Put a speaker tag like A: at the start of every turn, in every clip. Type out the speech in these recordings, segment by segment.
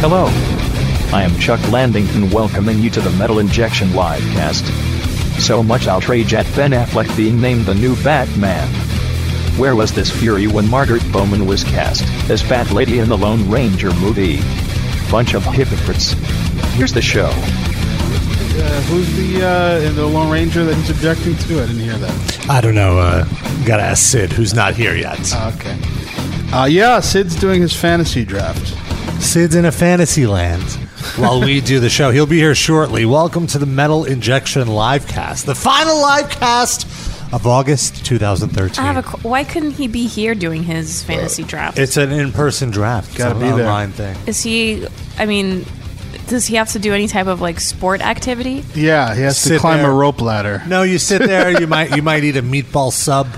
A: Hello. I am Chuck Landington welcoming you to the Metal Injection Livecast. So much outrage at Ben Affleck being named the new Batman. Where was this fury when Margaret Bowman was cast as Bat Lady in the Lone Ranger movie? Bunch of hypocrites. Here's the show.
B: Uh, who's the uh, the Lone Ranger that he's objecting to? I didn't hear that.
C: I don't know. Uh, gotta ask Sid, who's not here yet.
B: Uh, okay. Uh, yeah, Sid's doing his fantasy draft.
C: Sid's in a fantasy land while we do the show. He'll be here shortly. Welcome to the Metal Injection Livecast, the final livecast of August 2013.
D: I have a. qu- Why couldn't he be here doing his fantasy draft?
C: it's an in-person draft. It's
B: Ah. Gotta
C: an
B: be there.
C: online thing.
D: Is he? I mean, does he have to do any type of like sport activity?
B: Yeah, he has to
C: Sit
B: climb
C: there.
B: a rope ladder.
C: No, you sit there. You might you might eat a meatball sub.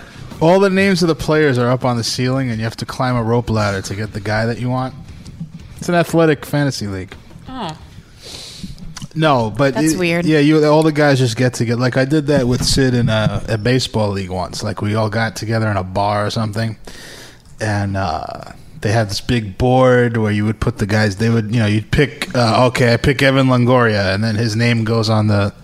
B: All the names of the players are up on the ceiling, and you have to climb a rope ladder to get the guy that you want. It's an athletic fantasy league.
D: Oh,
B: No, but
D: That's weird.
B: Yeah, you all the guys just get together. Like I did that with Sid in a, a baseball league once. Like we all got together in a bar or something, and uh, they had this big board where you would put the guys. They would, you know, you'd pick. Uh, okay, I pick Evan Longoria, and then his name goes on the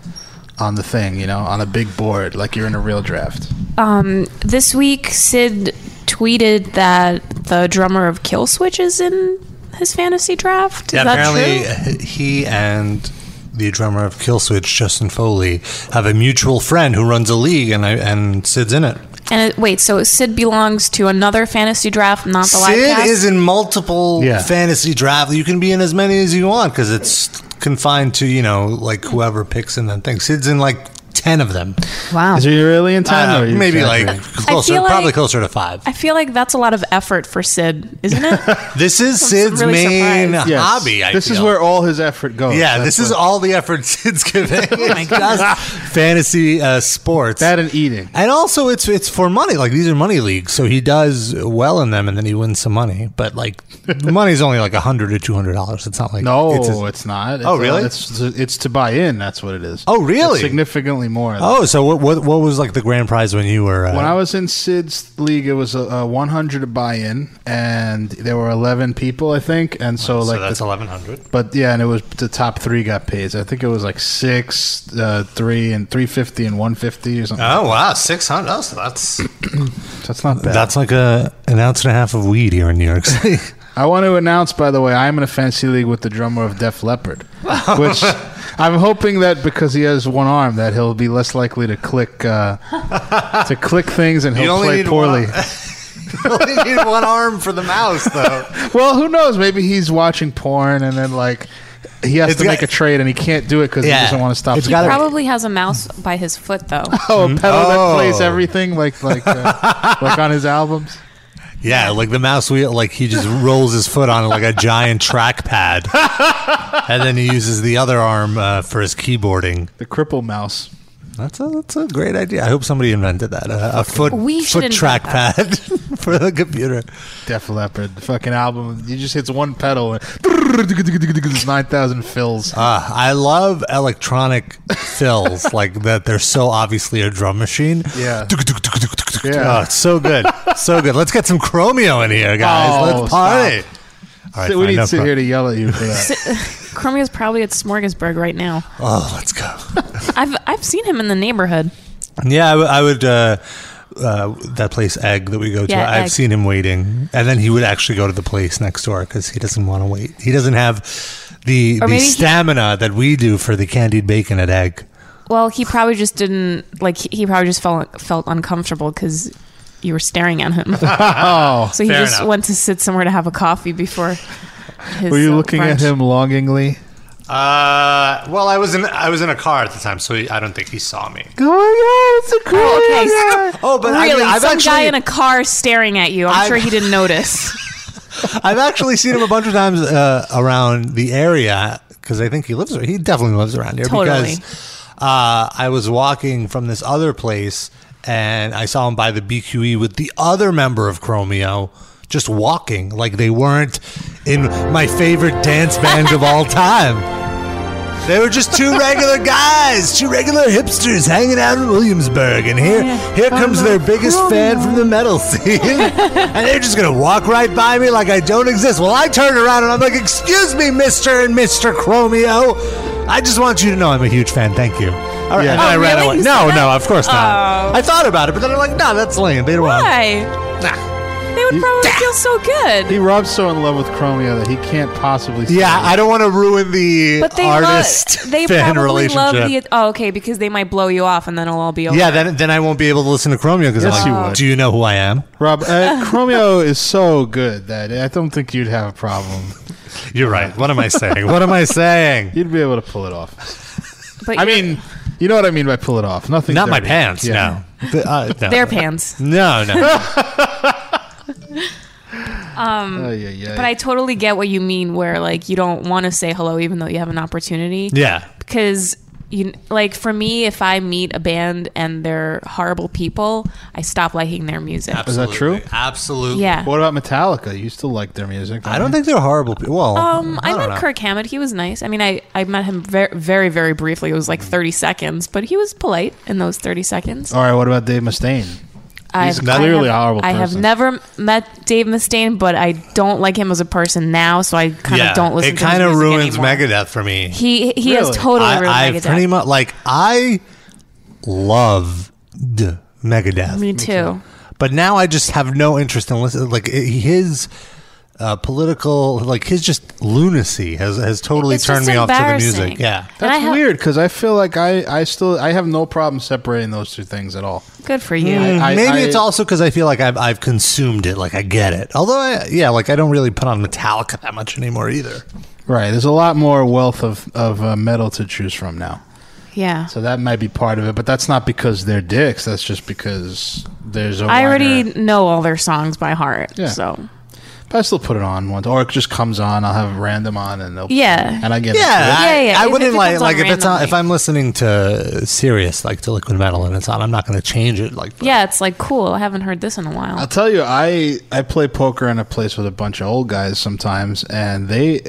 B: on the thing. You know, on a big board, like you're in a real draft.
D: um, this week Sid tweeted that the drummer of Killswitch is in his fantasy draft. Is that
C: apparently,
D: true?
C: uh, he and the drummer of Killswitch, Justin Foley, have a mutual friend who runs a league, and I, and Sid's in it.
D: And it, wait, so Sid belongs to another fantasy draft, not the live
C: Sid
D: cast?
C: is in multiple
B: Yeah.
C: fantasy draft. You can be in as many as you want because it's confined to you know like whoever picks in that thing. Sid's in like ten of them,
D: wow.
B: Is he really in time?
C: Uh,
B: or are you
C: maybe like
B: exaggerating?
C: closer,
D: feel like-
C: probably closer to five.
D: I feel like that's a lot of effort for Sid, isn't it?
C: This is
D: I'm
C: Sid's
D: really
C: main
D: surprised.
B: Yes.
C: hobby. I
B: this is
C: feel.
B: where all his effort goes.
C: Yeah,
B: That's
C: this is
B: what-
C: all the effort Sid's giving.
D: my
C: It's just fantasy uh, sports.
B: that and eating.
C: And also, it's it's for money. Like these are money leagues, so he does well in them, and then he wins some money. But like, the money's only like a hundred or two hundred dollars. It's not like
B: No, it's,
C: It's a-
B: not. It's uh,
C: Oh, really?
B: It's it's to buy in. That's what it is.
C: Oh, really?
B: It's significantly more.
C: oh, so what, what what was like the grand prize when you were? Uh,
B: When I was in Sid's league, it was a, a 100 to buy in, and there were 11 people, I think. And so, like, the,
C: eleven hundred.
B: but yeah, and it was the top three got paid. So I think it was like six, uh, three, and 350 and 150 or something.
C: Oh wow, six hundred. Oh, so that's
B: So that's not bad.
C: that's like a an ounce and a half of weed here in New York City.
B: I want to announce, by the way, I'm in a fantasy league with the drummer of Def Leppard, which I'm hoping that because he has one arm, that he'll be less likely to click uh, to click things and he'll play poorly.
C: you only need one arm for the mouse, though.
B: Well, who knows? Maybe he's watching porn and then like he has
C: It's
B: to
C: got-
B: make a trade and he can't do it because
C: Yeah.
B: he doesn't want to stop.
C: It's
B: the
C: gotta-
B: porn.
D: Probably has a mouse by his foot, though.
B: oh, a pedal
C: Oh.
B: that plays everything like like uh, like on his albums.
C: Yeah, like the mouse wheel, like he just rolls his foot on it like a giant trackpad, and then he uses the other arm uh, for his keyboarding.
B: The cripple mouse.
C: That's a that's a great idea. I hope somebody invented that uh, a foot
D: We should
C: foot
D: invent that.
C: trackpad for the computer.
B: Def Leppard, the fucking album. He just hits one pedal and nine thousand fills.
C: Uh, I love electronic fills like that. They're so obviously a drum machine.
B: Yeah.
C: Yeah.
B: Yeah.
C: Oh, it's so good, so good. Let's get some chromio in here, guys.
B: Oh,
C: Let's party. All
B: So we
C: fine,
B: need
C: no
B: to sit
C: pro-
B: here to yell at you for that.
D: Chromia's probably at Smorgasburg right now.
C: Oh, let's go.
D: I've I've seen him in the neighborhood.
C: Yeah, I, w- I would. Uh, uh, that place egg that we go to
D: Yeah,
C: i've
D: Egg.
C: seen him waiting and then he would actually go to the place next door because he doesn't want to wait he doesn't have the,
D: Or
C: the
D: maybe he-
C: stamina that we do for the candied bacon at egg
D: Well, he probably just didn't like. He probably just felt felt uncomfortable because you were staring at him.
B: Oh,
D: So he
C: Fair
D: just
C: enough.
D: went to sit somewhere to have a coffee before. His,
B: were you
D: uh,
B: looking at
D: brunch.
B: him longingly?
C: uh, well i was in i was in a car at the time so i don't think he saw me
B: Oh my god, it's a cool
D: Oh, okay.
C: oh but
D: really,
C: I, have
D: some
C: actually,
D: guy in a car staring at you. I'm
C: I've-
D: sure he didn't notice.
C: I've actually seen him a bunch of times uh, around the area because I think he lives. He definitely lives around here
D: Totally.
C: because uh, I was walking from this other place and I saw him by the BQE with the other member of Chromeo. Just walking like they weren't in my favorite dance band of all time. They were just two regular guys, two regular hipsters hanging out in Williamsburg, and here, here comes their biggest fan from the metal scene, and they're just gonna walk right by me like I don't exist. Well, I turn around and I'm like, "Excuse me, Mister and Mister Chromio, I just want you to know I'm a huge fan. Thank you." All right,
B: Yeah.
C: and then
B: Oh,
C: I ran
D: really?
C: away.
D: You
C: No,
D: said
C: no,
D: that?
C: of course not.
D: Oh.
C: I thought about it, but then I'm like, "No, that's lame. They don't want."
D: Why?
C: Nah.
D: They would probably feel so good.
B: He Rob's so in love with Chromia that he can't possibly. say
C: Yeah, I don't want to ruin the
D: But they
C: artist
D: love. They
C: fan
D: probably
C: relationship.
D: love the. Oh, okay, because they might blow you off, and then it'll all be over.
C: yeah, then then I won't be able to listen to Chromio because
B: Yes,
C: I'm
B: you
C: like,
B: would.
C: do you know who I am?
B: Rob, uh, Chromio is so good that I don't think you'd have a problem.
C: You're right. What am I saying? what am I saying?
B: You'd be able to pull it off.
D: but
B: I
D: you're-
B: mean, you know what I mean by pull it off. Nothing.
C: Not my
B: dirty.
C: pants. No. The- uh, no.
D: their pants.
C: No, no.
B: Ay, ay, ay.
D: Um, But I totally get what you mean, where like you don't want to say hello even though you have an opportunity.
C: yeah.
D: because you like for me if i meet a band and they're horrible people i stop liking their music
B: Is that true?
C: Absolutely.
D: yeah
B: What about Metallica? You still like their music?
C: I don't think they're horrible people. Well,
D: um i,
C: don't
D: met
C: know.
D: kirk hammett he was nice i mean i i met him very very very briefly it was like 30 seconds but he was polite in those 30 seconds
B: All right. What about Dave Mustaine?
D: I've,
B: not- clearly a
D: I have,
B: horrible
D: i have
B: person.
D: never met dave mustaine but i don't like him as a person now so i kind of
C: Yeah,
D: don't listen
C: It
D: to his
C: kind of
D: music
C: ruins
D: anymore.
C: Megadeth for me.
D: he he has
B: Really?
D: totally ruined
C: I, I
D: Megadeth.
C: pretty much like I loved Megadeth.
D: me too
C: but now I just have no interest in listening. Like i- his uh, political, like his just lunacy has has totally
D: It's
C: turned
D: just
C: me off to the music.
D: embarrassing.
C: Yeah,
D: And I
B: That's
D: have-
B: weird because I feel like I, I still I have no problem separating those two things at all.
D: good for you Mm.
B: I-
C: Mm, maybe
B: I-
C: it's also because I feel like I've I've consumed it. Like I get it. Although I, yeah, like I don't really put on Metallica that much anymore either.
B: Right. There's a lot more wealth of of uh, metal to choose from now,
D: yeah
B: so that might be part of it. But that's not because they're dicks. That's just because there's a.
D: I already
B: wider-
D: know all their songs by heart.
B: Yeah.
D: So
B: But I still put it on once, or it just comes on. I'll have it random on, and they'll,
D: Yeah.
B: and I get
C: Yeah,
B: It.
C: I,
D: yeah,
C: I
D: if it
C: wouldn't like
D: becomes
C: like
D: on
C: if it's on,
D: randomly.
C: if I'm listening to serious like to liquid metal and it's on, I'm not going to change it. Like but-
D: yeah, it's like cool. I haven't heard this in a while.
B: I'll tell you, I I play poker in a place with a bunch of old guys sometimes, and they,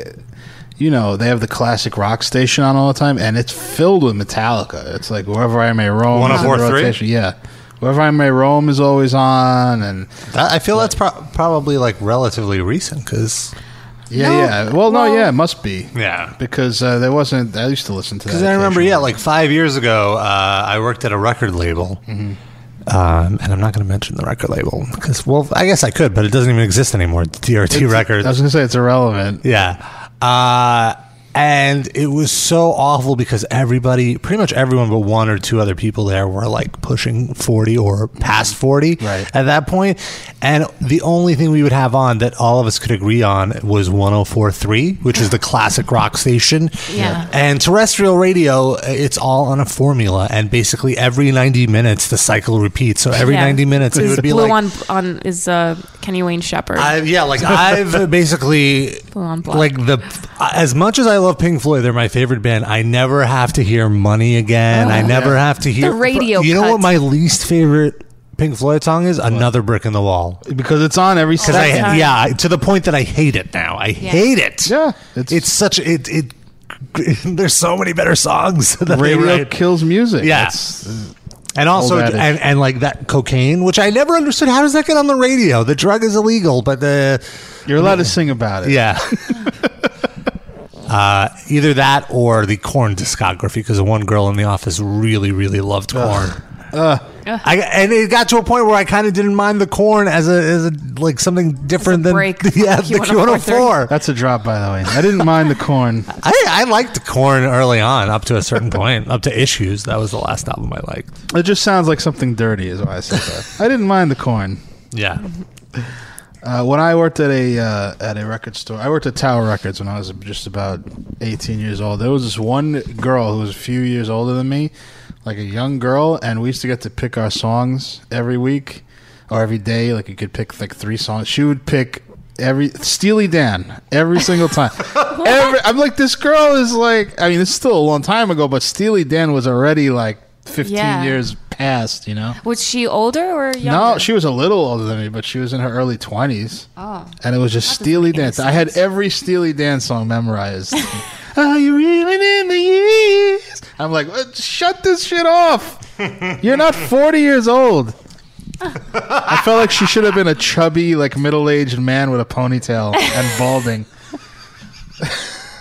B: you know, they have the classic rock station on all the time, and it's filled with Metallica. It's like wherever I may roam,
C: One of
B: is in
C: four, three?
B: rotation. yeah. Wherever I may roam is always on, and
C: that, I feel that's pro- probably like relatively recent because
B: yeah,
D: No,
B: yeah. Well, no,
D: well-
B: yeah, it must be,
C: yeah,
B: because uh, there wasn't. I used to listen to that.
C: Because I remember,
B: occasionally.
C: yeah, like five years ago, uh, I worked at a record label. Um, and I'm not going to mention the record label because, well, I guess I could, but it doesn't even exist anymore. It's DRT Records.
B: I was gonna say it's irrelevant.
C: yeah. Uh, and it was so awful because everybody, pretty much everyone but one or two other people there were like pushing 40 or past 40
B: Right.
C: at that point. And the only thing we would have on that all of us could agree on was 1043, which is the classic rock station.
D: Yeah.
C: And terrestrial radio, it's all on a formula, and basically every ninety minutes the cycle repeats. So every
D: Yeah.
C: ninety minutes it
D: Is
C: would be
D: Blue
C: like.
D: on on is uh, Kenny Wayne Shepherd.
C: I, yeah, like I've basically
D: Blue on black.
C: like the as much as I love Pink Floyd, they're my favorite band. I never have to hear Money again. I never have to hear
D: Oh. radio
C: You know
D: cut.
C: what my least favorite Pink Floyd song is? Another brick in the wall.
B: because it's on every
C: Because
B: Saturday.
D: Oh, that's
C: I
D: hard.
C: yeah I- to the point that I hate it now. I hate it.
B: yeah,
C: It's, such it it. There's so many better songs. That they
B: radio
C: write.
B: kills music.
C: Yeah.
B: It's-
C: And also,
B: Old adage.
C: and, and like that cocaine, which I never understood. How does that get on the radio? The drug is illegal, but the
B: you're allowed to sing about it.
C: yeah. uh, either that or the corn discography, because the one girl in the office really, really loved corn.
B: uh,
C: I, and it got to a point where I kind of didn't mind the corn as a as a like something different than
D: break
C: yeah
D: from
C: the Q one hundred four.
B: That's a drop, by the way. I didn't mind the corn.
C: I I liked corn early on, up to a certain point, up to issues. That was the last album I liked.
B: It just sounds like something dirty, is why I said that. I didn't mind the corn.
C: Yeah,
B: Uh, when I worked at a uh, at a record store, I worked at Tower Records when I was just about eighteen years old. There was this one girl who was a few years older than me, like a young girl, and we used to get to pick our songs every week or every day. Like you could pick like three songs. She would pick every Steely Dan every single time. every, I'm like, this girl is like. I mean, it's still a long time ago, but Steely Dan was already like fifteen
D: Yeah.
B: years past. You know.
D: was she older or younger?
B: No, she was a little older than me, but she was in her early twenties.
D: Oh.
B: And it was just Steely Dan. I had every Steely Dan song memorized. I Are you reeling in the years? I'm like, "Uh, shut this shit off. You're not 40 years old. I felt like she should have been a chubby, like middle-aged man with a ponytail and balding.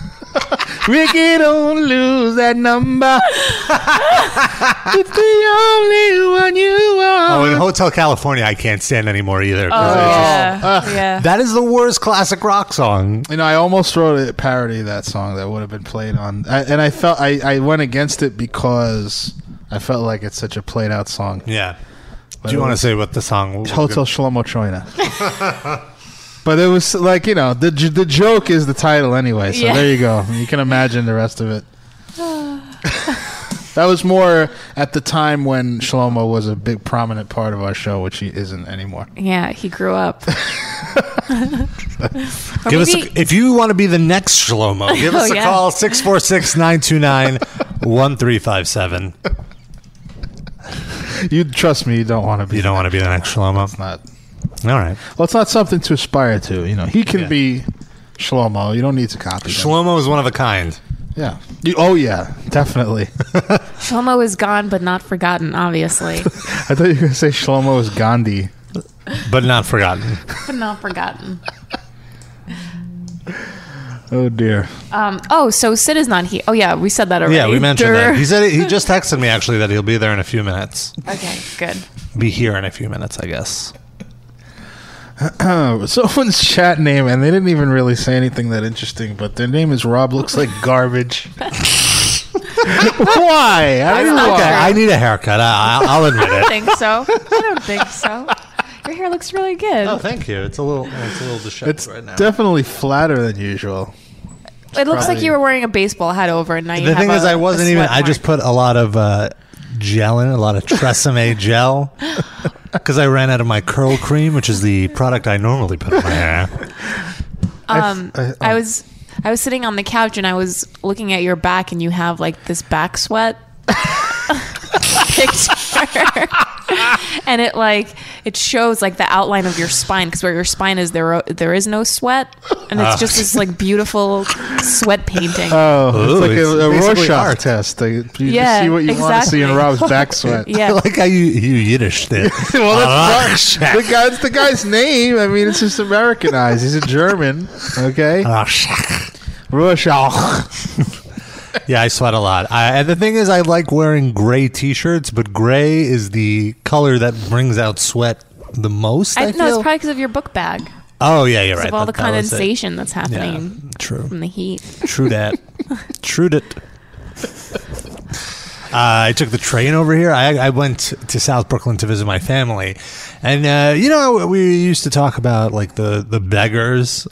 B: Ricky, don't lose that number. it's the only one you
C: Oh,
B: are.
C: in Hotel California, I can't stand anymore either. 'cause I just-
D: yeah, yeah.
C: That is the worst classic rock song.
B: You know, I almost wrote a parody of that song that would have been played on, I, and I felt I, I went against it because I felt like it's such a played-out song.
C: Yeah. Do you want to say what the song?
B: Hotel Shlomo Choina. but it was like you know the j- the joke is the title anyway, so
D: Yeah.
B: there you go. You can imagine the rest of it. that was more at the time when Shlomo was a big prominent part of our show, which he isn't anymore.
D: yeah, he grew up. Or
C: Give us
D: maybe-
C: a, if you want to be the next Shlomo, give us
D: Oh,
C: a
D: yeah.
C: call 646 929 1357.
B: You trust me, you don't want to be
C: You don't want to be the next Shlomo?
B: not.
C: All right.
B: Well, it's not something to aspire to. You know, he can
C: Yeah.
B: be Shlomo. You don't need to copy. him.
C: Shlomo is one of a kind.
B: yeah. You- oh yeah, definitely.
D: Shlomo is gone, but not forgotten, obviously.
B: I thought you were gonna say Shlomo is Gandhi.
C: but not forgotten.
D: but not forgotten.
B: Oh dear.
D: Um, oh, so Sid is not here. Oh, yeah, we said that already.
C: Yeah, we mentioned
D: Durr.
C: that. He said he just texted me actually that he'll be there in a few minutes.
D: okay, good.
C: Be here in a few minutes, I guess.
B: Oh, someone's chat name, and they didn't even really say anything that interesting, but their name is Rob. Looks like garbage. Why? I don't know
D: not
B: why.
C: Okay,
D: true.
C: I need a haircut. I, I'll- I'll admit
D: I
C: it.
D: don't think so. I don't think so. Your hair looks really good.
C: Oh, thank you. It's a little, it's a little disheveled
B: It's
C: right now.
B: definitely flatter than usual.
D: it looks like
B: probably-
D: you were wearing a baseball hat over, and now you
C: the
D: have
C: thing is,
D: I
C: I wasn't even. I just put a lot of uh, gel in, it, a lot of Tresemme gel, because I ran out of my curl cream, which is the product I normally put in my hair.
D: Um,
B: I-
D: I,
B: I- oh.
D: was I was sitting on the couch and I was looking at your back, and you have like this back sweat picture, and it like it shows like the outline of your spine because where your spine is, there are- there is no sweat, and
C: Ah.
D: it's just this like beautiful sweat painting.
B: Oh,
C: Ooh,
B: it's like
C: it's
B: a, a
C: basically
B: Rorschach
C: art.
B: test. They- you just
D: Yeah,
B: see what you want to see in
D: exactly.
B: Rob's back sweat.
C: I
D: yeah,
C: like how you you Yiddish Uh, it.
B: Well, that's
C: that's
B: not, the guy, it's the guy's name. I mean, it's just Americanized. He's a German. Okay,
C: Oh, sh-
B: Rorschach.
C: yeah, I sweat a lot. I, and the thing is, I like wearing gray T-shirts, but gray is the color that brings out sweat the most. I,
D: I, no, it's
C: feel.
D: probably because of your book bag, 'cause
C: oh yeah, you're right.
D: of all the
C: That- that was it.
D: condensation that's
C: Yeah,
D: happening
C: true.
D: from the heat.
C: True that. True that. Uh, I took the train over here. I, I went to South Brooklyn to visit my family, and uh, you know we used to talk about like the the beggars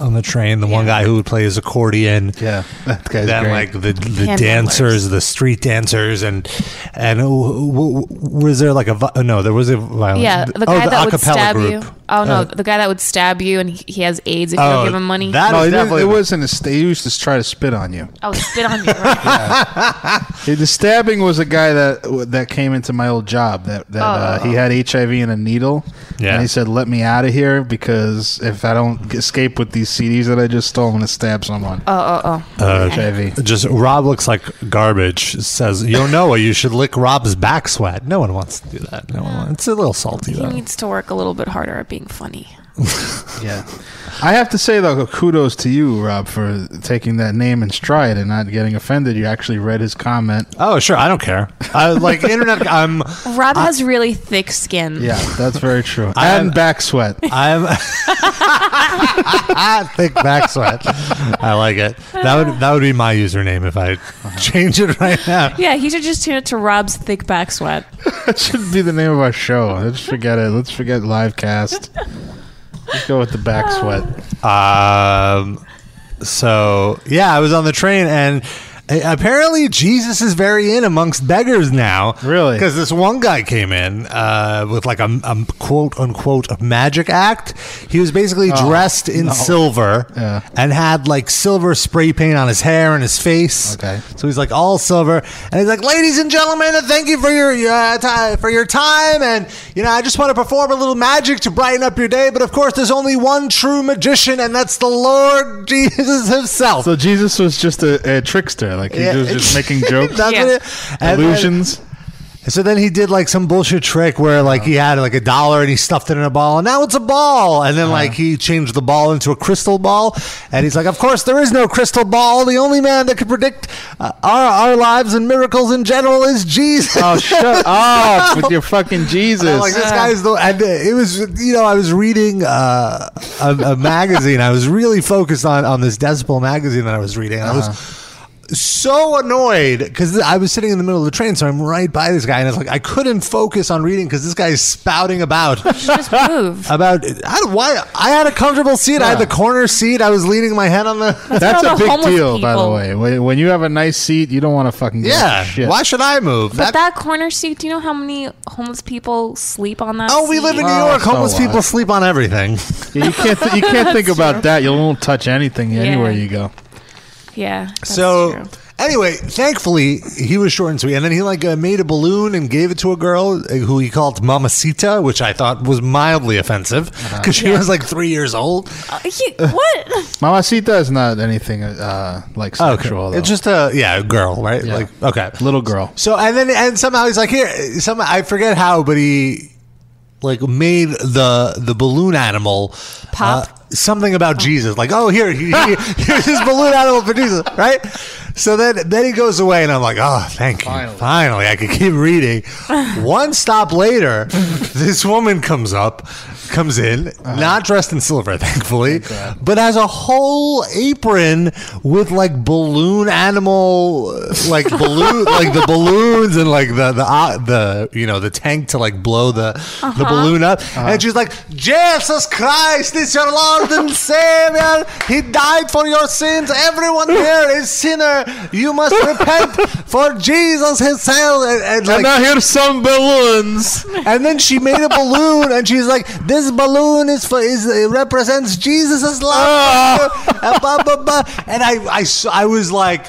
C: on the train. The one guy who would play his accordion.
B: Yeah, that guy's
C: Then,
B: great.
C: like the the
D: Hand
C: dancers, the street dancers, and and w- w- was there like a vi- no? There was a violin.
D: Yeah, the guy
C: oh, the
D: that would
C: acapella
D: stab
C: group. Uh.
D: you. Oh no, the guy that would stab you, and he, he has AIDS if you
C: Oh,
D: don't give him money.
C: that
B: no,
C: is
B: it, didn't-
C: definitely-
B: it wasn't a st- He used to try to spit on you.
D: oh, spit on you. Right?
B: The stabbing was a guy that that came into my old job. That that uh,
D: Oh.
B: he had HIV and a needle,
C: Yeah.
B: and he said, "Let me out of here because if I don't escape with these CDs that I just stole, I'm gonna stab someone."
D: Oh, oh,
C: Uh,
D: oh.
B: HIV.
C: Just Rob looks like garbage. Says Yo Noah, you should lick Rob's back sweat. No one wants to do that. No one. Wants. It's a little salty
D: he
C: though.
D: needs to work a little bit harder at being funny.
B: Yeah, I have to say though, kudos to you, Rob, for taking that name in stride and not getting offended. You actually read his comment.
C: Oh sure, I don't care. I like internet. I'm
D: Rob has really thick skin.
B: Yeah, that's very true.
C: I
B: and
C: am-
B: back sweat.
C: I'm thick back sweat. I like it. That would that would be my username if I change it right now.
D: Yeah, he should just tune it to Rob's thick back sweat.
B: That should be the name of our show. Let's forget it. Let's forget live cast. Let's go with the back sweat.
C: Um, so yeah, I was on the train and A- Apparently, Jesus is very in amongst beggars now.
B: Really?
C: Because this one guy came in uh, with like a, a quote unquote magic act. He was basically dressed in silver
B: Oh, Yeah.
C: and had like silver spray paint on his hair and his face.
B: Okay.
C: So he's like all silver, and he's like, "Ladies and gentlemen, thank you for your uh, ti for your time, and you know, I just want to perform a little magic to brighten up your day. But of course, there's only one true magician, and that's the Lord Jesus Himself."
B: So Jesus was just a, a trickster, like he
C: Yeah.
B: was just making jokes,
C: That's
D: Yeah.
C: what it- and then-
B: illusions.
C: so then he did like some bullshit trick where like he had like a dollar and he stuffed it in a ball and now it's a ball and then like
B: Uh-huh.
C: he changed the ball into a crystal ball and he's like of course there is no crystal ball the only man that can predict uh, our our lives and miracles in general is Jesus
B: Oh, shut up with your fucking Jesus.
C: I'm like this guy's the and uh, it was you know I was reading uh, a, a magazine. I was really focused on on this Decibel magazine that I was reading. And I
B: Uh-huh.
C: was so annoyed because I was sitting in the middle of the train, so I'm right by this guy, and I was like I couldn't focus on reading because this guy is spouting about.
D: Just move.
C: About I don't, why I had a comfortable seat. I had the corner seat. I was leaning my head on the
B: That's
D: all
B: a
D: the
B: big
D: homeless
B: deal, by the
D: people.
B: way. When when you have a nice seat, you don't want to fucking give a
C: yeah.
B: shit.
C: Why should I move?
D: But that corner seat, do you know how many homeless people sleep on that?
C: oh, we live in New
B: Well,
C: York.
B: so
C: Homeless
B: what?
C: people sleep on everything.
B: Yeah, you can't th- you can't think about that. You won't touch anything anywhere you go.
D: Uh, Yeah. that's
C: So
D: true.
C: anyway, thankfully he was short and sweet, and then he like uh, made a balloon and gave it to a girl uh, who he called Mamacita, which I thought was mildly offensive because
B: Uh-huh.
C: she was like three years old.
D: Uh, he- what?
B: Mamacita is not anything uh, like sexual. though.
C: it's just a yeah, a girl, right?
B: Yeah.
C: Like okay,
B: little girl.
C: So and then and somehow he's like here, some I forget how, but he like made the the balloon animal uh,
D: Pop?
C: something about Jesus. Like oh here, he, he- here's his balloon animal for Jesus, right? So then then he goes away, and I'm like oh thank you,
B: Finally.
C: finally, I could keep reading. One stop later, this woman comes up. Comes in, not dressed in silver, thankfully, but has a whole apron with like balloon animal, like balloon, like the balloons and like the the uh, the you know the tank to like blow the the balloon up.
B: Uh-huh.
C: And she's like, "Jesus Christ is your Lord and Savior. He died for your sins. Everyone here is sinner. You must repent for Jesus Himself." And, and, like,
B: here's some balloons.
C: and then she made a balloon, and she's like, "This balloon is for is it represents Jesus' love." and blah, blah, blah. And I, I, s- I was like.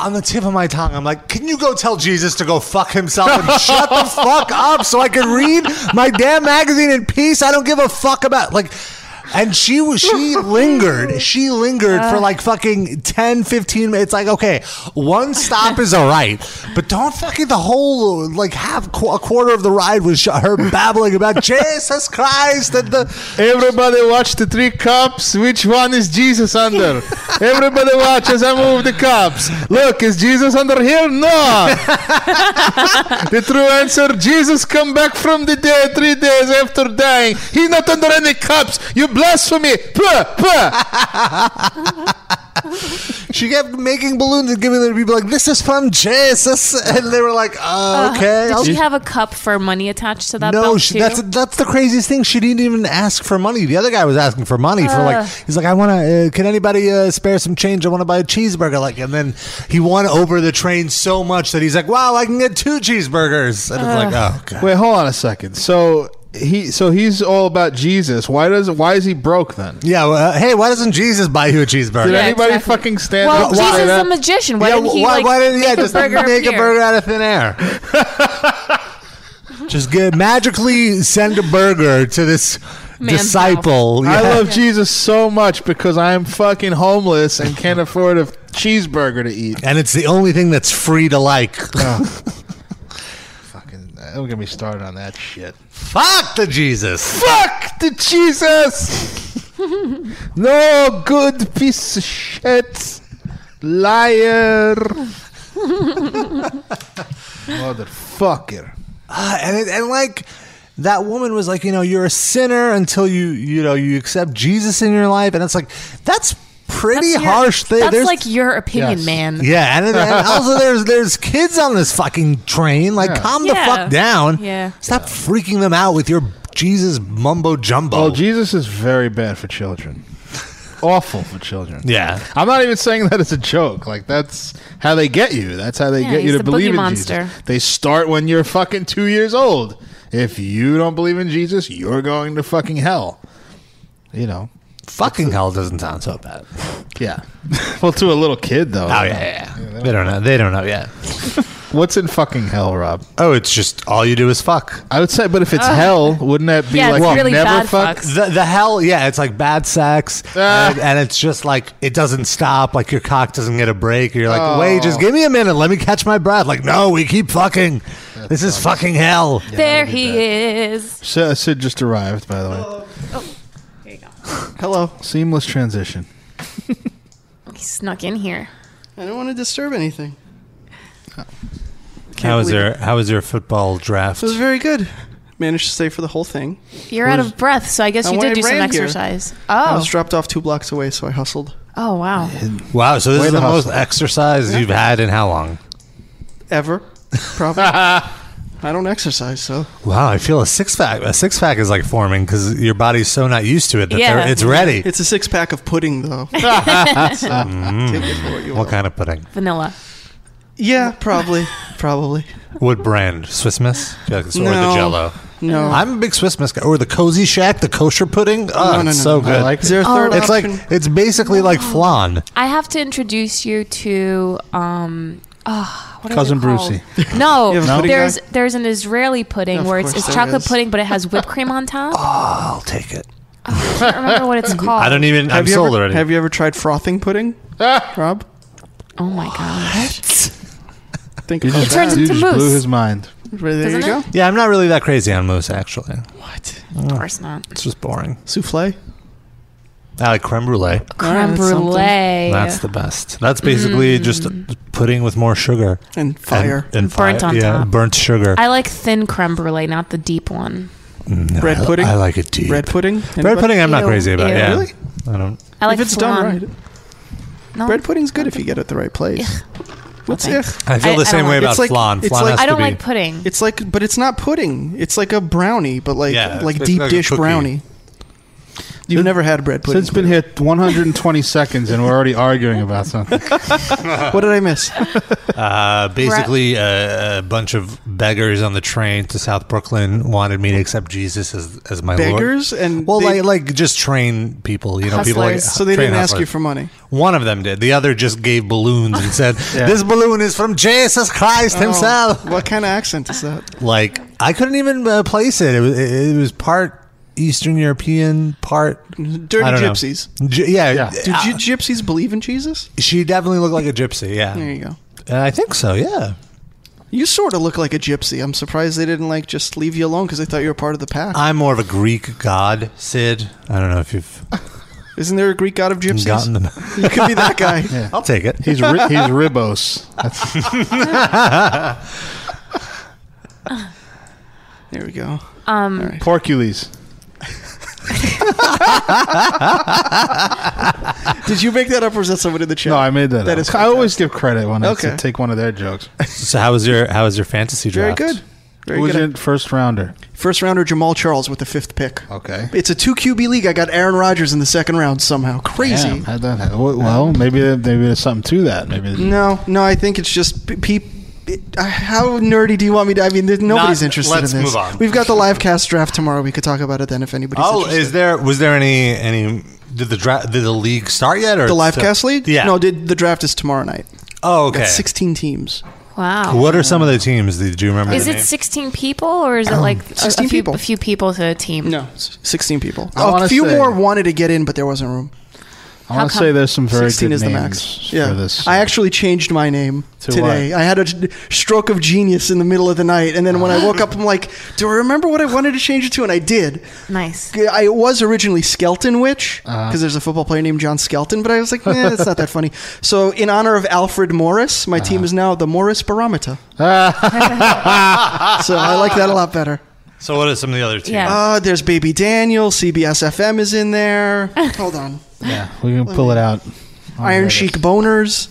C: On the tip of my tongue, I'm like, can you go tell Jesus to go fuck himself and shut the fuck up so I can read my damn magazine in peace? I don't give a fuck about like and she was she lingered. She lingered for like fucking 10, 15 minutes. Like, okay, one stop is all right, but don't fucking the whole like half qu- a quarter of the ride was sh- her babbling about Jesus Christ and the.
B: Everybody watch the three cups. Which one is Jesus under? Everybody watch as I move the cups. Look, is Jesus under here? No. the true answer: Jesus come back from the dead three days after dying. He's not under any cups. You blasphemy! Puh, puh.
C: She kept making balloons and giving them to people like this is from Jesus, and they were like, uh, okay.
D: Uh-huh. Did
C: I'll-
D: she have a cup for money attached to that?
C: no,
D: belt,
C: she,
D: too?
C: that's that's the craziest thing. She didn't even ask for money. The other guy was asking for money for
D: Uh.
C: like he's like, I want to. Uh, can anybody uh, spare some change? I want to buy a cheeseburger. Like, and then he won over the train so much that he's like, Wow, I can get two cheeseburgers. And it's like,
D: Uh.
C: Oh god.
B: Wait, hold on a second. So he, so he's all about Jesus. Why does? Why is he broke then?
C: Yeah. Well, uh, hey, why doesn't Jesus buy you a cheeseburger?
B: Did
D: Yeah,
B: anybody
D: exactly.
B: fucking stand
D: well,
B: up? and say
D: Jesus is
B: that?
D: a magician. Why didn't he
C: why,
D: like
C: why didn't yeah
D: make a
C: just
D: burger
C: make a
D: appear?
C: burger out of thin air? just get magically send a burger to this
D: Man's
C: disciple.
B: I
C: Yeah.
B: love Jesus so much because I'm fucking homeless and can't afford a cheeseburger to eat.
C: and it's the only thing that's free to like.
B: Fucking, don't get me started on that shit.
C: Fuck the Jesus.
B: Fuck the Jesus! no good piece of shit.
C: uh,
B: Liar. Motherfucker.
C: Uh, and it, and like that woman was like, you know, you're a sinner until you you know you accept Jesus in your life, and it's like that's pretty
D: That's your-
C: harsh thing.
D: That's
C: There's-
D: like your opinion,
B: Yes.
D: man.
C: yeah, and, and also there's there's kids on this fucking train. Like,
B: Yeah.
C: calm
D: Yeah.
C: the fuck down.
D: Yeah.
C: stop freaking them out with your Jesus mumbo jumbo.
B: Oh, Jesus is very bad for children. awful for children.
C: Yeah.
B: I'm not even saying that it's a joke. Like that's how they get you. That's how they
D: Yeah,
B: get you
D: he's
B: to
D: the
B: believe
D: boogie
B: in
D: monster.
B: Jesus. They start when you're fucking two years old. If you don't believe in Jesus, you're going to fucking hell. You know.
C: Fucking hell doesn't sound so bad.
B: Yeah. well, to a little kid though.
C: Oh yeah, yeah, yeah. They don't know. They don't know yet.
B: What's in fucking hell, Rob?
C: Oh, it's just all you do is fuck.
B: I would say, but if it's hell, wouldn't that be
D: Yeah,
B: like
D: it's
B: you
D: really
B: never
D: bad
B: fuck?
D: fucks.
C: The, the hell, yeah, it's like bad sex,
B: Ah.
C: and, and it's just like it doesn't stop. Like your cock doesn't get a break. You're like, wait,
B: Oh.
C: just give me a minute, let me catch my breath. Like, no, we keep fucking. this is fucking hell.
D: there he is. Oh,
B: Sid, Sid just arrived, by the way. Hello.
D: There you go.
B: Seamless transition.
D: He snuck in here.
E: I don't want to disturb anything.
C: How was
E: believe
C: your How was your football draft?
E: It was very good. Managed to stay for the whole thing.
D: You're out of breath, so I guess
E: Oh, I
D: you
E: went
D: did do some
E: ran here.
D: exercise.
E: I
D: Oh.
E: was dropped off two blocks away, so I hustled.
D: Oh wow.
C: Wow, so this
B: Way
C: is
B: to
C: the most
B: hustle.
C: exercise you've had in how long?
E: Ever? Probably. I don't exercise, so
C: Wow, I feel a six pack. A six pack is like forming because your body's so not used to it that
D: Yeah.
C: they're it's ready.
E: it's a six pack of pudding, though. So,
D: Oh.
E: take it for what you
C: Mm. what
E: will.
C: kind of pudding?
D: Vanilla.
E: Yeah, probably, probably.
C: What brand? Swiss Miss? Or the
E: No.
C: Jello?
E: No.
C: I'm a big Swiss Miss guy. Or the Cozy Shack, the kosher pudding. Oh,
E: no, no,
C: it's
E: no,
C: so
E: no.
C: good.
B: I like
D: Oh,
E: Is there a third
C: it's like
E: option?
C: it's basically like flan.
D: I have to introduce you to um oh, what are they
B: Cousin
D: called?
B: Brucey.
D: No,
E: You have a pudding
D: there's
E: guy?
D: there's an Israeli pudding
E: Of
D: where it's,
E: course
D: it's
E: there
D: chocolate
E: is.
D: pudding, but it has whipped cream on top.
C: I'll take it.
D: I don't remember what it's called.
C: I don't even. I'm
E: have you
C: sold
E: ever,
C: already.
E: Have you ever tried frothing pudding, Rob?
D: oh my gosh!
E: Think about
D: It turns
E: that.
B: Dude
D: into
B: just
D: mousse.
B: blew his mind.
E: Right, there you
D: doesn't
E: go.
D: it?
C: yeah, I'm not really that crazy on mousse. Actually,
E: What?
D: Of course not.
C: it's just boring.
E: Souffle?
C: I like creme brulee.
D: Creme
E: that's something.
D: brulee. Mm.
C: That's the best. That's basically just pudding with more sugar
E: And fire.
C: and, and
D: Burnt
C: fire-
D: on
C: yeah,
D: top.
C: burnt sugar. Mm,
D: I like thin creme brulee, not the deep one.
C: No,
E: Bread
C: I-
E: pudding?
C: I, like it deep.
E: Bread pudding?
C: Bread
E: Anybody?
C: pudding. I'm not
D: Ew.
C: crazy about.
D: Ew.
C: Yeah,
E: Really?
C: I don't.
D: I like
E: if it's
D: flan.
E: done right.
D: No.
E: Bread pudding's good if you get it the right place. What's
D: Okay.
E: it?
C: I feel
D: I- I
C: the same
D: don't
C: way
D: like-
C: about
E: It's like-
C: flan.
E: it's
C: flan
E: like-
C: has
D: I don't
C: to be,
D: like pudding.
E: It's like, but it's not pudding. It's like a brownie, but like
C: Yeah, it's
E: like
C: basically
E: deep
C: like a
E: dish
C: cookie.
E: brownie. You've never had bread pudding.
B: Sid's been here 120 seconds, and we're already arguing about something.
E: What did I miss?
C: Uh, basically, uh, a bunch of beggars on the train to South Brooklyn wanted me to accept Jesus as, as my Lord.
E: Beggars and
C: Well,
E: they-
C: like like just train people, you know, people like
D: Hustlers.
E: so they
C: train
E: didn't ask
C: hustlers.
E: you for money.
C: One of them did. The other just gave balloons and said, "This balloon is from Jesus Christ himself."
E: Oh, What kind of accent is that?
C: Like I couldn't even uh, place it. It was it, it was part Eastern European, part
E: Dirty
C: I don't know.
E: gypsies.
C: Gy- yeah,
B: Yeah.
E: Did
C: Uh,
E: you gypsies believe in Jesus?
C: she definitely looked like a gypsy. Yeah,
E: There you go.
C: And Uh, I think so. Yeah.
E: You sort of look like a gypsy. I'm surprised they didn't like just leave you alone because they thought you were part of the pack.
C: I'm more of a Greek god, Sid. I don't know if you've
E: Isn't there a Greek god of gypsies?
C: gotten them.
E: You could be that guy.
C: I'll take it.
B: He's ri- he's ribos.
E: There we go.
B: Porcules.
E: Did you make that up, or is that somebody in the chat?
B: No, I made that.
E: That
B: up.
E: is
B: I always give credit when I
E: Okay.
B: s- take one of their jokes.
C: So how was your how was your fantasy
E: very
C: draft?
E: good. Very
B: Who was
E: good.
B: your first rounder?
E: First rounder Jamal Charles with the fifth pick.
B: Okay.
E: It's a two QB league. I got Aaron Rodgers in the second round somehow. Crazy.
B: Damn, how'd that happen? Well, well, maybe there- maybe there's something to that. Maybe
E: No, no, I think it's just p- pe- it- uh, How nerdy do you want me to? I mean, there's- nobody's
C: Not-
E: interested
C: let's
E: in this.
C: move on.
E: We've got the live cast draft tomorrow. We could talk about it then if anybody's
C: Oh,
E: interested.
C: is there was there any any did the draft did the league start yet or
E: the
C: it's
E: live
C: still-
E: cast league?
C: Yeah.
E: No, did the draft is tomorrow night.
C: oh, okay.
E: Got 16 teams.
D: wow.
C: What are some of the teams? Did you remember?
D: Is
C: the
D: it
C: name? Um,
D: 16 people or is it like a- a,
E: 16
D: few,
E: people.
D: a few people to a team?
E: No, s- 16 people.
B: I wanna
E: a few
B: say-
E: more wanted to get in, but there wasn't room.
B: I want to
D: come-
B: say there's some very
E: 16
B: good
E: is the
B: names
E: max.
B: for
E: Yeah.
B: this. uh,
E: I actually changed my name
B: To
E: today. I had a g- stroke of genius in the middle of the night, and then when
B: Oh.
E: I woke up, I'm like, "Do I remember what I wanted to change it to?" And I did.
D: Nice.
E: I it was originally Skelton Witch
B: Uh-huh.
E: because there's a football player named John Skelton, but I was like, "Nah, it's not that funny." So, in honor of Alfred Morris, my
B: Uh-huh.
E: team is now the Morris Barometer. so I like that a lot better.
C: So what are some of the other teams?
D: Yeah.
E: Uh, there's Baby Daniel. CBS FM is in there. Hold on.
B: yeah, we can pull it out.
E: Iron Chic Boners.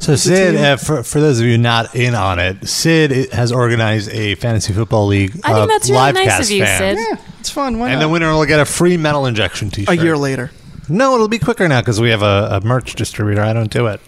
C: So Sid,
E: team.
C: uh, for for those of you not in on it, Sid i- has organized a fantasy football league.
D: I think
C: of
D: that's really
C: live
D: nice
C: cast
D: of you,
C: fans.
D: Sid.
E: Yeah, it's fun. Why
C: And
E: not?
C: the winner will get a free metal injection T-shirt.
E: a year later.
C: No, it'll be quicker now because we have a, a merch distributor. I don't do it.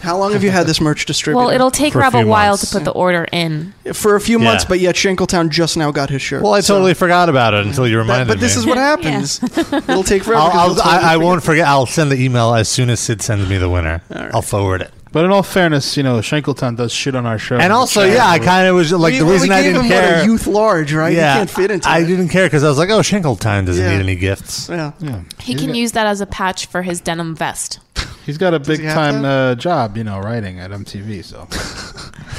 E: How long have you had this merch distributed?
D: Well, it'll take
C: For a
D: Rob a
C: few
D: while
C: months.
D: to put the order in.
E: for a few
C: Yeah.
E: months, but yet Shankletown just now got his shirt.
C: Well, I totally forgot about it until you reminded
E: That- but this
C: me.
E: is what happens. It'll take forever.
C: I'll,
E: 'cause
C: I'll,
E: you'll totally
C: I, I
E: forget.
C: won't forget. I'll send the email as soon as Sid sends me the winner. I'll forward it.
B: But in all fairness, you know, Shankletown does shit on our show.
C: And also, yeah, I kind of was like
E: We-
C: the
E: well,
C: reason
E: we
C: I
E: gave
C: didn't
E: him, what,
C: care.
E: a youth large, right?
C: yeah,
E: you can't fit into
C: I
E: it.
C: didn't care because I was like, oh, Shankletown doesn't
E: Yeah.
C: need any gifts.
E: Yeah.
D: He can use that as a patch for his denim vest.
B: He's got a big
E: he have
B: time
E: to?
B: uh, job, you know, writing at MTV. So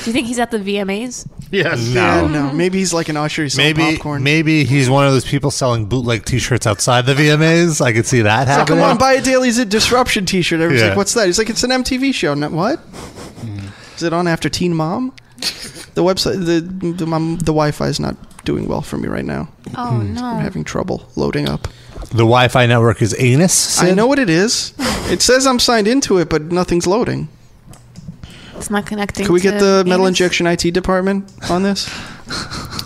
D: Do you think he's at the VMAs?
B: yes,
E: Yeah, no. Maybe he's like an usher. He's selling
C: Maybe
E: popcorn.
C: maybe he's one of those people selling bootleg T-shirts outside the VMAs. I could see that
E: So
C: happening.
E: come on, buy a Daily's a disruption T-shirt. Everyone's
C: Yeah.
E: like, "What's that?" He's like, "It's an MTV show." No, what? Is it on after Teen Mom? The website, the the, mom, the Wi-Fi is not doing well for me right now.
D: Oh
E: I'm
D: no!
E: having trouble loading up.
C: the Wi-Fi network is anus.
E: I
C: Sid?
E: know what it is. It says I'm signed into it, but nothing's loading.
D: It's not connecting.
E: Can we get
D: to
E: the metal
D: anus.
E: injection IT department on this?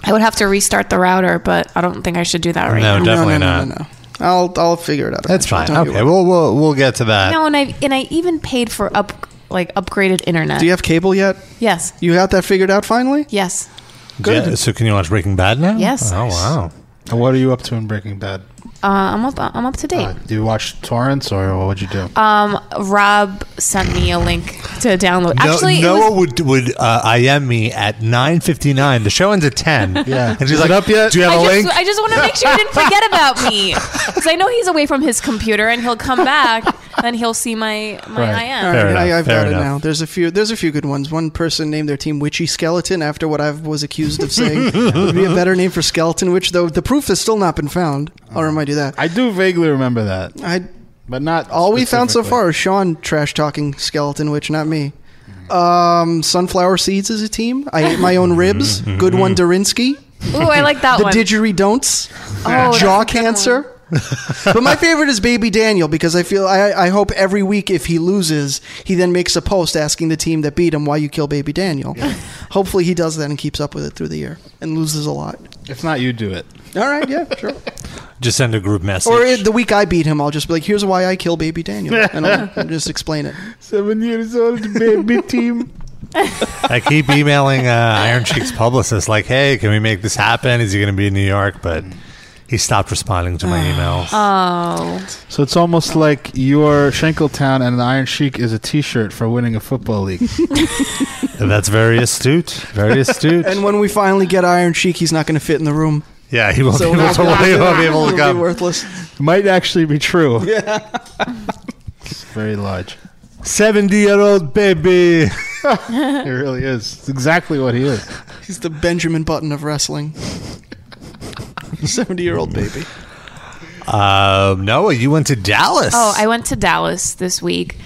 D: I would have to restart the router, but I don't think I should do that right
C: No,
D: now.
C: definitely
E: no, no,
C: not.
E: No, no, no. I'll I'll figure it out.
C: That's
E: eventually.
C: fine.
E: Don't you
C: Okay,
E: worry.
C: we'll, we'll we'll get to that.
D: No, and I and I even paid for up like upgraded internet.
E: Do you have cable yet?
D: yes,
E: You got that figured out finally?
D: yes.
E: Good.
C: Yeah, so can you watch Breaking Bad now?
D: Yes.
C: Oh wow.
B: And what are you up to in Breaking Bad?
D: Uh, I'm up. I'm up to date.
B: Uh, do you watch torrents or what would you do?
D: Um, Rob sent me a link to download. Actually,
C: no,
D: it
C: Noah
D: was,
C: would would uh, IM me at nine fifty nine. The show ends at ten.
B: Yeah.
C: and she's
B: Is
C: like,
B: it up yet?
C: Do you have a
D: I
C: link?
D: just, I just want to make sure you didn't forget about me because I know he's away from his computer and he'll come back and he'll see my my
B: Right.
D: IM.
E: All right,
C: Fair enough,
E: I, I've
C: fair
E: got
C: enough.
E: it now. There's a few. There's a few good ones. One person named their team Witchy Skeleton after what I was accused of saying would be a better name for skeleton witch, though the proof has still not been found. I'll remind you that.
B: I do vaguely remember that,
E: I
B: but not
E: all we found so
B: specifically.
E: far is Sean trash talking skeleton witch, not me. Um, sunflower seeds as a team. I ate my own ribs. Good one, Dorinsky.
D: Ooh, I like that
E: The
D: one.
E: didgeridon'ts.
D: Oh, that's
E: jaw
D: a good one.
E: cancer. but my favorite is Baby Daniel because I feel I, I hope every week if he loses, he then makes a post asking the team that beat him why you kill Baby Daniel. Hopefully he does that and keeps up with it through the year and loses a lot.
B: If not, you do it.
E: All right, yeah, sure.
C: Just send a group message.
E: or it, the week I beat him, I'll just be like, "Here's why I kill Baby Daniel," and I'll, I'll just explain it.
B: Seven years old, baby team.
C: I keep emailing uh, Iron Cheek's publicist, like, "Hey, can we make this happen? Is he going to be in New York?" But he stopped responding to my emails.
D: Oh,
B: So it's almost like your Shankletown and the Iron Sheik is a T-shirt for winning a football league.
C: That's very astute. Very astute.
E: And when we finally get Iron Sheik, he's not going to fit in the room.
C: yeah, he won't
E: So
C: be able to. He won't be able
E: it'll
C: to
E: be
C: come.
E: worthless.
B: Might actually be true. Yeah. it's very large.
C: Seventy-year-old baby.
B: It really is. It's exactly what he is.
E: He's the Benjamin Button of wrestling. Seventy-year-old baby.
C: Uh, Noah, you went to Dallas.
D: Oh, I went to Dallas this week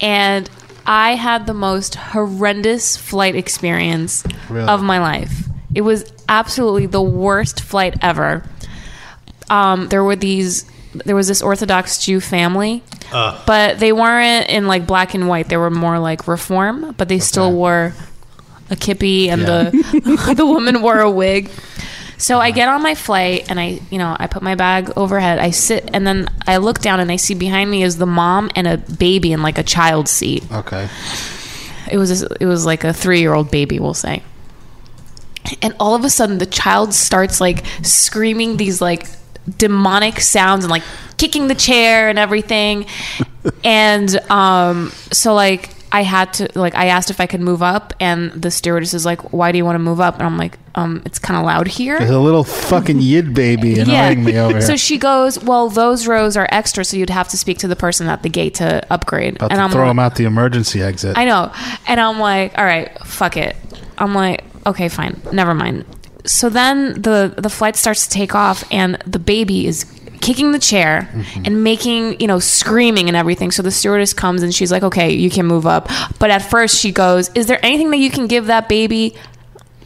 D: and I had the most horrendous flight experience
B: Really?
D: of my life. It was absolutely the worst flight ever. Um, there were these there was this Orthodox Jew family,
B: Ah.
D: but they weren't in like black and white. They were more like reform, but they still wore a kippy and
B: Yeah.
D: the the woman wore a wig. So I get on my flight and I, you know, I put my bag overhead. I sit and then I look down and I see behind me is the mom and a baby in like a child seat.
B: Okay.
D: It was it was like a 3-year-old baby, we'll say. And all of a sudden the child starts like screaming these like demonic sounds and like kicking the chair and everything. and um so like I had to like I asked if I could move up and the stewardess is like, "Why do you want to move up?" And I'm like, "Um it's kind of loud here."
B: There's a little fucking yid baby annoying me over here.
D: So she goes, "Well, those rows are extra, so you'd have to speak to the person at the gate to upgrade."
B: About
D: and
B: to
D: I'm
B: throw
D: like,
B: him out the emergency exit.
D: I know, and I'm like, "All right, fuck it." I'm like, "Okay, fine, never mind." So then the the flight starts to take off, and the baby is kicking the chair
B: Mm-hmm.
D: and making you know screaming and everything so the stewardess comes and she's like okay you can move up but at first she goes is there anything that you can give that baby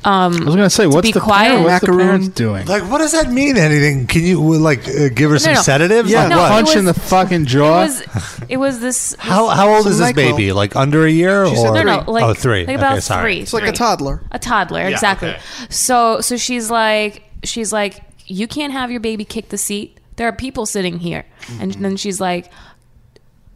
D: um,
B: I was gonna say, what's
D: be
B: the
D: quiet.
B: parent, what's the
E: Macaroon.
B: parents doing?
C: Like, what does that mean? Anything? Can you like uh, give her some
D: no.
C: sedatives?
E: Yeah.
C: Like,
D: No,
C: what?
D: it
B: Punch in the
D: was-
B: fucking
D: it
B: jaw.
D: was it was this
C: How how old is this
E: Some NyQuil.
C: baby? Like under a year
E: said
C: or
D: no, no, like,
C: oh three?
D: like about
C: okay, sorry.
D: three.
E: It's like a toddler.
D: a toddler exactly
C: okay.
D: so so she's like she's like you can't have your baby kick the seat There are people sitting here. And
C: Mm-hmm.
D: then she's like,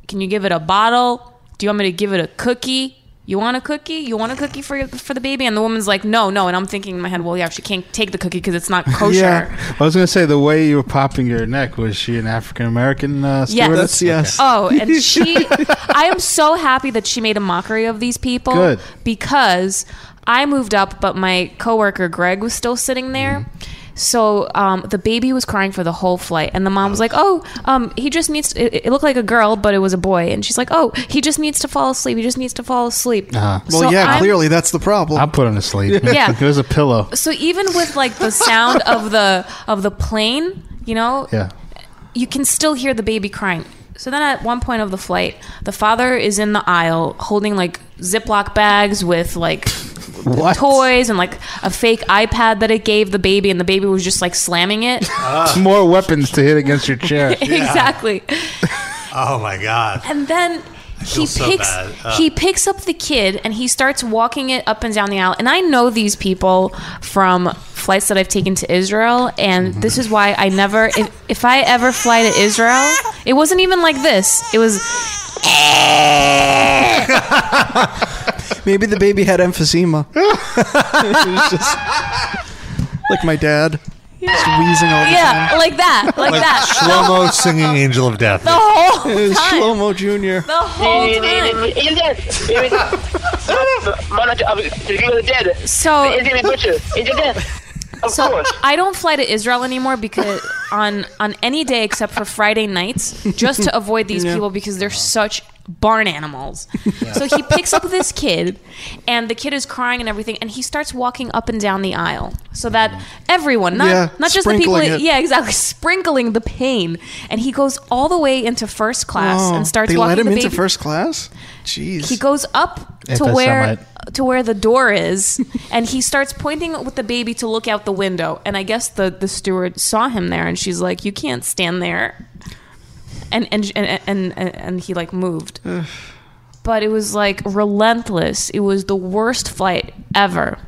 D: Can you give it a bottle? Do you want me to give it a cookie? You want a cookie? You want a cookie for your, for the baby? And the woman's like, no, no. And I'm thinking in my head, well, yeah, she can't take the cookie because it's not kosher.
B: Yeah, I was gonna say the way you were popping your neck was she an African American uh,
D: Yeah.
B: stewardess?
D: That's-
E: yes.
D: Oh, and she, I am so happy that she made a mockery of these people
B: Good.
D: because I moved up, but my coworker Greg was still sitting there. So um, the baby was crying for the whole flight, and the mom was like, "Oh, um, he just needs." To, it, it looked like a girl, but it was a boy, and she's like, "Oh, he just needs to fall asleep. He just needs to fall asleep."
B: Uh-huh.
E: Well,
D: So
E: yeah,
D: I'm-
E: clearly that's the problem.
B: I'll put him to sleep.
D: Yeah.
B: it was a pillow.
D: So even with like the sound of the of the plane, you know,
B: Yeah,
D: you can still hear the baby crying. So then at one point of the flight, the father is in the aisle holding like Ziploc bags with like
B: what?
D: toys and like a fake iPad that it gave the baby, and the baby was just like slamming it.
C: Uh,
B: More weapons to hit against your chair.
D: exactly.
C: Oh my god.
D: And then he
C: feel so
D: picks
C: bad. Uh. Ugh.
D: he picks up the kid and he starts walking it up and down the aisle. And I know these people from flights that I've taken to Israel, and this is why I never if, if I ever fly to Israel, it wasn't even like this. It was
E: Maybe the baby had emphysema. It was just- like my dad, just wheezing all the
D: Yeah, like that, like, that.
C: Shlomo singing Angel of Death.
D: The whole
E: time. It was
D: time.
E: Shlomo Jr.
D: The whole time. So-
F: Of
D: So
F: course.
D: I don't fly to Israel anymore because on on any day except for Friday nights, just to avoid these people because they're such barn animals. So he picks up this kid, and the kid is crying and everything, and he starts walking up and down the aisle so that everyone, not
E: Yeah,
D: not just the people,
E: sprinkling it.
D: yeah, exactly, sprinkling the pain, and he goes all the way into first class
E: Oh,
D: and starts
E: they
D: walking
E: let him
D: the
E: into
D: baby-
E: first class. Jeez,
D: He goes up to
B: Anti-Semite.
D: where to where the door is, and he starts pointing with the baby to look out the window. And I guess the the steward saw him there, and she's like, "You can't stand there." And and and and and, and he like moved, but it was like relentless. It was the worst flight ever.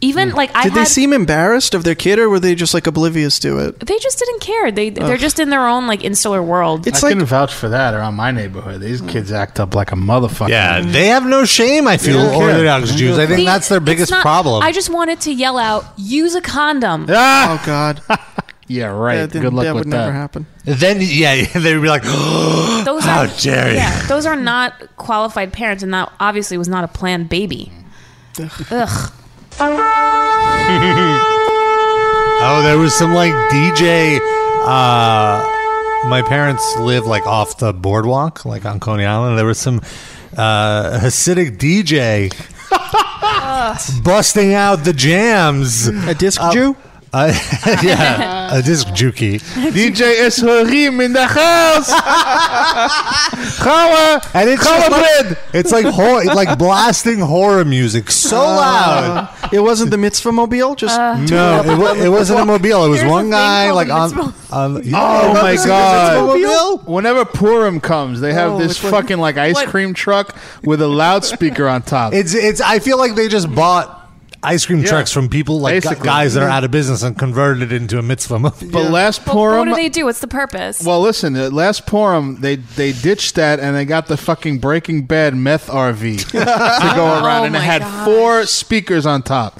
D: Even like I
E: Hmm. Did they
D: had-
E: seem embarrassed of their kid, or were they just like oblivious to it?
D: They just didn't care. They they're just in their own like insular world.
E: It's
B: I
E: like
B: couldn't vouch for that around my neighborhood. These kids act up like a motherfucker.
C: Yeah, they have no shame. I feel
B: Yeah.
C: Orthodox Jews. I think
D: The-
C: that's their
D: it's
C: biggest
D: not-
C: problem.
D: I just wanted to yell out, "Use a condom."
B: Ah!
E: oh god,
B: Yeah, right.
E: that, didn't-
B: Good luck
E: that
B: with
E: would
B: that.
E: never happen.
C: then yeah, they'd be like,
D: those
C: How
D: are,
C: dare you.
D: Yeah, those are not qualified parents, and that obviously was not a planned baby. Ugh.
C: oh, there was some like DJ. Uh, my parents live like off the boardwalk, like on Coney Island. There was some uh, Hasidic DJ busting out the jams.
E: A disc Jew.
C: Uh, yeah, a disc jukey.
B: DJ Esherim in the house.
C: Color and it's just like, it's like hor- like blasting horror music
B: Uh,
C: so loud.
E: Uh, It wasn't the mitzvah mobile. Just
C: No, it, wa- it wasn't a mobile. It was
D: There's a Uh,
C: one
D: thing
C: guy
D: called
C: like
D: a
C: on.
D: mitzvah.
C: on you
B: Oh
C: know
B: my
C: this-
B: God.
C: this mobile?
B: Whenever Purim comes, they have
E: Oh,
B: this
E: it's like-
B: fucking like ice
D: What?
B: cream truck with a loudspeaker on top.
C: It's it's. I feel like they just bought ice cream trucks from people like gu-
B: Basically.
C: guys that are out of business and converted it into a mitzvah. mobile.
B: but last
D: But what
B: Purim,
D: do they do? What's the purpose?
B: well, listen, uh, last Purim they they ditched that and they got the fucking Breaking Bad meth RV to go around,
D: Oh
B: and it
D: my
B: had
D: gosh.
B: four speakers on top.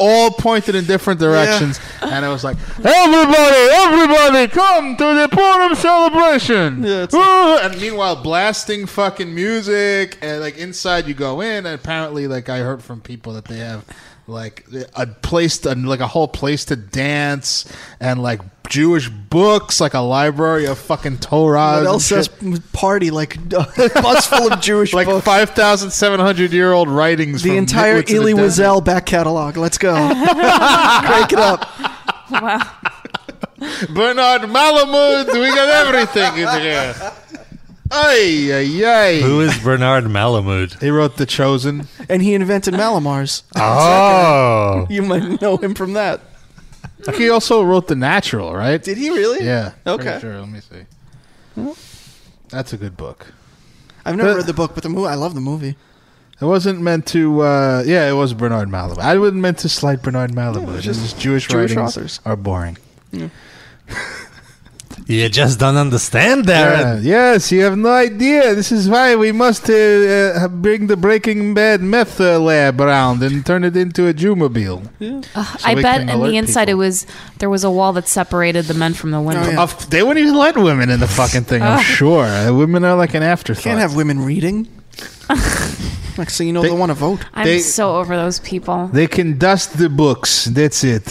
B: All pointed in different directions, and it was like, "Everybody, everybody, come to the Purim celebration!"
E: Yeah, it's-
B: Woo! and meanwhile, blasting fucking music, and like inside you go in, and apparently, like I heard from people that they have like a place, to, like a whole place to dance, and like Jewish books, like a library of fucking
C: uh,
B: Torahs.
E: what
B: and
E: else says
B: shit.
E: party like uh, a bus full of Jewish
B: Like
E: books.
B: five thousand seven hundred year old writings.
E: the
B: from
E: entire
B: Mitwitz in the
E: Elie
B: desert.
E: Wiesel back catalog. Let's go. Crank it up.
D: Wow.
B: Bernard Malamud. We got everything in here. Ay, ay, ay.
C: Who is Bernard Malamud?
B: He wrote The Chosen.
E: And he invented Malamars.
C: Oh,
E: You might know him from that.
B: He also wrote The Natural, right?
E: Did he really?
B: Yeah.
E: Okay.
B: pretty Sure. Let me see. That's a good book.
E: I've never
B: But-
E: read the book, but the movie. I love the movie.
B: It wasn't meant to. Uh, yeah, it was Bernard Malamud. I wasn't meant to slight Bernard Malamud.
E: was
B: just,
E: just
B: Jewish,
E: Jewish
B: writings
E: authors.
B: are boring.
C: You just don't understand, Darren.
B: Yeah, yes, you have no idea. This is why we must uh, uh, bring the Breaking Bad meth uh, lab around and turn it into a Jumobile.
D: I
B: we
D: bet
B: can
D: in
B: alert
D: the inside
B: people.
D: it was there was a wall that separated the men from the women.
E: Oh, yeah.
B: Of- they wouldn't even let women in the fucking thing. I'm sure Uh, women are like an afterthought.
E: Can't have women reading. Next thing you know,
B: They-
E: they want to vote.
D: I'm
B: They-
D: so over those people.
B: They can dust the books. That's it.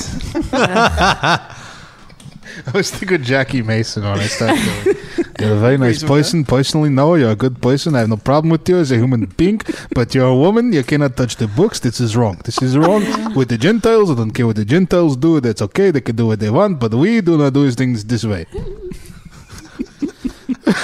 B: I was thinking with Jackie Mason when I started. going, You're a very nice person. Personally, no, you're a good person. I have no problem with you as a human being, but you're a woman. You cannot touch the books. This is wrong. This is wrong with the Gentiles. I don't care what the Gentiles do. That's okay. They can do what they want, but we do not do these things this way.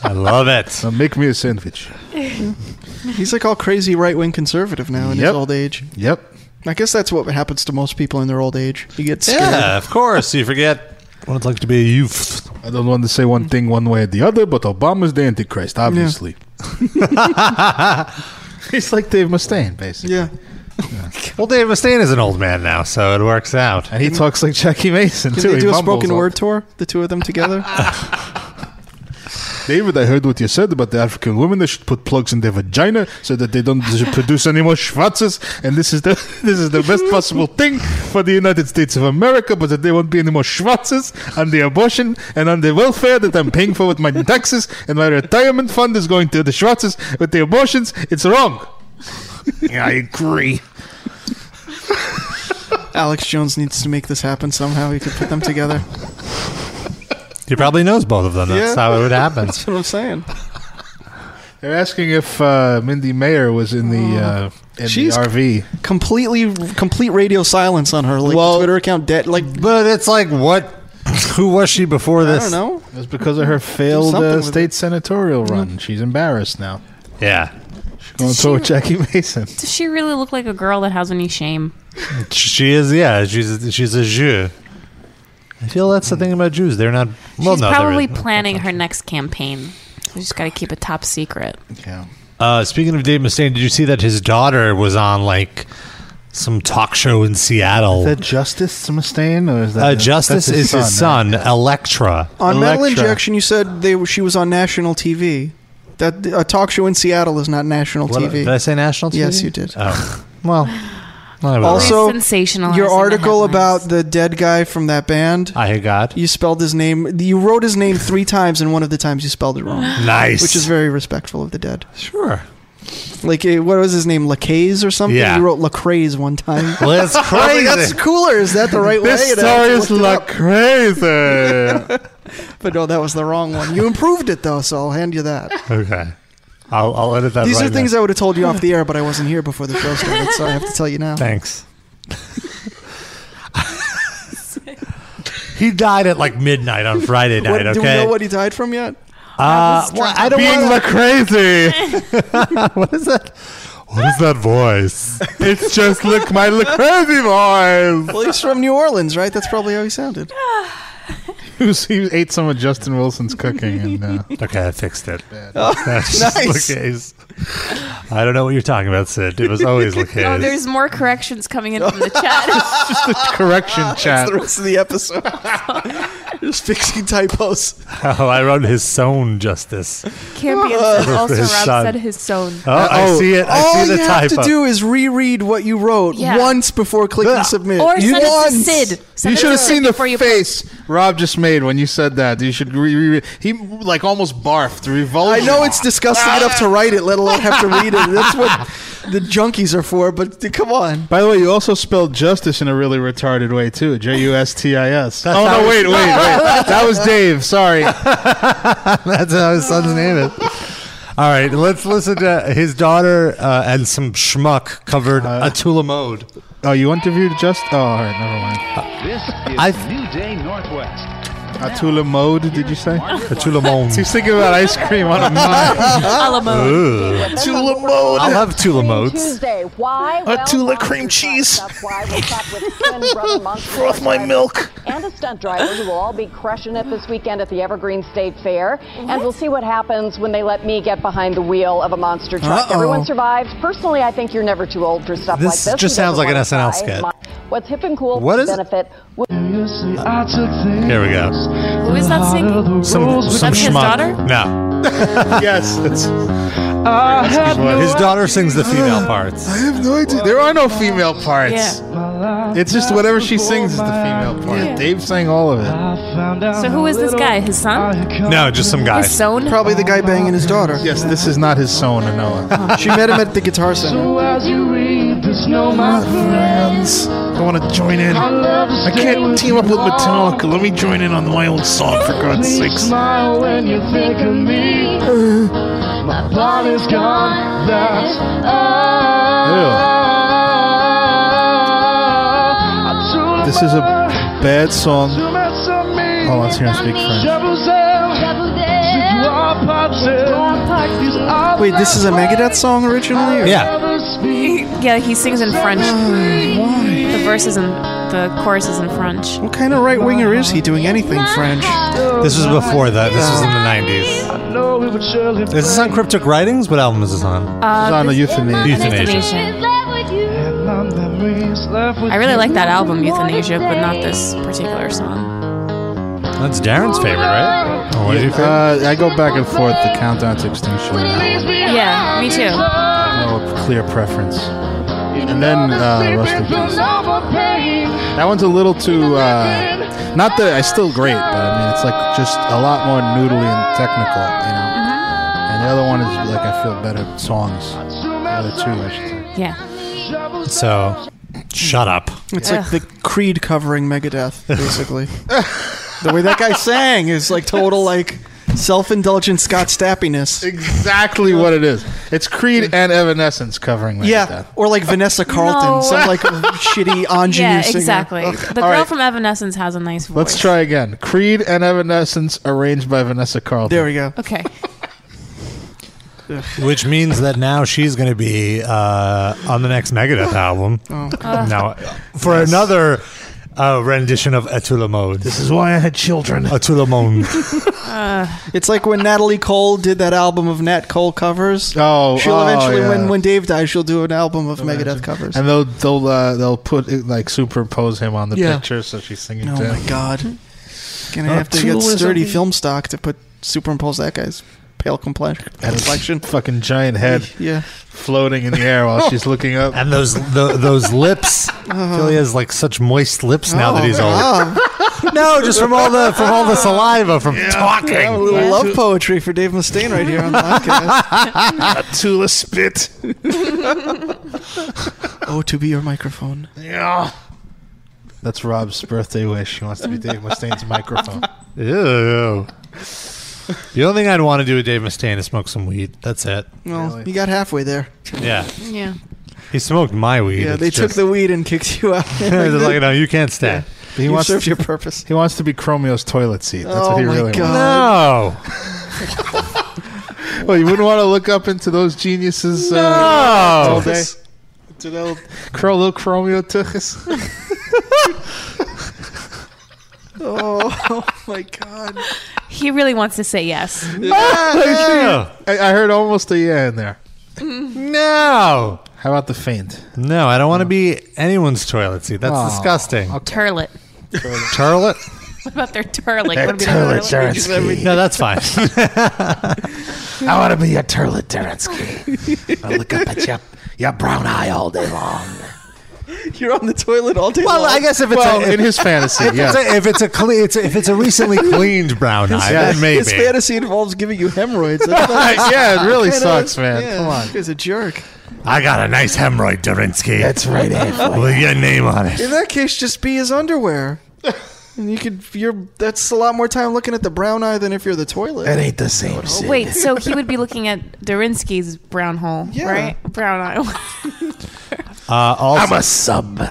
C: I love it.
B: Now make me a sandwich.
E: He's like all crazy right wing conservative now in his
B: Yep.
E: old age.
B: Yep.
E: I guess that's what happens to most people in their old age. You get scared.
C: Yeah, of course. You forget what it's like to be a youth.
B: I don't want to say one thing one way or the other, but Obama's the Antichrist, obviously. He's like Dave Mustaine, basically.
E: Yeah.
C: Well, Dave Mustaine is an old man now, so it works out.
B: And he talks like Jackie Mason,
E: Did
B: too.
E: they
B: He
E: do a
B: mumbles
E: spoken
B: all-
E: word tour? The two of them together?
B: David, I heard what you said about the African women. They should put plugs in their vagina so that they don't produce any more schwarzes. And this is the this is the best possible thing for the United States of America, but that there won't be any more schwarzes on the abortion and on the welfare that I'm paying for with my taxes. And my retirement fund is going to the schwarzes with the abortions. It's wrong. I agree.
E: Alex Jones needs to make this happen somehow. He could put them together.
C: He probably knows both of them. That's
E: Yeah.
C: how it happens.
E: That's what I'm saying.
B: They're asking if uh, Mindy Mayer was in the uh, in
E: Oh. She's-
B: the RV.
E: Completely, complete radio silence on her like
C: Well-
E: Twitter account. Dead. Like
C: But it's like, what? Who was she before
E: I
C: this?
E: don't know.
B: It was because of her failed
E: something
B: uh,
E: with Hmm.
B: state senatorial run. She's embarrassed now.
C: Yeah,
B: Going
D: she-
B: toward Jackie Mason.
D: Does she really look like a girl that has any shame?
C: she is. Yeah, she's she's a Jew. I feel that's the thing about Jews. They're not. Well,
D: She's
C: no, they're-
D: probably planning her next campaign. We just got to keep it top secret.
B: Yeah.
C: Uh, speaking of Dave Mustaine, did you see that his daughter was on like some talk show in Seattle?
B: Is that Justice Mustaine or is that
C: uh, Justice
B: that's
C: is his son,
B: right?
C: Electra.
E: On metal
B: Electra.
E: injection, you said they were- she was on national TV. That a talk show in Seattle is not national
C: What-
E: TV.
C: Did I say national TV?
E: Yes, you did.
C: Oh, well. I
E: Also- So,
D: sensational.
E: Your article about the dead guy from that band.
C: I got
E: you spelled his name. You wrote his name three times, and one of the times you spelled it wrong,
C: nice,
E: which is very respectful of the dead.
C: sure.
E: Like eh, what was his name, Lacaze or something?
C: Yeah.
E: You wrote Lacraze one time.
C: Well, that's
E: I was
C: crazy.
E: like, That's cooler. Is that the right way?
B: This
E: And I
B: story is
E: looked it
B: like
E: up.
B: crazy.
E: But no, that was the wrong one. You improved it though, so I'll hand you that.
C: okay. I'll, I'll edit that.
E: These
C: right
E: are things
C: now.
E: I would have told you off the air, but I wasn't here before the show started, so I have to tell you now.
C: Thanks. he died at like midnight on Friday
E: What-
C: night.
E: Do
C: okay.
E: we know what he died from yet?
C: uh, well, I don't
B: Being
C: want.
B: like crazy.
C: what is that? What is that voice?
B: It's just look my look crazy boys.
E: Well, he's from New Orleans, right? That's probably how he sounded.
B: He, was, he ate some of Justin Wilson's cooking and uh,
C: Okay, I fixed it. That's
E: Oh, nice.
C: Lacaze. I don't know what you're talking about, Sid. It was always
D: Oh,
C: Lacaze.
D: there's more corrections coming in from the chat.
B: just a correction chat.
E: The rest of the episode, just fixing typos.
C: Oh, I wrote his sown justice. Oh,
D: Campion says also
C: His
D: Rob
C: son.
D: said his own.
C: Oh, I see it. I
E: Oh, All
C: see the
E: you
C: typo.
E: have to do is reread what you wrote
D: Yeah.
E: once before clicking
C: Ugh.
E: submit.
D: Or
E: you
D: send it to
E: once.
D: Sid. Send
B: You
D: it to
B: should have
D: Sid
B: seen the
D: before you
B: face Rob just made when you said that. You should re- re- re- he like almost barfed,
E: I
B: revolted.
E: know it's disgusting
B: Ah!
E: enough to write it, let alone have to read it. That's what the junkies are for. But th- come on,
B: By the way, you also spelled justice in a really retarded way too. J U S T I S. Oh
C: how
B: no,
C: it's-
B: wait, wait, wait. That was Dave. Sorry.
C: That's how his son's name is. All right, let's listen to his daughter uh, and some schmuck covered a Tula mode.
B: Uh, Oh, you interviewed just. Oh, all right, never mind.
G: This is
C: I've-
G: New Day Northwest.
B: Atula mode, did you say?
C: A Tula mode.
B: He's thinking about ice cream on a mine.
D: Ala mode.
C: Ooh.
E: Tula mode.
C: I'll have Tula modes.
H: Tuesday. Why? Well,
E: Tula
H: Monsters
E: cream
H: Don't
E: cheese.
H: Stop Why will stop with twin brother monsters
E: Froth my
H: driver
E: milk.
H: And a stunt driver who will all be crushing it this weekend at the Evergreen State Fair. And we'll see what happens when they let me get behind the wheel of a monster truck.
E: Uh-oh.
H: Everyone survives. Personally, I think you're never too old for stuff
C: This
H: like this.
C: just
H: Who doesn't
C: sounds like an
H: wanna
C: SNL
H: try?
C: skit.
H: What's hip and cool
C: What
H: for
C: is it?
H: benefit?
C: Here we go.
D: Who is that singing?
C: Some, some
D: That's his
C: schmuck.
D: daughter?
C: No.
B: yes. It's,
C: His daughter sings the female parts.
B: I have no idea. There are no female parts.
D: Yeah.
B: It's just whatever she sings is the female part. Dave sang all of it.
D: So who is this guy? His son?
C: No, just some guy.
D: His son?
E: Probably the guy banging his daughter.
B: Yes, this is not his song, or
D: Oh.
B: Noah.
E: She met him at the guitar center.
B: I want to join in. I can't team up with Metallica. Let me join in on my own song, for God's sakes. This is a bad song. Oh, let's hear him speak French.
E: Wait, this is a Megadeth song originally? or-
C: Yeah.
D: Yeah, he sings in French. The verses and the chorus is in French.
E: What kind of right winger is he doing anything French?
C: This was before that. This was in the 90s. Is this on Cryptic Writings? What album is this on?
D: Uh,
B: It's on the euthanasia.
C: Euthanasia.
D: I really like that album, Euthanasia, but not this particular song.
C: That's Darren's favorite, right? Oh, what is your favorite?
B: Uh, I go back and forth. The countdown to extinction. I
D: Yeah, me too.
B: have no clear preference. And then uh, Rust in Peace. That one's a little too. Uh, not that I still great, but I mean it's like just a lot more noodly and technical, you know.
C: Uh-huh.
B: And the other one is like I feel better songs. The other two, I should say.
D: Yeah.
B: uh,
C: So, shut up.
E: It's like the Creed covering Megadeth, basically. the way that guy sang is like total like self-indulgent Scott Stappiness.
B: Exactly what it is. It's Creed and Evanescence covering like
E: Yeah,
B: that.
E: or like Vanessa Carlton,
D: No.
E: some like shitty ingenue
D: Yeah,
E: singer.
D: exactly. The girl
B: All right.
D: from Evanescence has a nice voice.
B: Let's try again. Creed and Evanescence, arranged by Vanessa Carlton.
E: There we go.
D: Okay.
C: Which means that now she's going to be uh, on the next Megadeth album. Now, for another uh, rendition of Atula Mode.
B: This is why I had children.
C: Atula Mode.
E: It's like when Natalie Cole did that album of Nat Cole covers.
B: Oh,
E: she'll
B: oh,
E: eventually
B: yeah.
E: when when Dave dies, she'll do an album of Megadeth covers.
B: And they'll they'll uh, they'll put it, like superimpose him on the
E: Yeah.
B: picture, so she's singing.
E: oh
B: too.
E: my god, gonna have to
B: Tool
E: get
B: is
E: sturdy
B: a-
E: film stock to put superimpose that guy's pale complexion.
B: And his fucking giant head
E: Yeah.
B: floating in the air while she's looking up.
C: And those tho- those lips. I feel he has like such moist lips now that
E: Oh.
C: he's old.
E: Wow.
C: Oh, No, just from all the from all the saliva from
E: a
C: talking.
E: little love poetry for Dave Mustaine right here on the podcast.
B: Tula spit.
E: oh, to be your microphone.
B: Yeah. That's Rob's birthday wish. She wants to be Dave Mustaine's microphone.
C: Ew. The only thing I'd want to do with Dave Mustaine is smoke some weed. That's it.
E: Well,
B: Really?
E: you got halfway there.
C: Yeah,
D: Yeah.
C: he smoked my weed.
E: Yeah, they took the weed and kicked you out.
C: They're like, no, you can't stay.
B: He
E: you
B: wants
E: served your purpose.
B: he wants to be Chromio's toilet seat. That's what
E: Oh
B: he
E: my
B: really
E: God.
C: No,
B: wants. Well, you wouldn't want to look up into those geniuses. Uh, all
C: no.
B: day. To the old cro- little Chromio tuchus.
E: Oh, oh my god.
D: He really wants to say yes.
C: No,
B: I, I heard almost a yeah in there.
C: no,
B: How about the faint?
C: no. I don't want to be anyone's toilet seat. That's
B: Oh.
C: disgusting.
D: Turlet.
C: Turlet?
D: What about their turlet? What about their turlet?
C: No, that's fine.
B: I want to be your turlet, Derensky. I look up at your, your brown eye all day long.
E: You're on the toilet all day
C: well,
E: long.
C: I guess if it's
B: Well,
C: a,
B: in his fantasy, yeah.
C: So if it's a cle- it's a, if it's a recently cleaned brown eye,
B: Yeah.
C: then maybe.
E: His fantasy involves giving you hemorrhoids. That's not-
B: yeah, it really sucks, man.
E: Yeah,
B: Come on.
E: He's a jerk.
C: I got a nice hemorrhoid, Durinsky.
B: right, Ed.
C: with your name on it.
E: In that case, just be his underwear. And you could, you're, that's a lot more time looking at the brown eye than if you're the toilet.
B: ain't the same shit.
D: Wait, so he would be looking at Dorinsky's brown hole,
E: Yeah.
D: right? Brown eye.
C: Uh, also,
B: a sub.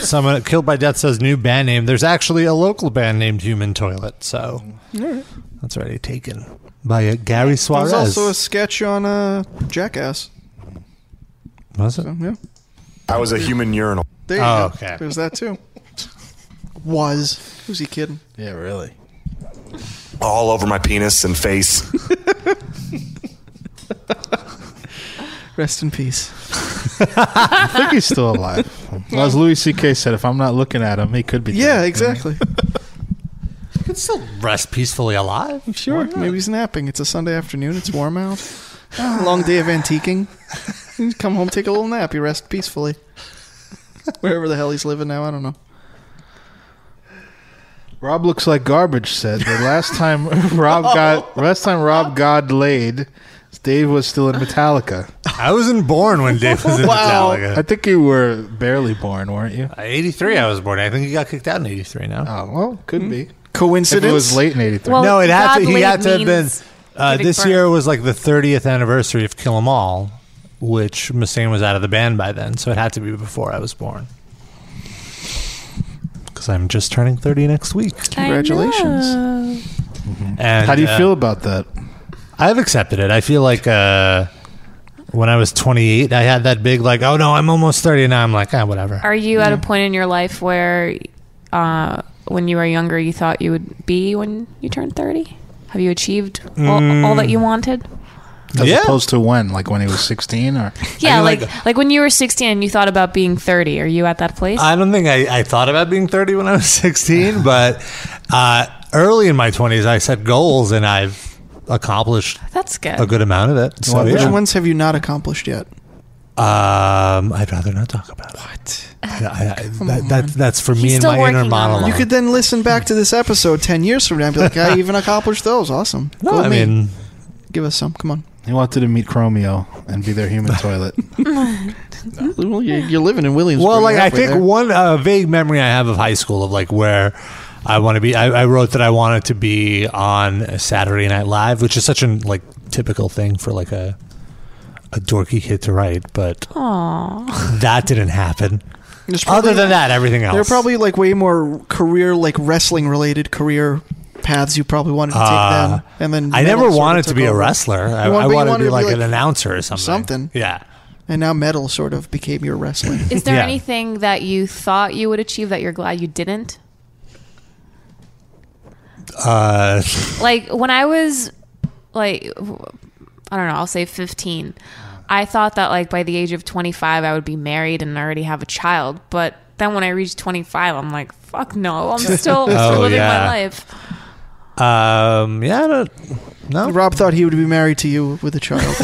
C: someone killed by death says new band name. There's actually a local band named Human Toilet, so that's already taken by uh, Gary Suarez.
E: There's also a sketch on uh, Jackass.
C: Was it?
E: Yeah.
G: I was a human urinal.
E: There you
C: Oh,
E: go.
C: okay.
E: There's that too. Was. Who's he kidding?
B: Yeah, really.
G: All over my penis and face.
E: Rest in peace.
B: I think he's still alive. problem. Well, as Louis C.K. said, if I'm not looking at him, he could be.
E: Yeah,
B: dead.
E: exactly.
C: You can still rest peacefully alive.
E: Sure. Maybe he's napping. It's a Sunday afternoon. It's warm out. Long day of antiquing. You Come home, take a little nap. You rest peacefully. Wherever the hell he's living now, I don't know.
B: Rob looks like garbage. Said the last time Rob got last time Rob got laid, Dave was still in Metallica.
C: I wasn't born when Dave was in
B: I
C: Metallica.
B: think you were barely born, weren't you?
C: '83, Uh, I was born. I think he got kicked out in '83. Now,
B: Oh well, could be. If
E: Coincidence?
B: it was late in '83.
D: Well,
C: no, it had to. He
D: godly
C: had to have been.
D: means
C: Uh,
D: giving
C: this
D: birth.
C: year was like the 30th anniversary of Kill 'Em All, which Mustaine was out of the band by then, so it had to be before I was born. Because I'm just turning 30 next week,
E: Congratulations.
C: and
B: How do you
C: uh,
B: feel about that?
C: I've accepted it. I feel like uh, when I was 28, I had that big like, oh no, I'm almost 30, and now I'm like, ah, whatever.
D: Are you at a point in your life where, uh, when you were younger, you thought you would be when you turned thirty? Have you achieved all, all that you wanted?
B: As
C: Yeah.
B: opposed to when, like when he was 16, or
D: Yeah,
C: mean,
D: like,
C: like- uh,
D: like when you were sixteen and you thought about being thirty. Are you at that place?
C: I don't think I, I thought about being 30 when I was 16, but uh, early in my 20s, I set goals and I've accomplished
D: That's good.
C: a good amount of it. So,
E: Which
C: yeah.
E: ones have you not accomplished yet?
C: Um, I'd rather not talk about it. What? I, I, that, that, that's for me
D: He's
C: and
D: still
C: my inner
D: working on
C: monologue.
D: it.
E: You could then listen back to this episode 10 years from now and be like, I even accomplished those. Awesome.
C: no,
E: Go
C: I
E: me.
C: mean,
E: give us some. Come on.
B: he wanted to meet Chromeo and be their human toilet.
E: Well, you're, you're living in Williamsburg.
C: well, like
E: You're
C: I
E: halfway
C: think
E: there.
C: one uh, vague memory I have of high school of like where I want to be. I, I wrote that I wanted to be on Saturday Night Live, which is such an like typical thing for like a a dorky kid to write, but that didn't happen.
E: There's probably-
C: Other than that, everything else.
E: There are probably like way more career, like wrestling related career paths you probably wanted to take
C: Uh,
E: then. And then
C: I
E: metal
C: never
E: sorta
C: wanted to
E: took
C: be
E: over.
C: a wrestler. I,
E: You want-
C: I
E: but you
C: wanted to
E: wanted
C: be like, an announcer or something.
E: something.
C: Yeah.
E: And now metal sort of became your wrestling.
D: Is there
C: Yeah.
D: anything that you thought you would achieve that you're glad you didn't?
C: Uh,
D: Like when I was like I don't know, I'll say 15. I thought that like by the age of 25 I would be married and already have a child, but then when I reached 25 I'm like fuck no, I'm still, I'm still
C: Oh,
D: living
C: yeah.
D: my life.
C: um, yeah. I don't, no. Oh,
E: Rob thought he would be married to you with a child.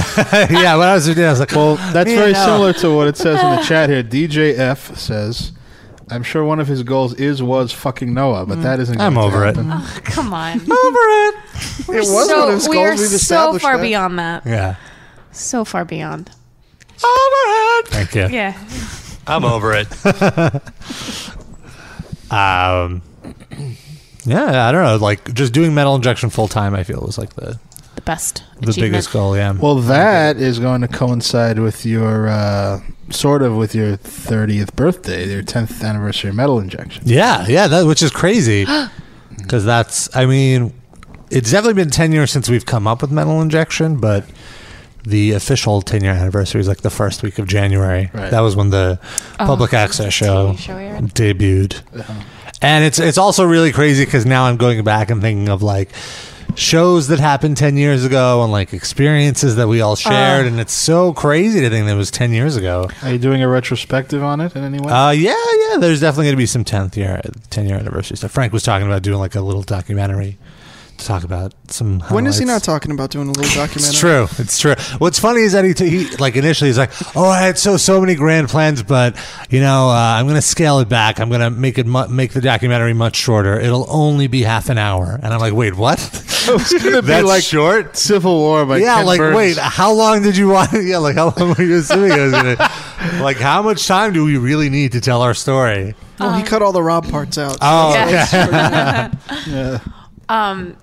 C: yeah. When I was 15, I was like,
B: Well, that's
C: Yeah,
B: very
C: no.
B: similar to what it says in the chat here. DJF says, "I'm sure one of his goals is was fucking Noah,
E: Mm.
B: but that isn't."
C: I'm
B: going to
C: over it.
B: happen.
D: Come on.
C: over it.
E: it was
D: so,
E: one of his
D: we
E: goals.
D: are
E: We've
D: so
E: established
D: far
E: that.
D: beyond that.
C: Yeah.
D: So far beyond.
C: Over it. Thank you.
D: Yeah.
G: I'm over it.
C: Um, yeah, I don't know. Like just doing metal injection full time, I feel was like the
D: The best.
C: the biggest goal. Yeah.
B: Well, that is going to coincide with your uh, sort of with your 30th birthday, your 10th anniversary metal injection.
C: yeah, yeah. That which is crazy because that's. I mean, it's definitely been ten years since we've come up with metal injection, but the official ten year anniversary is like the first week of January.
B: Right.
C: That was when the public access show,
D: show aired.
C: debuted. And it's it's also really crazy because now I'm going back and thinking of like shows that happened ten years ago and like experiences that we all shared, and it's so crazy to think that it was ten years ago.
B: Are you doing a retrospective on it in any way?
C: Uh, yeah, yeah. There's definitely going to be some tenth year ten year anniversary stuff. Frank was talking about doing like a little documentary to talk about some.
E: When is he not
C: highlights.
E: talking about doing a little documentary?
C: It's true. It's true. What's funny is that he, t- he like initially he's like, "Oh, I had so so many grand plans, but you know, uh, I'm going to scale it back. I'm going to make it mu- make the documentary much shorter. It'll only be half an hour." And I'm like, "Wait, what? That's short."
B: Civil War by
C: yeah,
B: Ken
C: like
B: Burns. Oh,
C: wait, how long did you want? Yeah, like how long were you assuming I was gonna? like how much time do we really need to tell our story?
E: Well, Oh,
D: Uh-huh.
E: he cut all the Rob parts out.
C: Oh,
D: Yeah.
C: okay.
D: Um,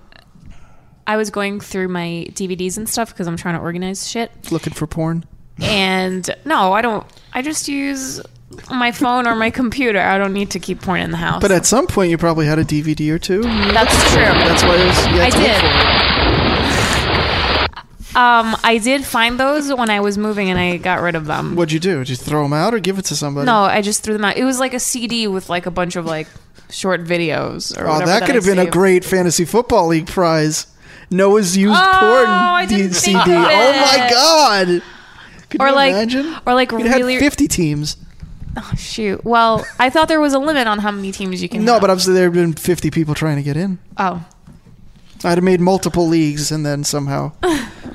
D: I was going through my DVDs and stuff because I'm trying to organize shit.
E: Looking for porn.
D: And no, I don't. I just use my phone or my computer. I don't need to keep porn in the house.
E: But at some point, you probably had a DVD or two.
D: that's true.
E: That's why there's. Yeah,
D: I
E: it's looked for.
D: did. Um, I did find those when I was moving, and I got rid of them.
E: What'd you do? Did you throw them out or give it to somebody?
D: No, I just threw them out. It was like a CD with like a bunch of like short videos or
E: Oh,
D: whatever.
E: that could
D: I
E: have been a
D: saved.
E: great fantasy football league prize. Noah's used
D: Oh,
E: porn
D: I didn't
E: D- CD.
D: think
E: Oh
D: of
E: my
D: it.
E: god! Could
D: Or
E: you
D: like,
E: imagine?
D: or like
E: It
D: really
E: had fifty teams.
D: Oh, shoot. Well, I thought there was a limit on how many teams you can.
E: No,
D: have.
E: but obviously there have been 50 people trying to get in.
D: oh,
E: I'd have made multiple leagues and then somehow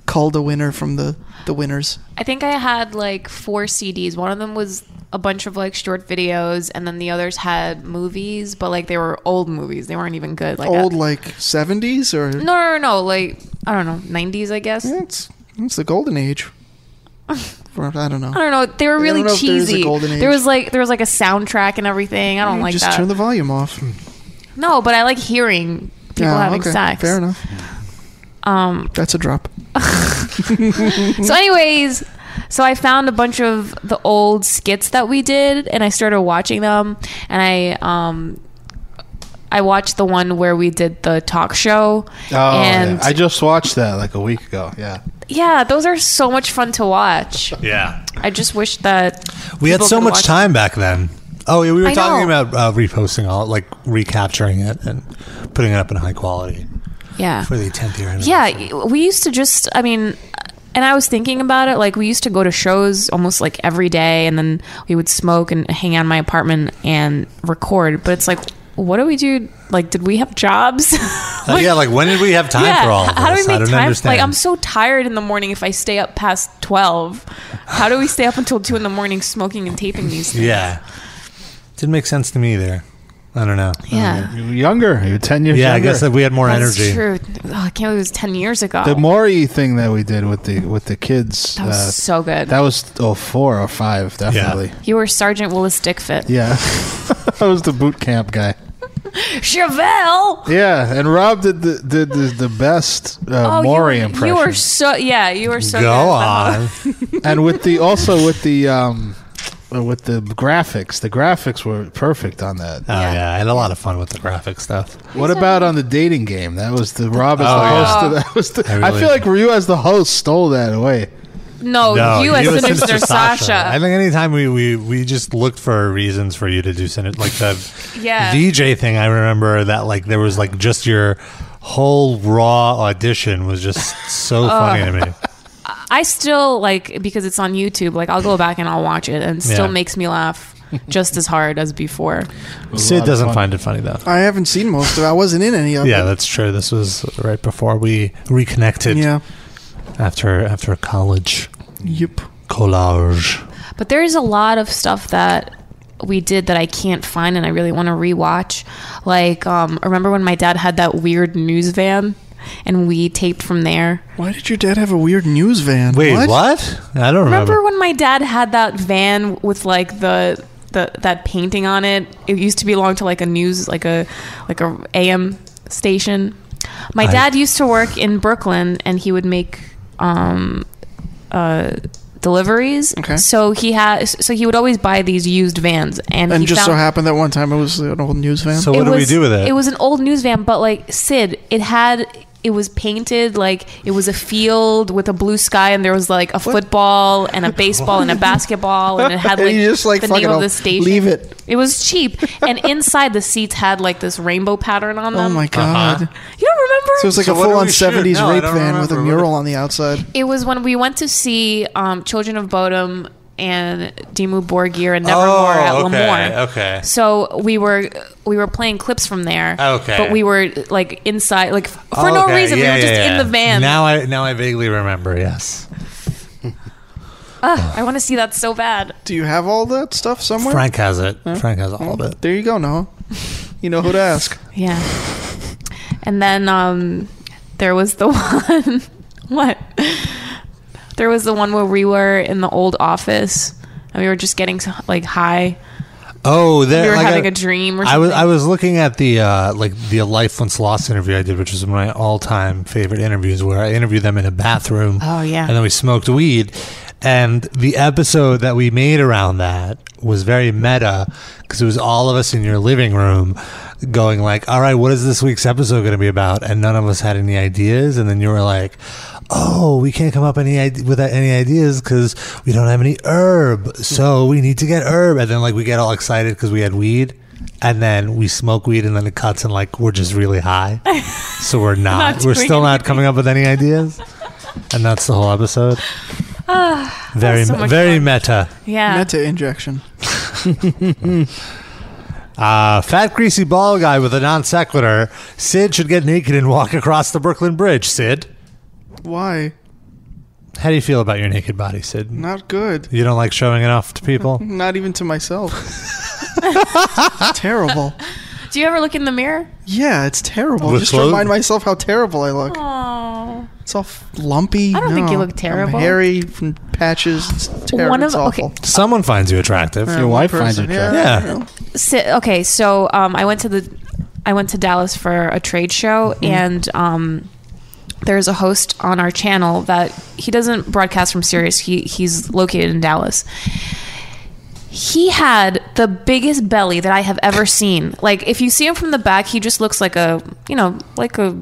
E: called a winner from the, the winners.
D: I think I had like four CDs. One of them was a bunch of like short videos, and then the others had movies, but like they were old movies. They weren't even good. Like
E: Old,
D: I-
E: like 70s or.
D: no, no, no, no, like I don't know, nineties, I guess.
E: It's, it's the golden age. Or, I don't know.
D: I don't know. They were
E: don't
D: really
E: know if there's a
D: cheesy.
E: golden age.
D: There was like there was like a soundtrack and everything. I don't like
E: Just
D: that.
E: turn the volume off. People
D: no, but I like hearing people having sex.
E: Fair enough. Um, That's a drop.
D: So, anyways, so I found a bunch of the old skits that we did, and I started watching them, and I um. I watched the one where we did the talk show,
C: ah.
B: Oh,
D: and
B: yeah. I just watched that like a week ago. Yeah.
D: yeah, those are so much fun to watch.
C: Yeah.
D: I just wish that
C: We had
D: people
C: so
D: could
C: much
D: watch-
C: time back then. Oh, yeah, we were
D: I
C: talking
D: know.
C: about uh, reposting all, like recapturing it and putting it up in high quality
D: Yeah,
C: for the 10th year. anniversary.
D: yeah. We used to just, I mean, and I was thinking about it. Like we used to go to shows almost like every day, and then we would smoke and hang out in my apartment and record. But it's like, what do we do? Like, did we have jobs?
C: Uh, yeah, like when did we have time for all of
D: how do we
C: this?
D: make
C: I don't
D: time?
C: understand.
D: Like, I'm so tired in the morning if I stay up past twelve. How do we stay up until two in the morning smoking and taping these? Things?
C: yeah. Didn't make sense to me either. I don't know.
D: Yeah.
B: Uh, You were younger. You were 10 years
C: Yeah, I
B: younger.
C: guess that we had more
D: That's
C: energy.
D: true. Oh, I can't believe it was ten years ago.
B: the Maury thing that we did with the with the kids. uh,
D: That was so good.
B: That was oh four or five, definitely.
D: you were Sergeant Willis Dickfit.
B: Yeah. I was the boot camp guy.
D: Chevelle.
B: Yeah, and Rob did the did the, the best uh, Maury
D: Oh, you, were-
B: impression.
D: You were so yeah. You were so
C: Go
D: good at that.
C: on.
B: and with the also with the um uh, with the graphics, the graphics were perfect on that.
C: Oh
D: Yeah.
C: yeah. I had a lot of fun with the graphic stuff.
B: What about on the dating game? That was the Rob as
C: Oh,
B: the
C: yeah.
B: host. Of, that was the,
C: I
B: I,
C: really-
B: feel like Ryu as the host stole that away.
D: No, Oh, you as Sinister Sasha.
C: I think anytime we, we we just looked for reasons for you to do sinister, like the
D: Yeah.
C: DJ thing. I remember that like there was like just your whole raw audition was just
D: Oh.
C: so funny to me.
D: I still like because it's on YouTube. Like I'll go back and I'll watch it, and it still
C: Yeah.
D: makes me laugh just as hard as before.
C: Sid
B: of
C: doesn't
B: fun.
C: find it funny though.
E: I haven't seen most of it. I wasn't in any of
C: Yeah,
E: it.
C: that's true. This was right before we reconnected.
E: Yeah.
C: after after college
E: Yep.
C: collage.
D: But there is a lot of stuff that we did that I can't find, and I really want to rewatch. Like, um, remember when my dad had that weird news van, and we taped from there.
E: Why did your dad have a weird news van?
C: Wait, what? I don't remember.
D: Remember when my dad had that van with like the the that painting on it? It used to belong to like a news like a like a AM station. My
C: I-
D: dad used to work in Brooklyn and he would make um uh deliveries.
E: Okay.
D: So he had so he would always buy these used vans and
E: And
D: he
E: just so
D: found-
E: happened that one time it was an old news van.
C: so what
D: it
C: do we
D: was-
C: do with it?
D: It was an old news van, but like Sid, it had it was painted like it was a field with a blue sky, and there was like a football and a baseball and a basketball, and it had
E: And
D: like,
E: you just, like,
D: the
E: fuck
D: name
E: it,
D: of
E: I'll
D: the station.
E: leave it.
D: It was cheap, and inside the seats had like this rainbow pattern on
E: oh
D: them.
E: my god.
D: You don't remember?
E: So it was like a
C: Uh-huh. So what do
E: full on
C: we shoot?
E: 70s
C: No, I
E: rape
C: don't
E: van with a
C: remember.
E: mural on the outside.
D: it was when we went to see um, Children of Bodom and Dimmu Borgir and Nevermore at
C: Oh, okay,
D: Lemoore.
C: okay.
D: So we were we were playing clips from there.
C: Okay.
D: But we were like inside, like f- for no
C: Oh, Okay,
D: reason.
C: yeah,
D: we were just
C: yeah,
D: in
C: yeah.
D: the van.
C: Now I now I vaguely remember. Yes,
D: Ugh, I want to see that so bad.
E: Do you have all that stuff somewhere?
C: Frank has it. Frank has all of it.
E: There you go, Noah. You know who to ask.
D: Yeah. And then um, there was the one. what? There was the one where we were in the old office and we were just getting like high.
C: Oh, there,
D: You were
C: like
D: having
C: I-
D: a dream or
C: I was
D: something?
C: I was looking at the uh, like the Life Once Lost interview I did, which was one of my all time favorite interviews, where I interviewed them in a bathroom.
D: Oh, yeah.
C: and then we smoked weed, and the episode that we made around that was very meta because it was all of us in your living room going like, "All right, what is this week's episode going to be about?" And none of us had any ideas, and then you were like. Oh, we can't come up any ide- with any ideas because we don't have any herb. So we need to get herb, and then like we get all excited because we had weed and then we smoke weed and then it cuts and like we're just really high so we're not,
D: Not
C: we're
D: doing
C: still not coming up with any ideas and that's the whole episode very
D: Ah, so
C: me-
D: much
C: very
D: fun.
C: meta
D: Yeah.
E: Meta injection.
C: Uh, fat, greasy, bald guy with a non sequitur. Sid should get naked and walk across the Brooklyn Bridge. Sid,
E: Why?
C: how do you feel about your naked body, Sid?
E: Not good.
C: You don't like showing it off to people?
E: Not even to myself. It's terrible.
D: Do you ever look in the mirror?
E: Yeah, it's terrible.
C: With
E: Just
C: clothes?
E: remind myself how terrible I look.
D: Oh.
E: It's all f- lumpy. I
D: don't think you look terrible.
E: hairy from patches. It's terrible.
D: One of-
E: it's awful.
D: okay.
C: Someone finds you attractive.
B: Your wife finds it
E: Person, yeah.
B: attractive.
C: Yeah.
D: Si- okay, so um, I went to the I went to Dallas for a trade show, and um, there's a host on our channel that he doesn't broadcast from Sirius. He he's located in Dallas. He had the biggest belly that I have ever seen. Like if you see him from the back, he just looks like a you know like a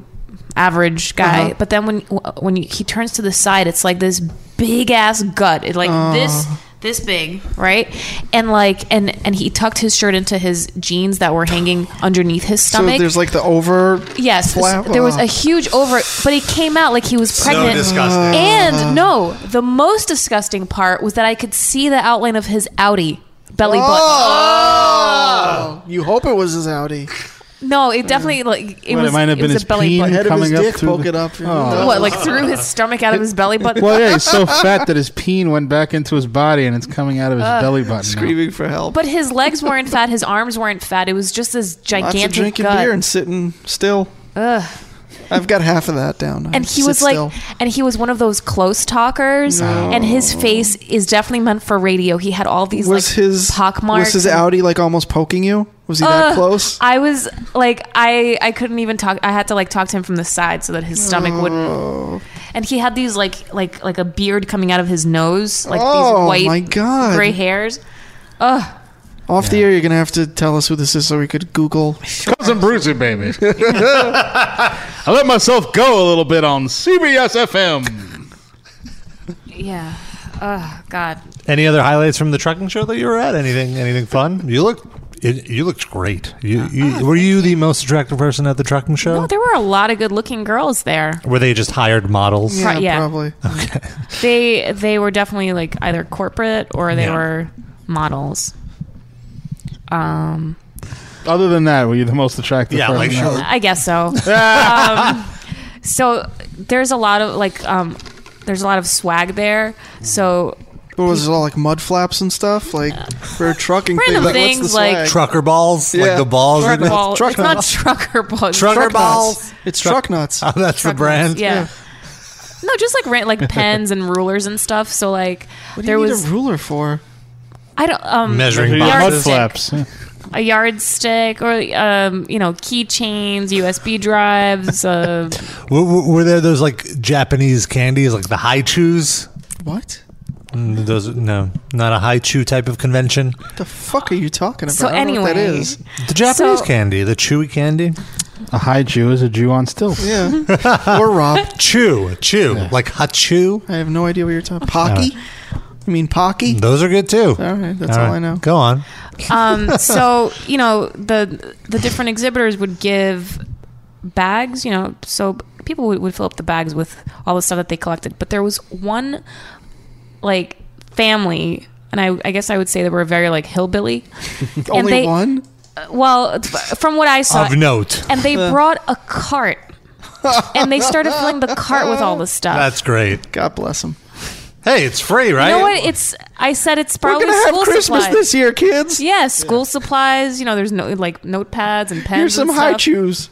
D: average guy. But then when when he turns to the side, it's like this big ass gut. It like this this big, right? And like and and he tucked his shirt into his jeans that were hanging underneath his
E: So
D: stomach.
E: there's like the over.
D: Yes,
E: Flap-
D: there was
E: oh.
D: a huge over, but he came out like he was pregnant.
C: disgusting.
E: Uh-huh.
D: And no, the most disgusting part was that I could see the outline of his Audi belly
E: Oh! You hope it was his Audi.
D: button. No, it definitely like it
B: Well,
D: was.
B: it might have
D: it
B: been
D: was
B: his
D: a belly
B: peen
E: Head
D: button.
E: of
B: coming
E: his
B: up
E: dick
B: through
E: poking
B: the-
E: up. you
B: Oh.
E: know.
D: What like threw his stomach out of his belly button?
B: Well, yeah, he's so fat that his peen went back into his body and it's coming out of his belly button. now.
E: Screaming for help.
D: But his legs weren't fat. His arms weren't fat. It was just this
E: Lots of
D: gigantic
E: drinking
D: gut.
E: beer and sitting still.
D: Ugh.
E: I've got half of that down. I
D: and he
E: sit
D: was like
E: still.
D: and he was one of those close talkers and his face is definitely meant for radio he had all these
E: was
D: like
E: his
D: pock marks
E: Was his
D: and-
E: Audi like almost poking you? Was he that
D: Ugh.
E: close?
D: i was like i i couldn't even talk i had to like talk to him from the side so that his stomach
E: Oh.
D: wouldn't and he had these like like like a beard coming out of his nose like
E: Oh,
D: these white
E: my God.
D: gray hairs
E: Off the air, you're gonna have to tell us who this is so we could Google.
B: Cousin Brucey, baby. I let myself go a little bit on CBS FM.
D: yeah oh god
C: Any other highlights from the trucking show that you were at? Anything? Anything fun? You look. It, you looked great. You,
E: Ah.
C: you, were you the most attractive person at the trucking show?
D: oh there were a lot of good looking girls there
C: were they just hired models?
D: Pro- yeah.
E: probably.
D: they they were definitely like either corporate or they
C: Yeah.
D: were models um
B: Other than that, were you the most attractive?
C: Yeah, like,
B: person?
C: sure.
D: I guess so. um, so there's a lot of like um, there's a lot of swag there. So
E: What was it all like mud flaps and stuff? Like for a trucking
D: Random
E: thing,
D: things,
E: what's the
D: like-
E: swag?
C: Trucker balls, like
E: Yeah.
C: the balls.
D: truck
C: in it?
D: ball,
E: truck
D: it's not
E: nuts.
D: trucker ball, it's
C: Trucker
D: truck
C: balls.
E: nuts. It's truck nuts.
C: Oh, that's the
D: truck
C: brand.
D: nuts. Yeah. No, just like ran, like pens and rulers and stuff. So like
E: What do
D: there
E: you need
D: was
E: a ruler for?
D: I don't um
C: Measuring
B: Yeah, mud
C: boxes.
D: yardstick,
B: flaps. Yeah.
D: a yardstick or um you know keychains, USB drives. Uh,
C: Were, were, were there those like Japanese candies, like the high chews?
E: What?
C: Mm, Those no, not a high chew type of convention.
E: What the fuck are you talking about?
D: so
E: I don't know
D: anyway,
E: what that is.
C: The Japanese
D: So-
C: candy, the chewy candy,
B: A high Jew is a Jew on stilts.
E: Yeah. or Rob.
C: chew, chew, like hachu.
E: I have no idea what you're talking. Pocky. I mean Pocky.
C: Those are good too.
E: All right, that's all, I know.
C: Go on.
D: um, so you know the the different exhibitors would give bags you know so people would, would fill up the bags with all the stuff that they collected but there was one like family and I, I guess I would say they were very like hillbilly.
E: Only
D: they- uh,
E: one.
D: Well, from what I saw,
C: Of note,
D: and they brought a cart, and they started filling the cart with all the stuff.
C: that's great.
E: God bless him.
C: Hey, it's free, right?
D: you know what? It's I said it's
E: We're
D: probably
E: gonna have
D: school
E: Christmas
D: supplies.
E: this year, kids.
D: yeah, school supplies. You know, there's no like notepads and pens.
E: Here's some
D: and
E: high
D: stuff.
E: chews.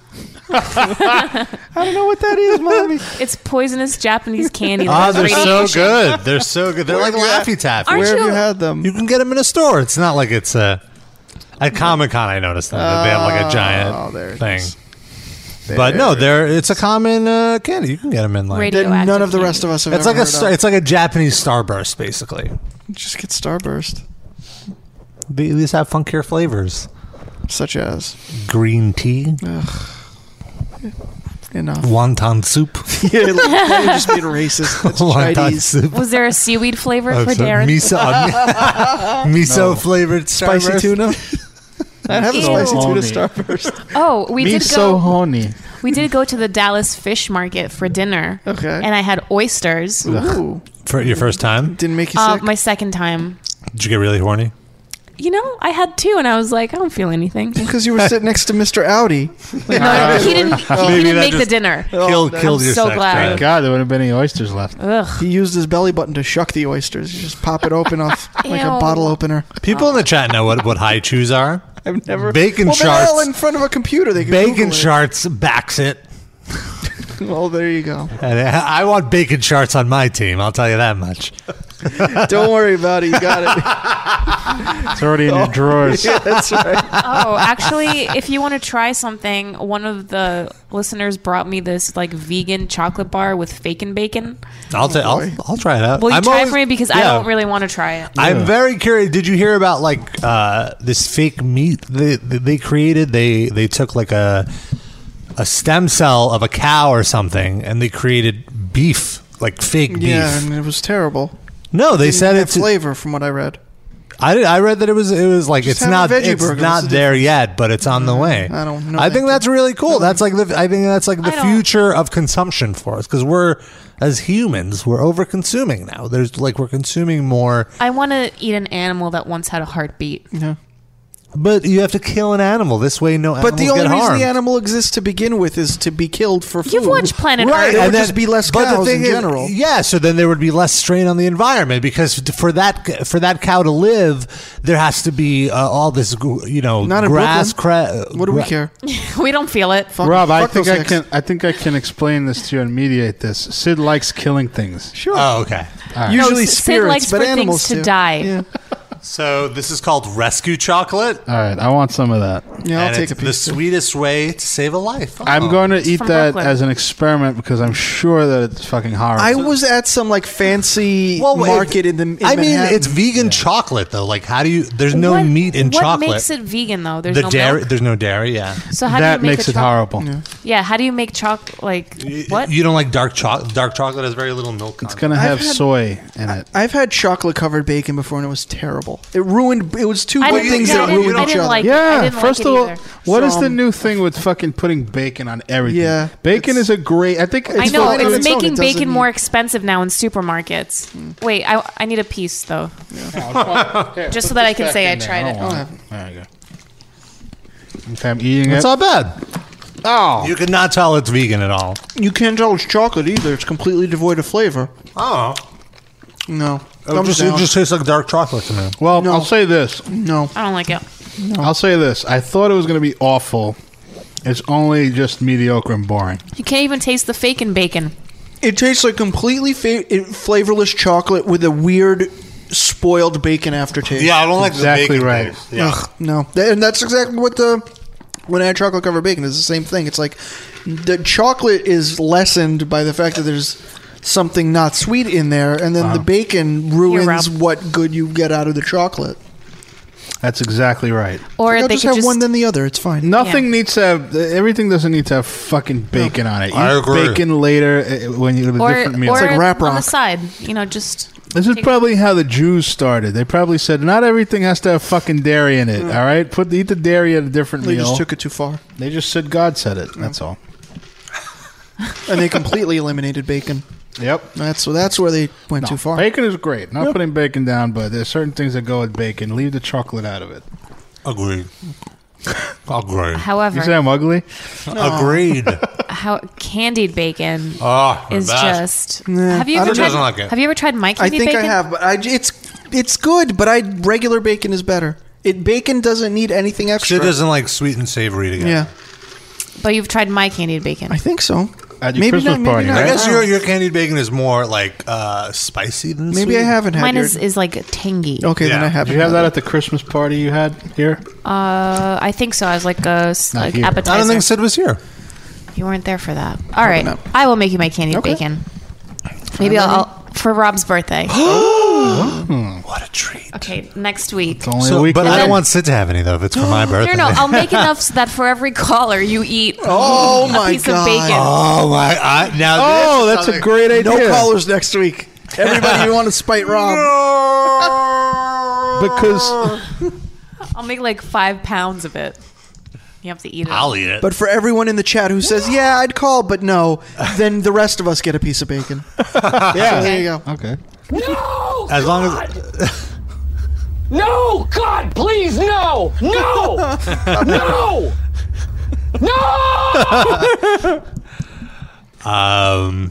E: I don't know what that is, mommy.
D: It's poisonous Japanese candy.
C: Ah,
D: There's
C: they're so
D: radiation.
C: good. They're so good. They're like Laffy Taffy.
D: Aren't
E: Where have
D: you-
E: you had them?
C: You can get them in a store. It's not like it's a. At Comic Con, I noticed that, that they have like a giant
E: Oh, there it
C: thing.
E: is.
C: But no, there it's a common uh, candy. You can get them in like
D: Radio-
E: that none of the
D: Radioactive
E: rest of us have
C: it's
E: ever
C: like a
E: heard
C: star,
E: of.
C: it's like a Japanese starburst basically.
E: Just get Starburst,
C: They, these have funkier flavors.
E: such as
C: Green tea,
E: enough.
C: wonton soup,
E: yeah, like, why you just being racist. That's
C: wonton
E: Chinese.
C: soup.
D: Was there a seaweed flavor
C: Oh,
D: for
C: so
D: Darren?
C: miso, uh, mi- miso flavored
E: Spicy
C: starburst.
E: tuna. I have a
D: Ew.
E: spicy tuna
B: Only.
E: Starburst.
D: Oh, we
B: Me
D: did
B: so
D: go.
B: horny.
D: We did go to the Dallas Fish Market for dinner.
E: Okay.
D: And I had oysters.
E: Ooh,
C: For your first time,
E: didn't make you
D: Uh,
E: sick.
D: my second time.
C: did you get really horny?
D: you know, I had two, and I was like, I don't feel anything.
E: Because you were sitting next to Mr. Audi.
D: No, no, he didn't. He
C: Maybe
D: didn't
C: that
D: make the
C: just
D: dinner.
E: Oh,
C: Killed, killed
D: I'm
C: your
D: so
C: sex
D: glad.
C: drive.
D: Thank
B: God, there wouldn't have been any oysters left.
E: He used his belly button to shuck the oysters. You just pop it open off like a
D: Ew.
E: bottle opener.
C: People in the chat know what, what high chews are.
E: I've never
C: Bacon
E: well, They're all
C: charts.
E: in front of a computer. They can
C: Bacon
E: Google it.
C: charts backs it.
E: Well, there you go.
C: And I I want bacon charts on my team. I'll tell you that much.
E: Don't worry about it. You got
B: It's already in your drawers.
E: it. That's right.
D: Oh, actually, if you want to try something, one of the listeners brought me this like vegan chocolate bar with fake and bacon.
C: I'll ta- I'll, I'll try
E: Uh,
C: it out.
D: Will you
C: I'm
D: try
C: always-
D: it for me because I
C: Yeah.
D: don't really want to try it.
C: I'm very curious. Did you hear about like uh, this fake meat they, they they created? They they took like a a stem cell of a cow or something, and they created beef, like fake
E: Yeah,
C: beef.
E: and it was terrible.
C: No, they said
E: Didn't have
C: it's.
E: flavor from what I read.
C: I, I read that it was it was like it's
E: have a
C: not
E: veggie
C: it's
E: burger.
C: not
E: What's the
C: there yet, but it's on the way.
E: I don't know
C: I
E: that
C: think that's really cool. That's like the I think that's like the
D: I don't-
C: future of consumption for us because we're as humans we're over consuming now. There's like we're consuming more.
D: I want to eat an animal that once had a heartbeat.
E: Yeah.
C: But you have to kill an animal this way. No,
E: But the
C: animals
E: only
C: get
E: reason
C: harmed.
E: the animal exists to begin with is to be killed for food.
D: You've watched Planet
E: Right,
D: Earth.
E: There
C: and
E: would just be less
C: but the
E: cows
C: thing
E: in general.
C: Yeah, so then there would be less strain on the environment because t- for that for that cow to live, there has to be uh, all this gr- you know
E: Not in
C: grass. Cra-
E: What do we
C: gra-
E: care?
D: we don't feel it.
E: Fuck-
B: Rob, I
E: fuck
B: think
E: those
B: I
E: hicks.
B: can. I think I can explain this to you and mediate this. Sid likes killing things.
E: Sure.
C: Oh, okay.
E: Usually
D: No, Sid
E: spirits,
D: likes
E: but
D: for things
E: animals
D: to
E: do.
D: die.
E: Yeah,
C: So this is called rescue chocolate.
B: All right, I want some of that.
E: yeah I'll
C: and
E: take a
C: it's the
E: piece. too.
C: sweetest way to save a life.
B: I'm
C: Oh.
B: going to eat
D: from
B: that
D: Brooklyn.
B: as an experiment because I'm sure that it's fucking horrible.
E: I was at some like fancy
C: wait,
E: market in the. In
C: I mean,
E: Manhattan.
C: it's vegan chocolate though. Like, how do you? There's no
D: What-
C: meat in
D: what
C: chocolate.
D: makes it vegan though? There's
C: the
D: no
C: dairy.
D: milk.
C: There's no dairy. Yeah.
D: So how
B: that
D: do you make
B: makes
D: a
B: it
D: choc-
B: horrible.
D: Yeah, how do you make chocolate? Like what?
C: You don't like dark chocolate. Dark chocolate has very little milk.
B: It's gonna have soy in it.
E: I've had chocolate covered bacon before, and it was terrible. It ruined. It was two
D: I
E: good
D: didn't-
E: things
D: yeah, I
E: that
D: didn't-
E: ruined
D: I
E: each
D: didn't
E: other.
D: like- I
B: yeah.
D: didn't like
B: first
D: it
B: of all,
D: either.
B: what is the
E: Some-
B: new thing with fucking putting bacon on everything?
E: Yeah,
B: bacon is a great. I think it's
D: I know
E: fine on
D: it's,
E: its own.
D: making
E: It doesn't
D: bacon
E: need- Mm.
D: more expensive now in supermarkets. Wait, I, I need a piece though, just so that I can say I tried it.
B: There you go. Okay, I'm eating
C: It's
B: it.
C: not bad.
E: Oh,
C: You could not tell it's vegan at all.
E: you can't tell it's chocolate either. It's completely devoid of flavor.
C: Oh,
E: No,
C: it
E: thumbs
C: Oh, just,
E: down.
C: it just tastes like dark chocolate to me.
B: Well,
E: No.
B: I'll say this.
E: no.
D: I don't like it.
B: I'll say this. I thought it was going to be awful. It's only just mediocre and boring.
D: You can't even taste the fake and bacon.
E: It tastes like completely fa- it- flavorless chocolate with a weird spoiled bacon aftertaste.
C: I don't like
B: the Exactly bacon right. taste.
E: Ugh, no. Th- And that's exactly what the when I had chocolate covered bacon is the same thing. It's like the chocolate is lessened by the fact that there's something not sweet in there, and
B: Uh-huh.
E: then the bacon ruins
D: Rob.
E: what good you get out of the chocolate.
B: That's exactly right.
D: Or
E: I'll
D: they
E: just
D: could
E: have
D: just
E: one then the other. It's fine.
B: Nothing
D: Yeah.
B: needs to have. Everything doesn't need to have fucking bacon on it. Eat
C: I agree.
B: bacon later uh, when you have a
D: or
B: different meal.
D: or
E: like wrap
D: on the
E: rock.
D: side. You know, just
B: this is probably how the Jews started. They probably said not everything has to have fucking dairy in it. All right, put eat the dairy at a different
E: They
B: meal.
E: just took it too far,
B: they just said God said it. That's all.
E: and they completely eliminated bacon.
B: Yep.
E: That's so that's where they went too far.
B: Bacon is great. Not putting bacon down, but there's certain things that go with bacon. Leave the chocolate out of it.
C: Agreed. Agreed.
B: You
D: however,
B: say I'm ugly?
C: Agreed.
D: how candied bacon
C: Ah,
D: is just. Have you
E: I
D: ever
E: don't-
D: tried?
C: Doesn't like it.
D: Have you ever tried my
E: I
D: candied
E: think
D: bacon?
E: I have, but I, it's it's good. But I regular bacon is better. It bacon doesn't need anything extra.
C: She doesn't like sweet and savory together.
E: Yeah,
D: But you've tried my candied bacon.
E: I think so.
B: At your Christmas party,
E: maybe
C: I
B: right?
C: guess
E: I
C: your
E: don't-
C: your candied bacon is more like uh, spicy than
E: Maybe
C: sweet.
E: I haven't had
D: Mine
E: your-
D: is, is like tangy.
E: Okay, then
C: Yeah.
E: I have.
B: Did you have that at the Christmas party you had here?
D: Uh, I think so. I was like a s-
B: Not
D: like
B: here.
D: appetizer.
C: I don't think Sid was here.
D: You weren't there for that. All right,
E: not.
D: I will make you my candied bacon. Maybe I'll, I'll for Rob's birthday.
C: What a treat.
D: okay, next week.
B: Only
C: So,
B: a week.
C: but I
B: later.
C: don't want Sid to have any though. If it's for my
D: No,
C: birthday.
D: no, I'll make enough so that for every caller you eat
E: Oh
D: a
E: my
D: piece
E: god!
D: of bacon.
C: Oh my! I, now
B: Oh,
C: this
B: that's
C: is
B: a great idea.
E: No callers next week. Everybody, you want to spite Rob?
C: something-
B: Because
D: I'll make like five pounds of it. You have to eat it.
C: I'll eat it.
E: But for everyone in the chat who says, "Yeah, I'd call," but no, then the rest of us get a piece of bacon. yeah, there you go.
D: Oh,
B: okay,
C: as long as
I: No! God, please, no! No! no! No!
B: Ah,
C: Um,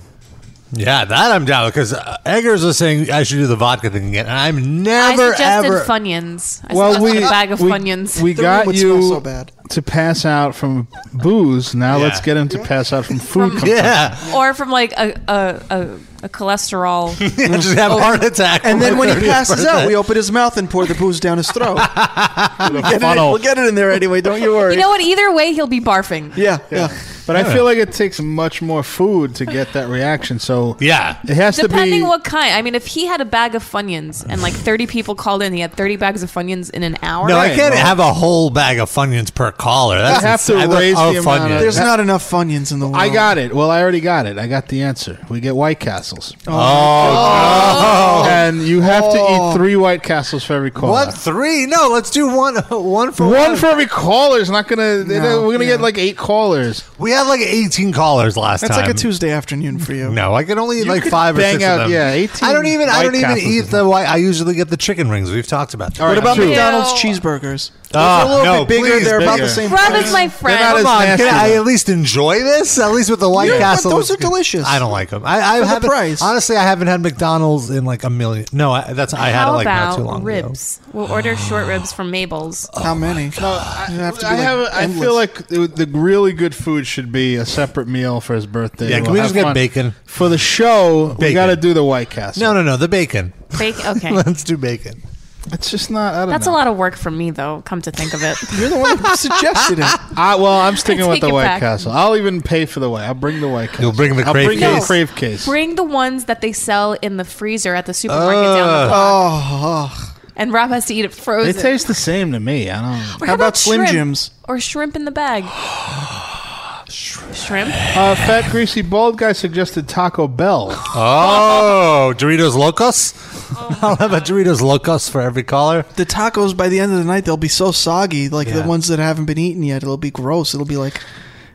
C: yeah, that I'm down because uh, Eggers was saying I should do the vodka thing again, and I'm never
D: I suggested
C: ever.
D: Funyuns. I
B: Well,
D: suggested
B: we
D: a bag of
B: we,
D: Funyuns.
B: we
E: The room
B: got
E: would smell
B: you
E: so bad.
B: to pass out from booze. Now
C: Yeah.
B: let's get him to pass out from food. company.
C: yeah,
D: or from like a a, a, a cholesterol.
C: just have a
D: Oh.
C: heart attack.
E: And then when he passes out, we
C: all
E: open his mouth and pour the booze down his throat. we'll, get it,
B: funnel.
E: we'll get it in there anyway. Don't you worry.
D: you know what? Either way, he'll be barfing.
E: yeah, yeah.
B: But I feel like it takes much more food to get that reaction. So
C: yeah,
B: it has
D: Depending
B: to be.
D: what kind. I mean, if he had a bag of Funyuns and like 30 people called in, he had 30 bags of Funyuns in an hour.
C: no, I can't
B: well-
C: have a whole bag of Funyuns per caller. That's
B: I have to
C: insane. I
B: raise
C: love
B: the amount of-
C: Funyuns.
E: There's not enough Funyuns in the world.
B: I got it. Well, I already got it. I got the answer. We get White Castles,
C: oh,
B: and you have
E: Oh.
B: to eat three White Castles for every caller.
C: what three? No, let's do one. One for
B: One for every caller is not gonna.
E: No,
B: we're gonna
E: yeah.
B: get like eight callers.
C: We had like 18 callers last
E: That's
C: time.
E: like a Tuesday afternoon for you.
C: No, I can only eat
B: You
C: like
B: could
C: five or
B: bang
C: six
B: out,
C: of them.
B: yeah, 18
C: I don't even. I
B: White
C: don't even
B: Castles
C: eat
B: is
C: the white. I usually get the chicken rings. We've talked about. That.
B: All
E: What
B: right,
E: about
B: two.
E: McDonald's
D: Ew.
E: cheeseburgers?
C: Ah,
E: They're a little
C: no,
E: bit bigger.
C: please,
E: They're about
B: bigger.
E: the same
D: Rob
E: price.
D: is my
B: not
D: friend.
B: as-
C: Come on, can
B: nasty,
C: I
B: though.
C: at least enjoy this? At least with the White
E: You know what?
C: Castle.
E: Those are
C: it's good.
E: delicious.
C: I don't like them. I, I
E: For the
C: haven't.
E: price.
C: Honestly, I haven't had McDonald's in like a million. No, I, that's I had it
D: How
C: like
D: about
C: not too long ago.
D: ribs? We'll order short ribs from Mabel's.
E: How many?
B: I,
E: You have to be,
B: I
E: like,
B: have. I
E: endless.
B: feel like the, the really good food should be a separate meal for his birthday.
C: Yeah, can
B: We'll
C: we
B: have
C: just get bacon?
B: for the show? We
C: Bacon.
B: got to do the White Castle.
C: No, no, no. The bacon.
D: Bake. Okay.
C: Let's do bacon.
B: it's just not. I don't
D: That's
B: know.
D: a lot of work for me, though, come to think of it.
E: You're the one who suggested it.
B: I, well, I'm sticking with
D: Take
B: the
D: it
B: White
D: back.
B: Castle. I'll even pay for the White. I'll bring the White Castle.
C: You'll bring the
B: I'll
C: crave
B: bring
C: case?
B: the crave case.
D: Bring the ones that they sell in the freezer at the supermarket
C: Uh,
D: down the block.
E: Oh,
D: And Rob has to eat it
B: They
D: frozen.
B: taste the same to me. I don't.
D: Or
E: How about Slim
D: shrimp?
E: Jims?
D: Or shrimp in the bag. shrimp.
B: Uh, fat, greasy, bald guy suggested Taco Bell.
C: Oh, Doritos Locos. I'll have a Doritos Locos for every caller.
E: the tacos by the end of the night they'll be so soggy, like
C: Yeah.
E: the ones that haven't been eaten yet. It'll be gross. It'll be like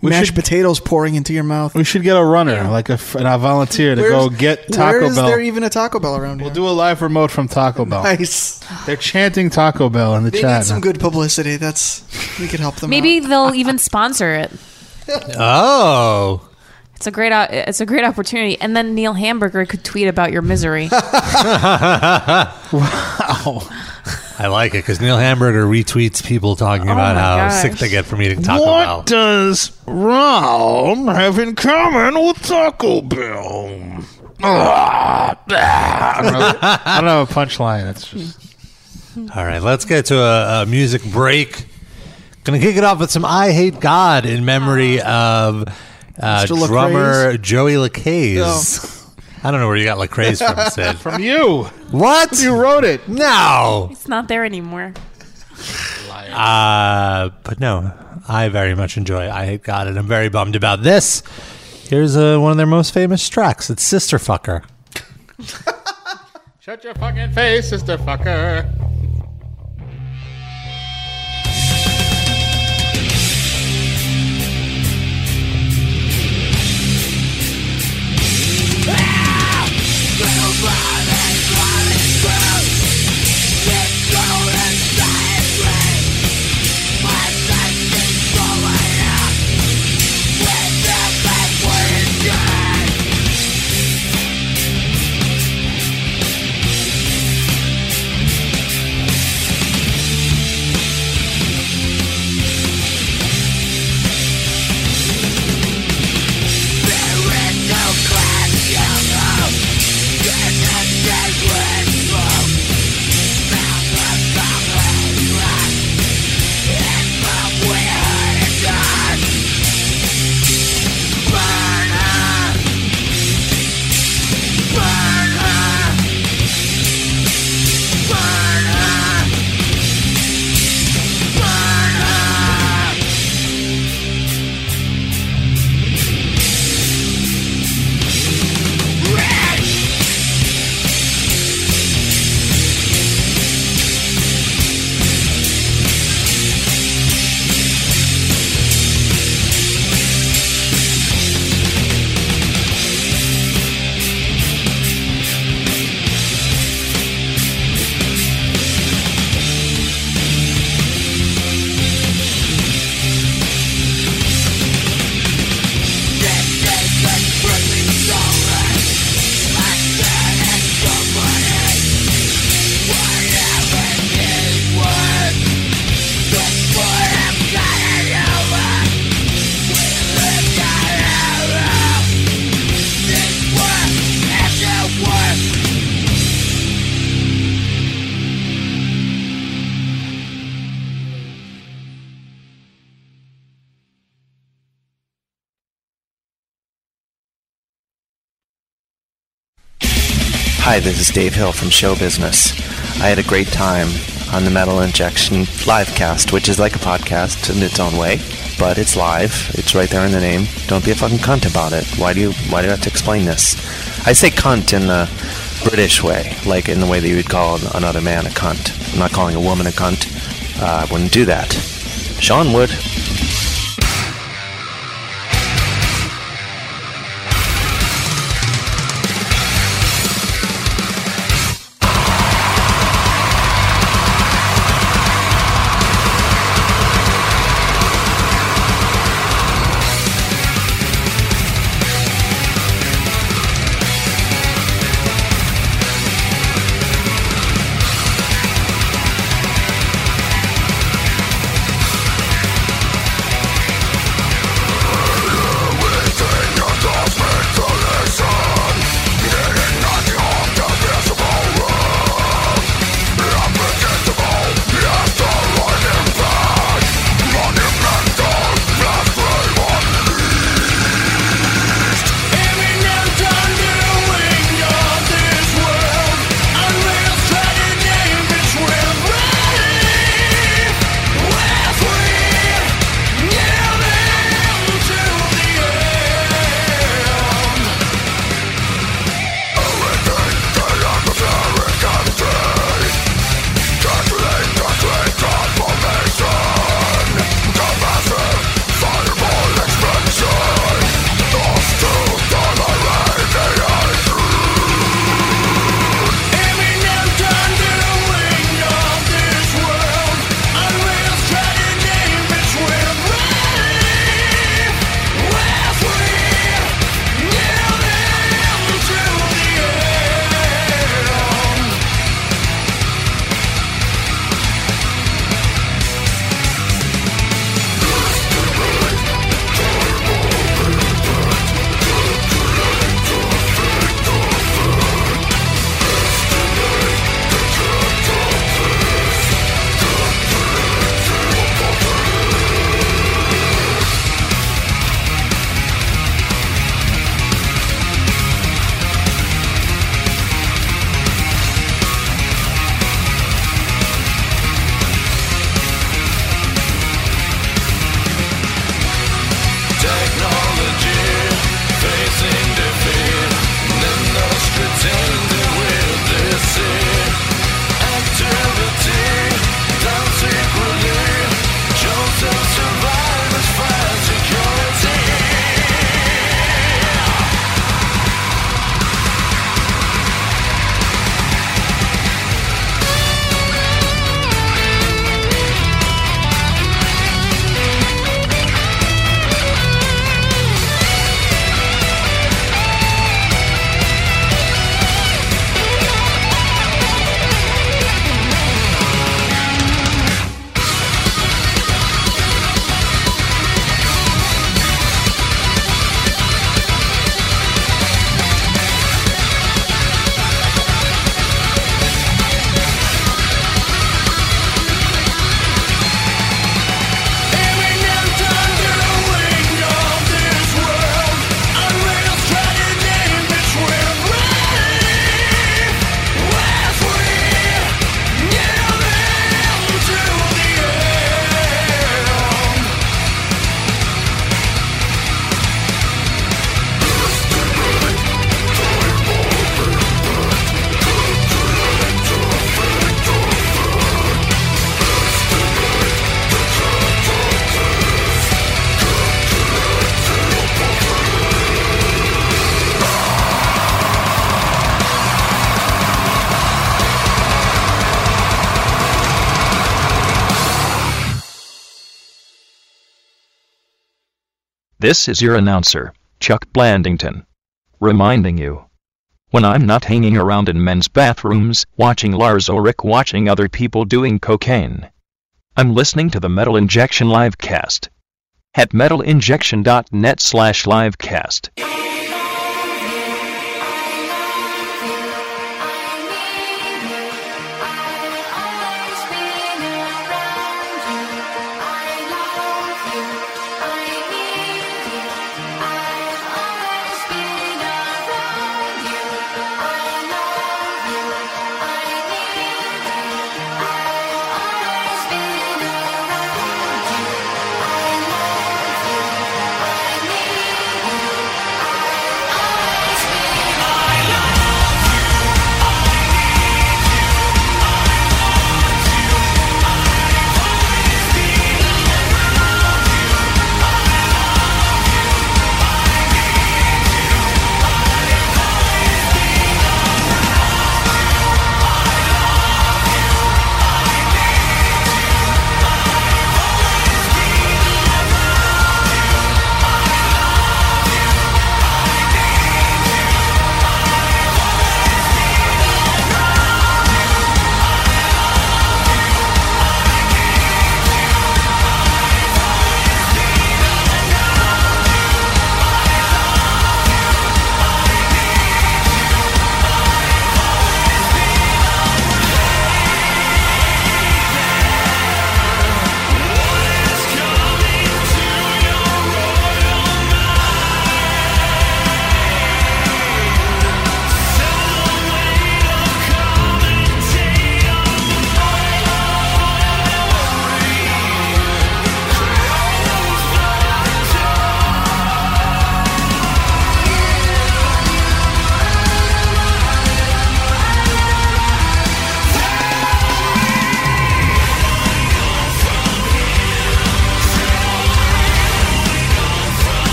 B: We
E: mashed
B: should-
E: potatoes pouring into your mouth.
B: We should get a runner, like a, f- and a volunteer to go get Taco
E: where is
B: Bell.
E: there even a Taco Bell around
B: we'll
E: here?
B: do a live remote from Taco Bell.
E: nice.
B: They're chanting Taco Bell in the
E: They
B: chat.
E: need some good publicity. That's we could help them.
D: Maybe
E: out.
D: they'll even sponsor it.
C: Oh,
D: It's a great o- it's a great opportunity. And then Neil Hamburger could tweet about your misery.
C: I like it because Neil Hamburger retweets people talking about
D: my
C: how
D: gosh.
C: sick they get from eating Taco Bell.
B: does Rom have in common with Taco Bell? Ah. I don't have- I don't have a punchline. It's just
C: All right, let's get to a, a music break. Gonna kick it off with some "I Hate God" in memory of uh,
E: Mr. Lecrae's?
C: drummer Joey Lacaze. I don't know where you got Lacaze from, Sid.
B: from you.
C: what?
B: You wrote it.
C: No.
D: it's not there anymore.
C: Uh, but no, I very much enjoy "I Hate God," and I'm very bummed about this. Here's uh, one of their most famous tracks. It's "Sister Fucker."
B: Shut your fucking face, sister fucker.
J: Thank Hi, this is Dave Hill from Show Business. I had a great time on the Metal Injection livecast, which is like a podcast in its own way, but it's live. It's right there in the name. Don't be a fucking cunt about it. Why do you? Why do I have to explain this? I say cunt in the British way, like in the way that you would call another man a cunt. I'm not calling a woman a cunt. Uh, I wouldn't do that. Sean would.
K: This is your announcer, Chuck Blandington. Reminding you. When I'm not hanging around in men's bathrooms, watching Lars Ulrich watching other people doing cocaine, I'm listening to the Metal Injection livecast. At metalinjection.net slash livecast.
L: I've always been around you. I know.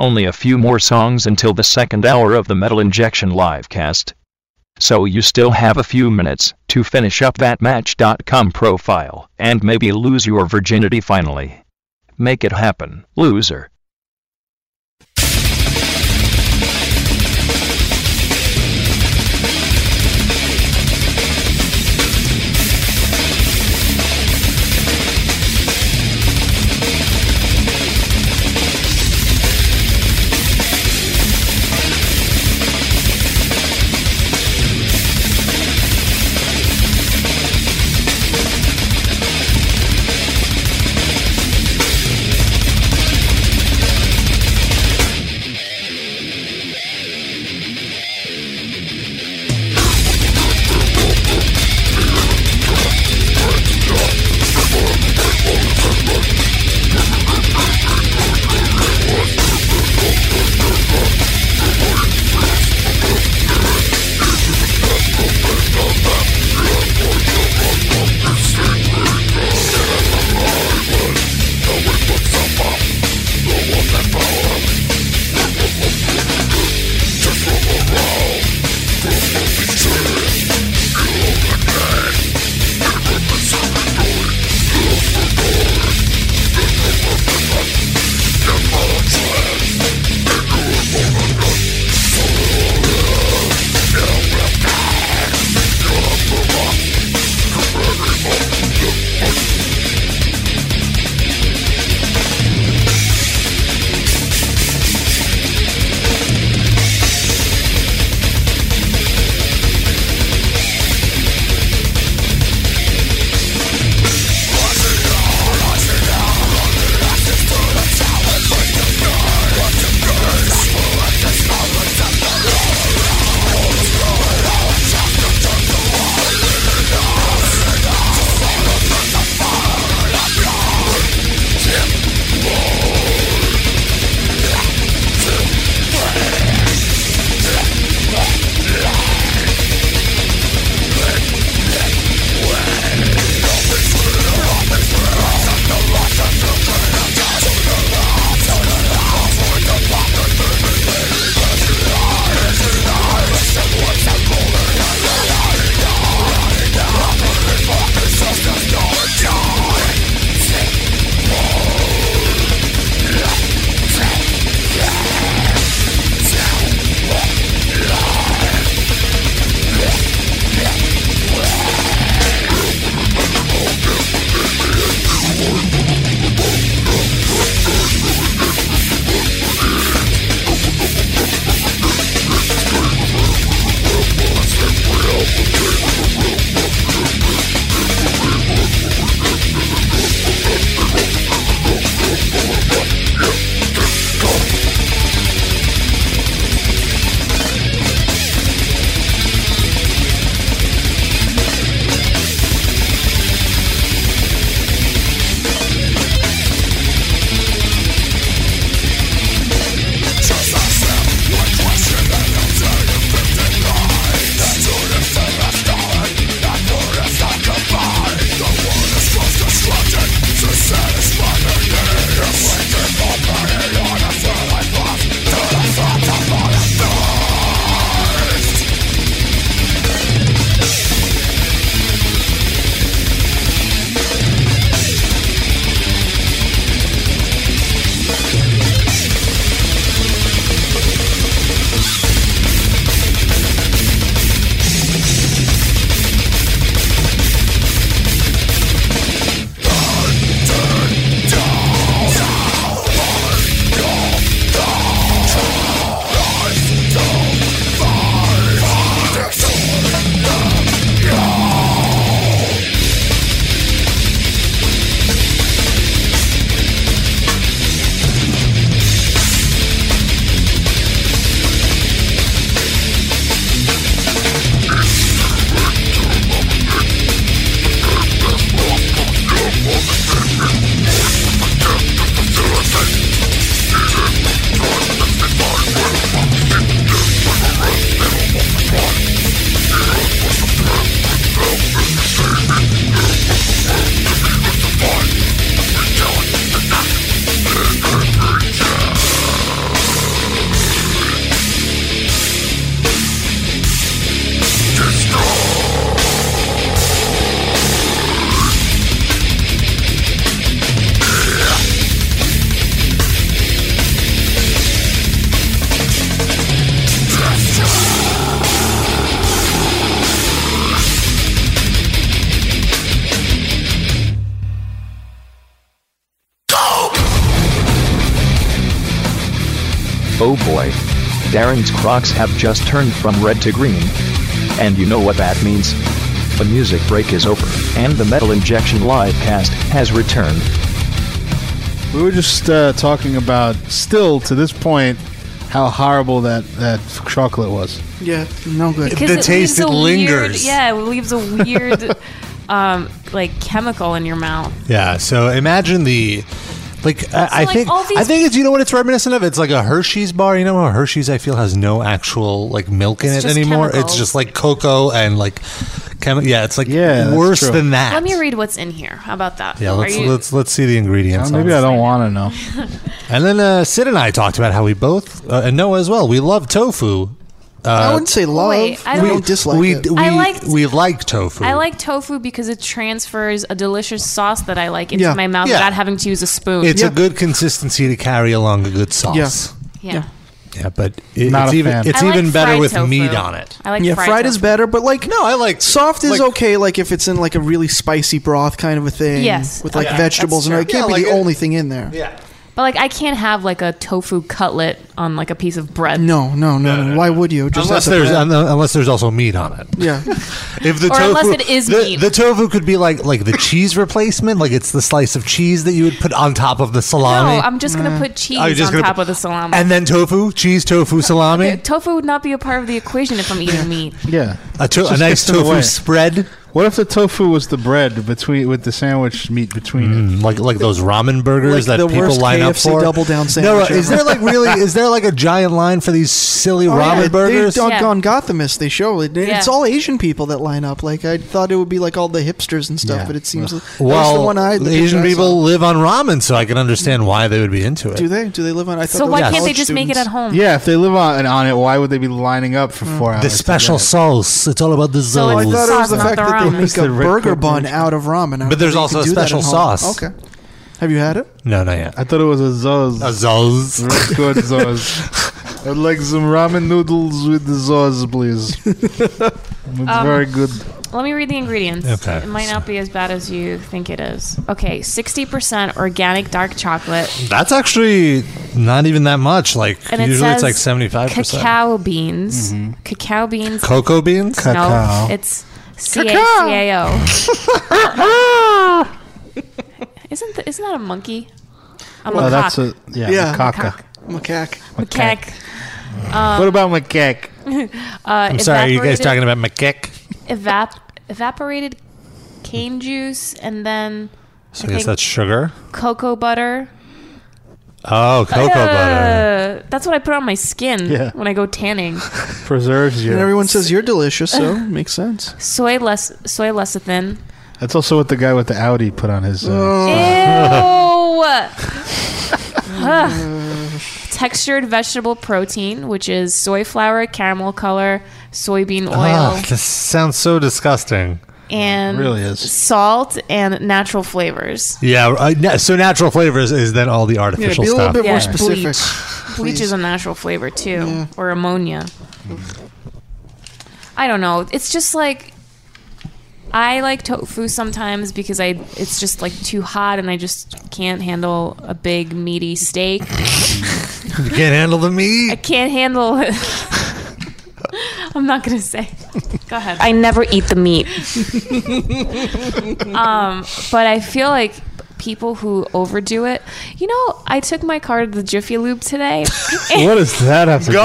A: only a few more songs until the second hour of the Metal Injection livecast. So you still have a few minutes to finish up that Match.com profile and maybe lose your virginity finally. Make it happen, loser. Oh boy. Darren's Crocs have just turned from red to green. And you know what that means. The music break is over, and the Metal Injection live cast has returned.
B: We were just uh, talking about, still to this point, how horrible that, that chocolate was.
E: Yeah, no good.
D: Because it leaves a Weird, yeah, it leaves a weird, um, like chemical in your mouth.
C: Yeah. So imagine the. Like I, I
D: like,
C: think
D: all these-
C: I think it's you know what it's reminiscent of it's like a Hershey's bar you know how Hershey's I feel has no actual like milk in
D: It's
C: it
D: just
C: anymore
D: chemicals.
C: it's just like cocoa and like chemi- yeah it's like
B: that's
C: worse
B: true.
C: than that
D: Let me read what's in here. How about that?
C: yeah
D: Are
C: let's
D: you-
C: let's let's see the ingredients
B: Uh, maybe
C: on
B: I
C: this.
B: don't want to know.
C: and then uh, Sid and I talked about how we both uh, and Noah as well we love tofu uh,
E: I wouldn't say love.
D: Wait, I
E: we
D: don't-
E: don't dislike
C: we,
E: it.
C: we
D: I liked-
C: we like tofu
D: I like tofu because it transfers a delicious sauce that I like into
E: Yeah.
D: my mouth
C: Yeah.
D: without having to use a spoon.
C: It's
E: Yeah.
C: a good consistency to carry along a good sauce.
D: yeah.
E: Yeah. yeah.
C: Yeah, but it,
B: Not
C: it's
B: a
C: even
B: fan.
C: it's
D: I like
C: even better
D: fried
C: with
D: tofu.
C: meat on it.
D: I like
E: yeah,
D: fried,
E: fried,
D: tofu.
E: is better, but like
C: No, I like
E: soft is
C: like-
E: okay. Like if it's in like a really spicy broth kind of a thing.
D: Yes.
E: with like
D: Okay.
E: vegetables and
D: That's
E: it can't
C: true.
E: be
C: Yeah,
E: the
C: like it-
E: only thing in there.
C: Yeah.
D: But like I can't have like a tofu cutlet on like a piece of bread.
E: No, no, no, no, Why would you? Just
C: Unless
E: as a
C: there's
E: bread.
C: un- unless there's also meat on it.
E: yeah,
C: If the
D: Or
C: tofu,
D: unless it is
C: the,
D: meat.
C: the tofu could be like like the cheese replacement, like it's the slice of cheese that you would put on top of the salami.
D: No, I'm just gonna put cheese
C: Are you Oh, just
D: on
C: gonna
D: top
C: put-
D: of the salami.
C: and then tofu, cheese, tofu, salami,
D: tofu would not be a part of the equation if I'm eating meat.
B: Yeah.
C: a, to- a
B: Just
C: nice
B: gets in the way.
C: tofu spread,
B: What if the tofu was the bread between with the sandwich meat between it?
C: Mm, like like those ramen burgers
E: Like
C: that
E: the
C: people
E: worst
C: line up
E: KFC
C: for.
E: double down
C: No,
E: sandwich
C: is
E: ever.
C: there like really is there like a giant line for these silly
E: Oh, yeah,
C: ramen
E: they-
C: burgers?
E: On,
D: Yeah.
E: on Gothamist, they show it. It's
D: Yeah.
E: all Asian people that line up. Like I thought it would be like all the hipsters and stuff,
B: Yeah.
E: but it seems that was
C: Well,
E: the one I the
C: the
E: picture
C: Asian
E: I saw.
C: people live on ramen, so I can understand why they would be into it.
E: do they do they live on? I thought
D: So
E: those
D: why
E: were
D: can't they
E: college
D: just make it at home?
E: students.
B: Yeah, if they live on on it, why would they be lining up for four hours?
C: The
B: to
C: special
B: get it?
C: sauce. It's all about the
D: So
C: sauce.
D: it's
E: Hmm. I thought it was the
D: Sauce,
E: fact
D: not the ramen.
E: that they make
B: It's
E: a
B: the Red
E: burger bun
B: Corporation.
E: out of ramen. I don't
C: But there's
E: think you
C: also
E: could
C: a
E: do that
C: special
E: at home.
C: sauce.
E: Okay, have you had it?
C: no, not yet.
B: I thought it was a zoz.
C: A sauce.
B: Red good zoz. I'd like some ramen noodles with the zoz, please. it's very good.
D: Let me read the ingredients.
C: Okay.
D: It might not be as bad as you think it is. Okay, 60% organic dark chocolate.
C: That's actually not even that much. Like
D: And it
C: usually
D: says
C: it's like seventy five percent.
D: Cacao beans. Cacao beans.
C: Cocoa beans.
B: Cacao.
D: No, it's C-A-C-A-O. isn't, th- isn't that a monkey? A
B: Oh,
D: macaque.
B: that's a yeah,
E: Yeah.
B: macaca.
D: Macaque.
E: Macaque.
D: Macaque. Um,
B: what about macaque?
D: Uh,
C: I'm sorry, you guys
D: evaporated-
C: talking about macaque?
D: evap evaporated cane juice and then
C: So
D: I
C: I guess
D: think-
C: that's sugar.
D: cocoa butter.
C: Oh, cocoa butter.
D: Uh, That's what I put on my skin
B: Yeah.
D: when I go tanning.
B: Preserves
E: And
B: you.
E: everyone says you're delicious, so makes sense.
D: Soy less soy lecithin.
B: That's also what the guy with the Audi put on his. Uh,
D: Ew. Ugh. Textured vegetable protein, which is soy flour, caramel color, soybean oil,
C: Ah, this sounds so disgusting.
D: and
B: really is.
D: salt and natural flavors.
C: Yeah. uh, na- so natural flavors is then all the artificial
E: be a little
C: stuff.
E: bit
D: Yeah.
E: more specific.
D: Bleach is a natural flavor too, or ammonia. I don't know. It's just like I like tofu sometimes because I it's just like too hot and I just can't handle a big meaty steak.
C: you can't handle the meat.
D: I can't handle it. I'm not gonna say. Go ahead. I never eat the meat. um, but I feel like people who overdo it. You know, I took my car to the Jiffy Lube today.
B: what does that have
C: Go
B: to do?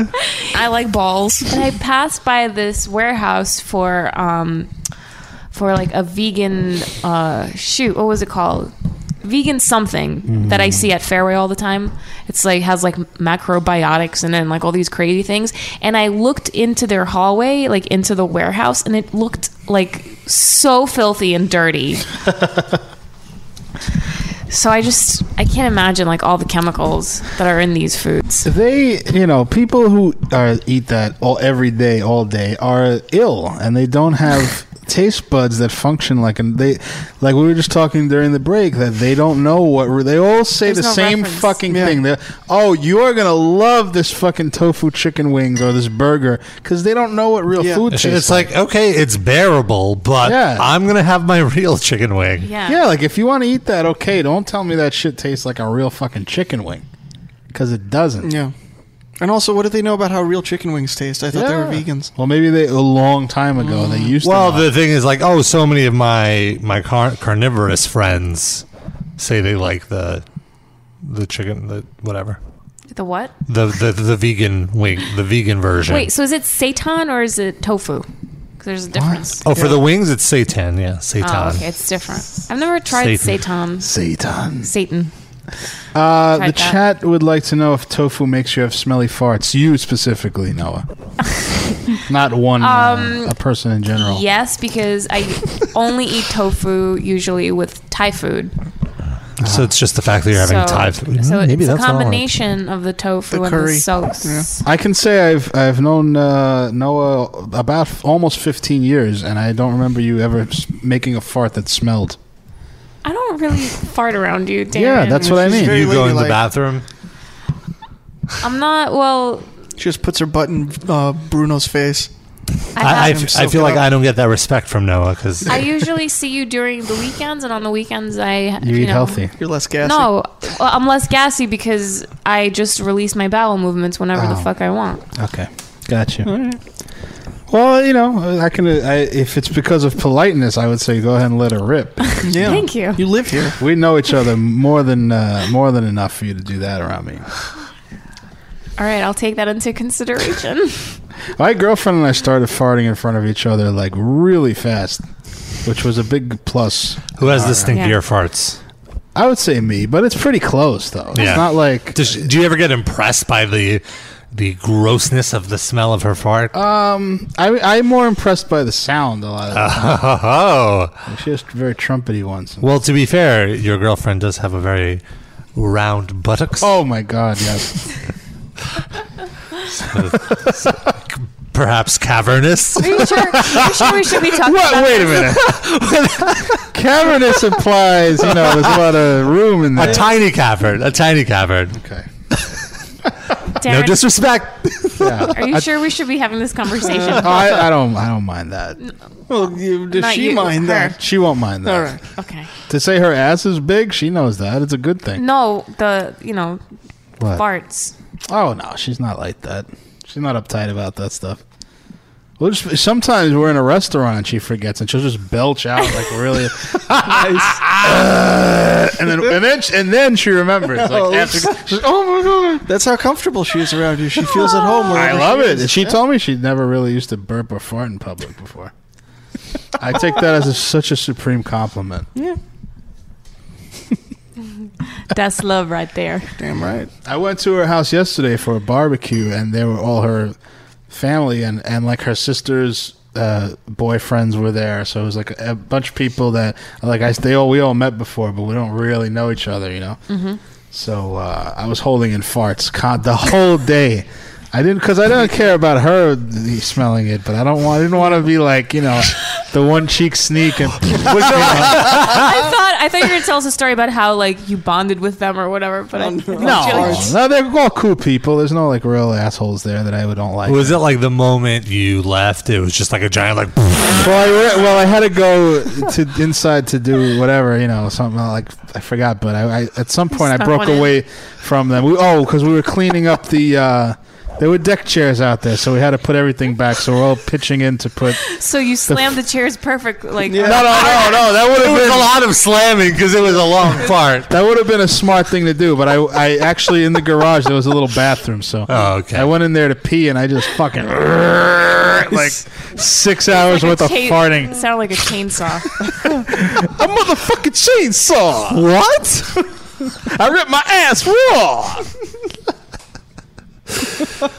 C: on.
D: I like balls. And I passed by this warehouse for um for like a vegan uh shoot, what was it called? Vegan something that I see at Fairway all the time. It's like has like macrobiotics and then like all these crazy things. And I looked into their hallway, like into the warehouse, and it looked like so filthy and dirty. so I just I can't imagine like all the chemicals that are in these foods.
B: They, you know, people who are, eat that all every day, all day, are ill, and they don't have taste buds that function like. And they, like we were just talking during the break, that they don't know what we're- they all say
D: There's
B: the
D: no
B: same
D: reference.
B: fucking
E: Yeah.
B: thing. They're, oh, you're gonna love this fucking tofu chicken wings or this burger because they don't know what real
E: Yeah.
B: food
C: It's,
B: tastes
C: it's like, okay, it's bearable, but
B: Yeah.
C: I'm gonna have my real chicken wing.
D: Yeah.
B: Yeah, like if you want to eat that, okay. Don't tell me that shit tastes like a real fucking chicken wing. because it doesn't.
E: Yeah. And also, what do they know about how real chicken wings taste? I thought they were vegans. Mm.
B: Well, maybe they a long time ago they used
C: Well,
B: to.
C: the thing is, like, oh, so many of my my car- carnivorous friends say they like the the chicken, the whatever,
D: The what?
C: the the, the vegan wing, the vegan version.
D: Wait, so is it seitan or is it tofu? 'Cause there's a difference.
C: oh, for the wings, it's seitan. Yeah, seitan.
D: Oh, okay, it's different. I've never tried
C: Satan.
D: seitan.
B: Satan.
D: Satan.
B: Uh,
D: Tried
B: the
D: that.
B: chat would like to know if tofu makes you have smelly farts. You specifically, Noah. Not one uh,
D: Um,
B: a person in general.
D: Yes, because I only eat tofu usually with Thai food.
C: So it's just the fact that you're having
D: so,
C: Thai food.
D: So
C: Hmm, maybe
D: it's
C: that's
D: a
C: all.
D: combination of the tofu and the sauce.
B: I can say I've I've known uh, Noah about f- almost 15 years, and I don't remember you ever s- making a fart that smelled.
D: I don't really fart around you, Darren.
B: Yeah, that's what I mean.
E: very You go in the ladylike.
C: bathroom.
D: I'm not. Well,
E: She just puts her butt in uh, Bruno's face.
C: I, I, f- I feel like I don't get that respect from Noah because
D: I usually see you during the weekends, and on the weekends I
C: You eat
D: know,
C: healthy.
E: You're less gassy.
D: No, well, I'm less gassy because I just release my bowel movements whenever the fuck I want.
B: Okay, gotcha. Well, you know, uh, I can. I, if it's because of politeness, I would say go ahead and let it rip.
E: Yeah.
D: Thank you.
E: You live here.
B: we know each other more than uh, more than enough for you to do that around me.
D: All right, I'll take that into consideration.
B: My girlfriend and I started farting in front of each other like really fast, which was a big plus.
C: who has the
B: thing?
C: stinkier farts?
B: I would say me, but it's pretty close though. It's not like
C: Does, do you ever get impressed by the the grossness of the smell of her fart?
B: um, I, I'm more impressed by the sound a
C: Uh,
B: lot. Of the time.
C: Oh.
B: It's just very trumpety ones.
C: Well, to be fair, your girlfriend does have a very round buttocks.
B: Oh my god, yes.
C: Perhaps cavernous.
D: Are you sure? Are you sure we should be talking
B: What?
D: about
B: Wait a
D: this?
B: minute. Cavernous implies you know there's a lot of room in there.
C: A tiny cavern. A tiny cavern.
B: Okay.
D: Darren,
C: No disrespect.
B: Yeah.
D: Are you sure we should be having this conversation?
B: I, I don't. I don't mind that.
E: Well, you, does
D: Not
E: she
D: you,
E: mind
D: her.
E: that?
B: She won't mind that.
E: All right.
D: Okay.
B: To say her ass is big, she knows that. It's a good thing.
D: No, the you know
B: What?
D: farts.
B: Oh no, she's not like that. She's not uptight about that stuff. We'll just, sometimes we're in a restaurant and she forgets and she'll just belch out like really nice, Uh, and then and then and then she remembers. Like after, she's, oh my god,
E: That's how comfortable she is around you. She feels at home.
B: I
E: wherever
B: love
E: she
B: it.
E: is.
B: She
E: Yeah.
B: told me she'd never really used to burp or fart in public before. I take that as a, such a supreme compliment.
D: That's love right there.
E: Damn right.
B: I went to her house yesterday for a barbecue, and they were all her family and and like her sister's uh, boyfriends were there. So it was like a, a bunch of people that like I they all we all met before, but we don't really know each other, you know. So uh, I was holding in farts con- the whole day. I didn't because I don't care about her th- smelling it, but I don't want. I didn't want to be like you know, the one cheek sneak and
D: I thought I thought you were gonna tell us a story about how like you bonded with them or whatever, but I,
B: no, no, they're all cool people. There's no like real assholes there that I would don't like.
C: Was it like the moment you left? It was just like a giant like.
B: Well, I re- well, I had to go to inside to do whatever, you know, something uh, like I forgot, but I, I at some point I
D: Stuck
B: broke
D: one in.
B: away from them. We, oh, because we were cleaning up the. Uh, there were deck chairs out there, so we had to put everything back. So we're all pitching in to put.
D: So you slammed the chairs perfect, like
B: No, no, no, no. Oh, That would
C: It
B: have
C: was a
B: been
C: lot of slamming because it was a long fart.
B: that would have been a smart thing to do. But I, I actually in the garage there was a little bathroom, so
C: Oh, okay.
B: I went in there to pee, and I just fucking like six hours
D: like
B: worth of
D: chain-
B: farting.
D: Sound like a chainsaw.
B: A motherfucking chainsaw. What? I ripped my ass raw.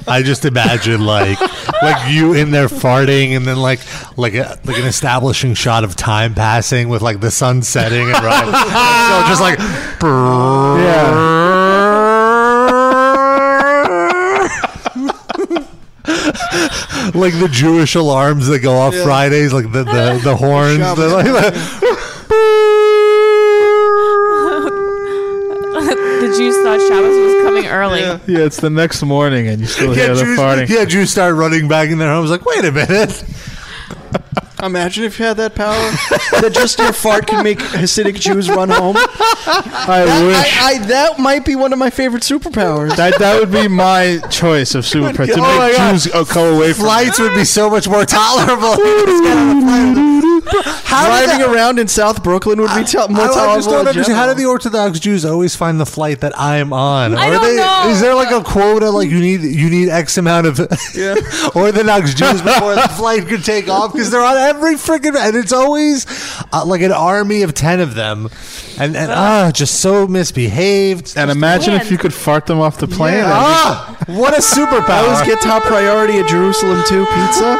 C: I just imagine like like you in there farting, and then like like a, like an establishing shot of time passing with like the sun setting and right. so just like like the Jewish alarms that go off Fridays, like the the, the horns.
E: Shabbos.
C: The, like,
D: the Jews thought Shabbos was coming early.
B: Yeah, it's the next morning and you still
C: yeah,
B: hear the
C: Jews,
B: farting.
C: yeah, Jews start running back in their homes. Like, wait a minute.
E: Imagine if you had that power that just your fart can make Hasidic Jews run home. I
B: wish.
E: I, that might be one of my favorite superpowers.
B: That that would be my choice of super to make
E: God. Oh my God.
B: Jews uh, go away. From
C: Flights would be so much more tolerable.
E: Driving around in South Brooklyn would be tel- more
C: I, I just
E: tolerable
C: don't
E: in
C: understand. How
E: general.
C: do the Orthodox Jews always find the flight that I'm on?
E: I
C: Are
E: don't
C: they,
E: know.
C: Is there like a quota? Like you need you need X amount of Orthodox Jews before the flight could take off because they're on every freaking and it's always uh, like an army of ten of them, and and ah, just so misbehaved.
B: And imagine if you could fart them off the plane.
C: Yeah. Ah, what a superpower!
E: I always get top priority at Jerusalem too pizza.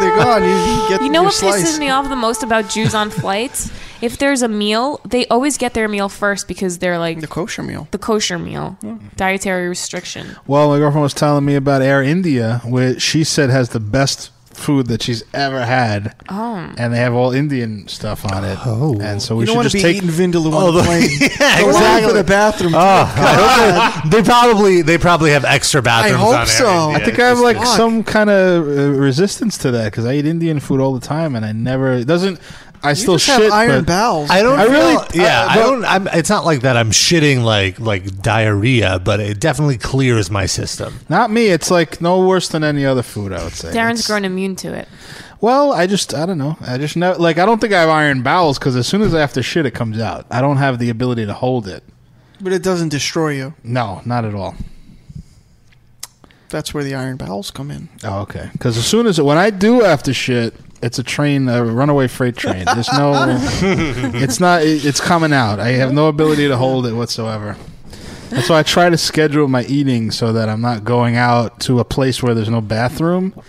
E: They're gone. You, you get
D: You know
E: your
D: what
E: slice.
D: pisses me off the most about Jews on flights? If there's a meal, they always get their meal first because they're like the
E: kosher meal.
D: The kosher meal. Dietary restriction.
B: Well, my girlfriend was telling me about Air India, which she said has the best food that she's ever had,
D: Oh.
B: and they have all Indian stuff on it. Oh, and so we
E: You don't
B: should
E: want
B: just
E: to be
B: take
E: eating vindaloo
B: Oh,
E: on
B: the-
E: the plane.
B: Yeah,
E: Go line for
B: exactly.
E: the bathroom.
C: Ah, I hope they, they probably they probably have extra bathrooms.
E: hope
C: on Air
E: so.
C: India.
B: I think I have
C: Just-
B: like some kind of uh, resistance to that because I eat Indian food all the time, and I never it doesn't. I still
E: just have
B: shit.
E: iron
B: but
E: bowels.
C: I don't.
B: I
C: feel-
B: really.
C: Yeah,
B: I-
C: I
B: but-
C: don't. I'm, it's not like that. I'm shitting like like diarrhea, but it definitely clears my system.
B: Not me. It's like no worse than any other food. I would say.
D: Darren's
B: It's-
D: grown immune to it.
B: Well, I just I don't know. I just know like I don't think I have iron bowels because as soon as I have to shit, it comes out. I don't have the ability to hold it.
E: But it doesn't destroy you.
B: No, not at all.
E: That's where the iron bowels come in.
B: Oh, okay. Because as soon as when I do have to shit, it's a train, a runaway freight train. There's no, it's not. It, it's coming out. I have no ability to hold it whatsoever. That's why I try to schedule my eating so that I'm not going out to a place where there's no bathroom.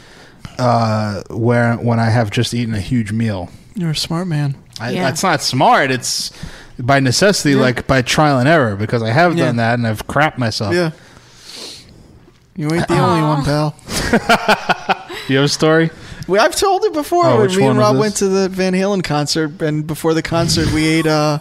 B: Uh, where when I have just eaten a huge meal,
E: You're a smart man.
B: I, it's not smart. It's by necessity, like by trial and error, because I have done
E: Yeah.
B: that and I've crapped myself.
E: Yeah. You ain't the only one, pal.
B: Do you have a story?
E: We, I've told it before.
B: Oh,
E: when
B: which
E: me
B: one
E: and
B: was
E: Rob
B: this?
E: went to the Van Halen concert, and before the concert, we ate uh,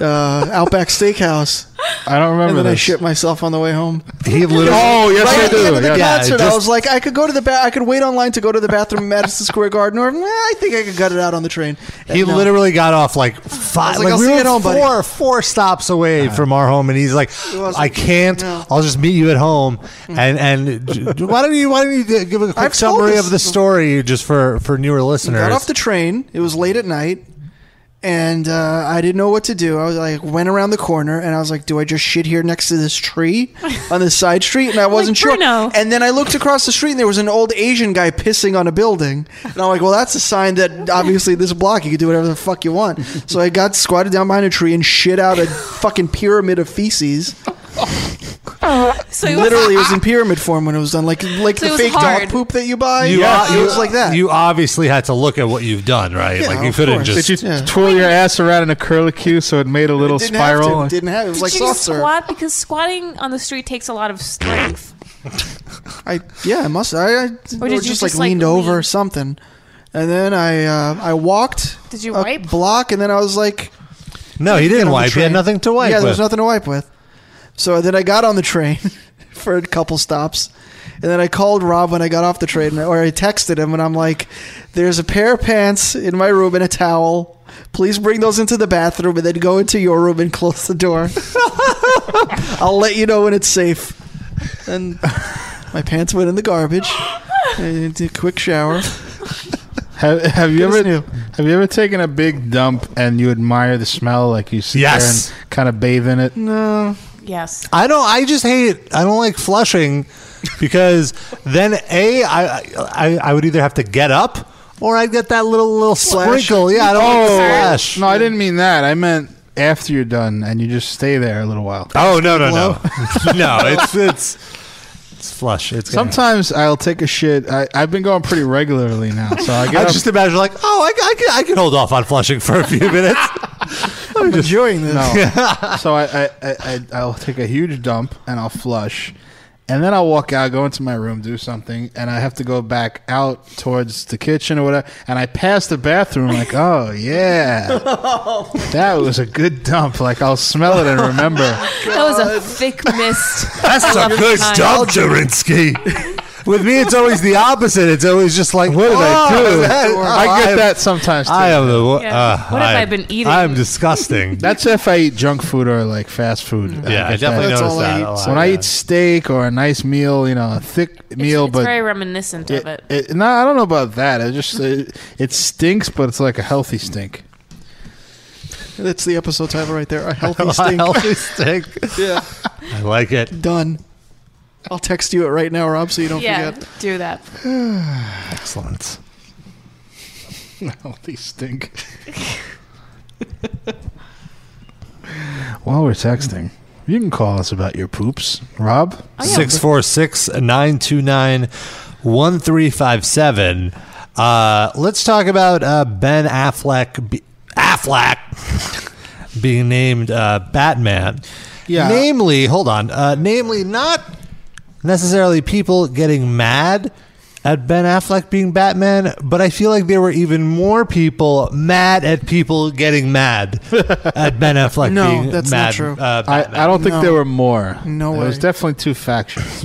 E: uh, Outback Steakhouse,
B: I don't remember.
E: and then I
B: this.
E: shit myself on the way home.
C: He literally.
B: Oh yes,
E: right
B: I
E: at the
B: do.
E: end of the
B: Yes.
E: concert, I was like, I could go to the ba- I could wait online to go to the bathroom, at Madison Square Garden, or eh, I think I could gut it out on the train.
C: He
E: No.
C: literally got off like five,
E: was
C: like,
E: like, I'll
C: we
E: see you
C: were
E: at home,
C: four,
E: buddy.
C: four stops away from our home, and he's like,
E: wasn't-
C: "I can't.
E: no. Mm.
C: I'll just meet you at home." And and d- d- why don't you why don't you give a quick
E: I've told
C: summary
E: this-
C: of the story just for for newer listeners?
E: Got off the train. It was late at night, and uh, I didn't know what to do. I was like, went around the corner, and I was like, "Do I just shit here next to this tree on this side street?" And I wasn't sure.
D: Bruno.
E: And then I looked across the street, and there was an old Asian guy pissing on a building. And I'm like, "Well, that's a sign that obviously this block you can do whatever the fuck you want." So I got squatted down behind a tree and shit out a fucking pyramid of feces.
D: So it was,
E: Literally, it was in pyramid form when it was done, like like
D: So it
E: the
D: was
E: fake
D: hard.
E: dog poop that you buy.
C: You,
E: yeah,
C: o-
E: it
C: you-
E: was like that.
C: You obviously had to look at what you've done, right?
E: Yeah,
C: like you
E: of
C: couldn't
E: course.
C: just.
B: Did you
E: Yeah.
B: twirl your ass around in a curlicue so it made a little
E: didn't
B: spiral?
E: Have to, didn't have. It was
D: did
E: like
D: you
E: soft serve.
D: squat? Because squatting on the street takes a lot of strength.
E: I yeah, I must. I, I or
D: did you
E: just,
D: just,
E: like
D: like,
E: leaned over
D: lean?
E: or something, and then I uh, I walked.
D: Did you
E: a
D: wipe?
E: block? And then I was like,
C: no, he
E: on
C: didn't
E: the
C: wipe. He had
E: train.
C: nothing to wipe.
E: Yeah, there was
C: with.
E: nothing to wipe with. So then I got on the train for a couple stops, and then I called Rob when I got off the train, or I texted him, and I'm like, "There's a pair of pants in my room and a towel." Please bring those into the bathroom and then go into your room and close the door. I'll let you know when it's safe. And my pants went in the garbage. And did a quick shower.
B: Have, have you
E: Goodness
B: ever
E: knew.
B: have you ever taken a big dump and you admire the smell like you sit
C: Yes.
B: there and kind of bathe in it?
E: No.
D: Yes.
C: I don't. I just hate. I don't like flushing because then a I, I I would either have to get up or I'd get that little little
E: Splash.
C: sprinkle. Yeah, I don't
E: Oh.
C: like the splash.
B: Oh. no, I didn't mean that. I meant after you're done and you just stay there a little while.
C: Oh no no no no! It's it's it's flush. It's gonna-
B: Sometimes I'll take a shit. I, I've been going pretty regularly now, so I
C: I
B: get up-
C: just imagine like oh I, I can I can hold off on flushing for a few minutes.
E: I'm enjoying this.
B: No. so I, I, I, I, I'll take a huge dump and I'll flush. And then I'll walk out, go into my room, do something, and I have to go back out towards the kitchen or whatever. And I pass the bathroom, like, oh, yeah. that was a good dump. Like, I'll smell it and remember.
D: That was a thick mist.
C: That's a
D: Love
C: good
D: time.
C: dump, Jarinsky. With me, it's always the opposite. It's always just like, oh, what did I do?
B: I get that sometimes. Too.
C: I am the. wo-
D: Yeah.
C: Uh,
D: What have
C: I,
D: I been eating?
C: I'm disgusting. Mm-hmm.
B: That's if I eat junk food or like fast food.
C: yeah, I
B: get
C: definitely
B: that.
C: noticed
E: all I
C: that.
E: eat.
C: a lot,
B: when I
C: yeah.
B: eat steak or a nice meal, you know, a thick meal,
D: it's
B: but
D: very reminiscent of it.
B: It, no, I don't know about that. It just it, it stinks, but it's like a healthy stink.
E: That's the episode title right there. A healthy
C: A
E: stink.
C: healthy steak.
E: yeah.
C: I like it.
E: Done. I'll text you it right now, Rob, so you don't
D: yeah,
E: forget.
D: do that.
C: Excellent.
B: healthy stink. While we're texting, you can call us about your poops, Rob.
D: Oh, yeah.
C: Six four six nine two nine one three five seven. Uh, let's talk about uh, Ben Affleck. Be- Affleck being named uh, Batman.
B: Yeah.
C: Namely, hold on. Uh, namely, not necessarily people getting mad at Ben Affleck being Batman, but I feel like there were even more people mad at people getting mad at Ben Affleck
E: No,
C: being
E: that's not
C: mad.
E: true.
C: Uh,
B: I,
C: Batman.
B: I don't think
E: No.
B: there were more.
E: No
B: There was
E: way.
B: definitely two factions.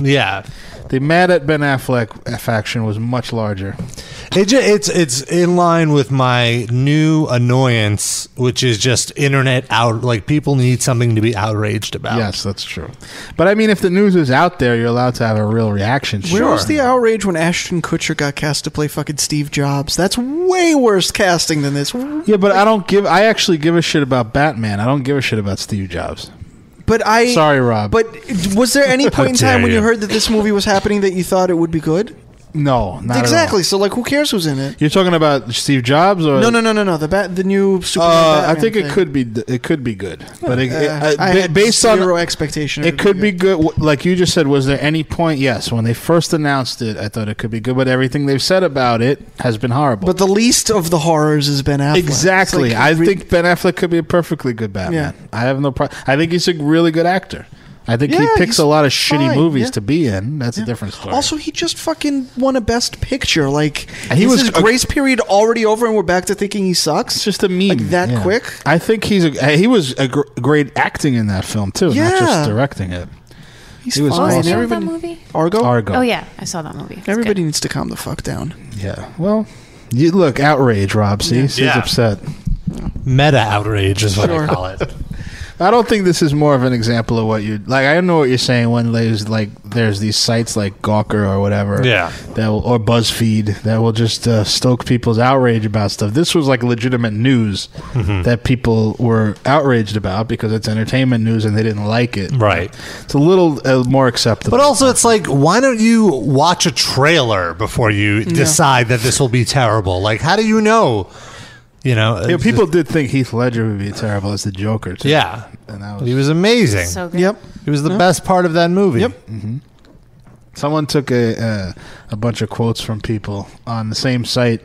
C: yeah.
B: The mad at Ben Affleck faction was much larger.
C: It ju- it's it's in line with my new annoyance, which is just internet out. Like people need something to be outraged about.
B: Yes, that's true. But I mean, if the news is out there, you're allowed to have a real reaction.
E: Where
B: Sure.
E: was the outrage when Ashton Kutcher got cast to play fucking Steve Jobs? That's way worse casting than this.
B: Yeah, but I don't give. I actually give a shit about Batman. I don't give a shit about Steve Jobs.
E: But I
B: Sorry, Rob.
E: But was there any point in
C: How
E: time
C: dare
E: when you
C: you.
E: heard that this movie was happening that you thought it would be good?
B: No, not at all.
E: exactly. So like, who cares who's in it?
B: You're talking about Steve Jobs or
E: No, no, no, no, no. The bat, the new Superman.
B: Uh, I
E: Batman
B: think
E: thing.
B: it could be it could be good, but it, it-
E: Uh,
B: uh,
E: I
B: ba-
E: had
B: based
E: zero
B: on
E: expectation. of
B: it could be
E: good.
B: good. W- Like you just said, was there any point? Yes, when they first announced it, I thought it could be good, but everything they've said about it has been horrible.
E: But the least of the horrors has been Affleck.
B: exactly,
E: It's like,
B: I
E: re-
B: think Ben Affleck could be a perfectly good Batman.
E: Yeah.
B: I have no problem. I think he's a really good actor. I think he
E: Yeah,
B: picks
E: he's
B: a lot of shitty
E: fine,
B: movies
E: yeah.
B: to be in. That's a different story.
E: Also, he just fucking won a Best Picture. Like,
B: And he
E: is
B: was
E: his
B: a-
E: grace period already over, and we're back to thinking he sucks.
B: It's just a meme.
E: Like that
B: yeah.
E: quick?
B: I think he's a he was a gr- great acting in that film too, not
E: Yeah.
B: just directing it.
E: He's
B: He was
E: fine.
D: Oh,
B: awesome.
D: I saw
E: Everybody,
D: that movie.
E: Argo.
B: Argo.
D: Oh yeah, I saw that movie. It's good.
E: Everybody needs to calm the fuck down.
B: Yeah. Well, you look outrage, Rob. See, he's
C: Yeah.
B: upset.
C: Meta outrage is what
E: Sure.
C: I call it.
B: I don't think this is more of an example of what you like. I know what you're saying when there's like there's these sites like Gawker or whatever,
C: Yeah.
B: that will, or BuzzFeed that will just uh, stoke people's outrage about stuff. This was like legitimate news
C: Mm-hmm.
B: that people were outraged about because it's entertainment news and they didn't like it.
C: Right.
B: It's a little uh, more acceptable.
C: But also, it's like, why don't you watch a trailer before you decide that this will be terrible? Like, how do you know? You know,
B: Yeah,
C: it's
B: people
C: just-
B: did think Heath Ledger would be terrible as the Joker. Too.
C: yeah,
B: and that
C: he
B: was
C: was amazing.
D: So good.
E: Yep.
C: he was the best part of that movie.
E: Yep.
B: Mm-hmm. someone took a uh, a bunch of quotes from people on the same site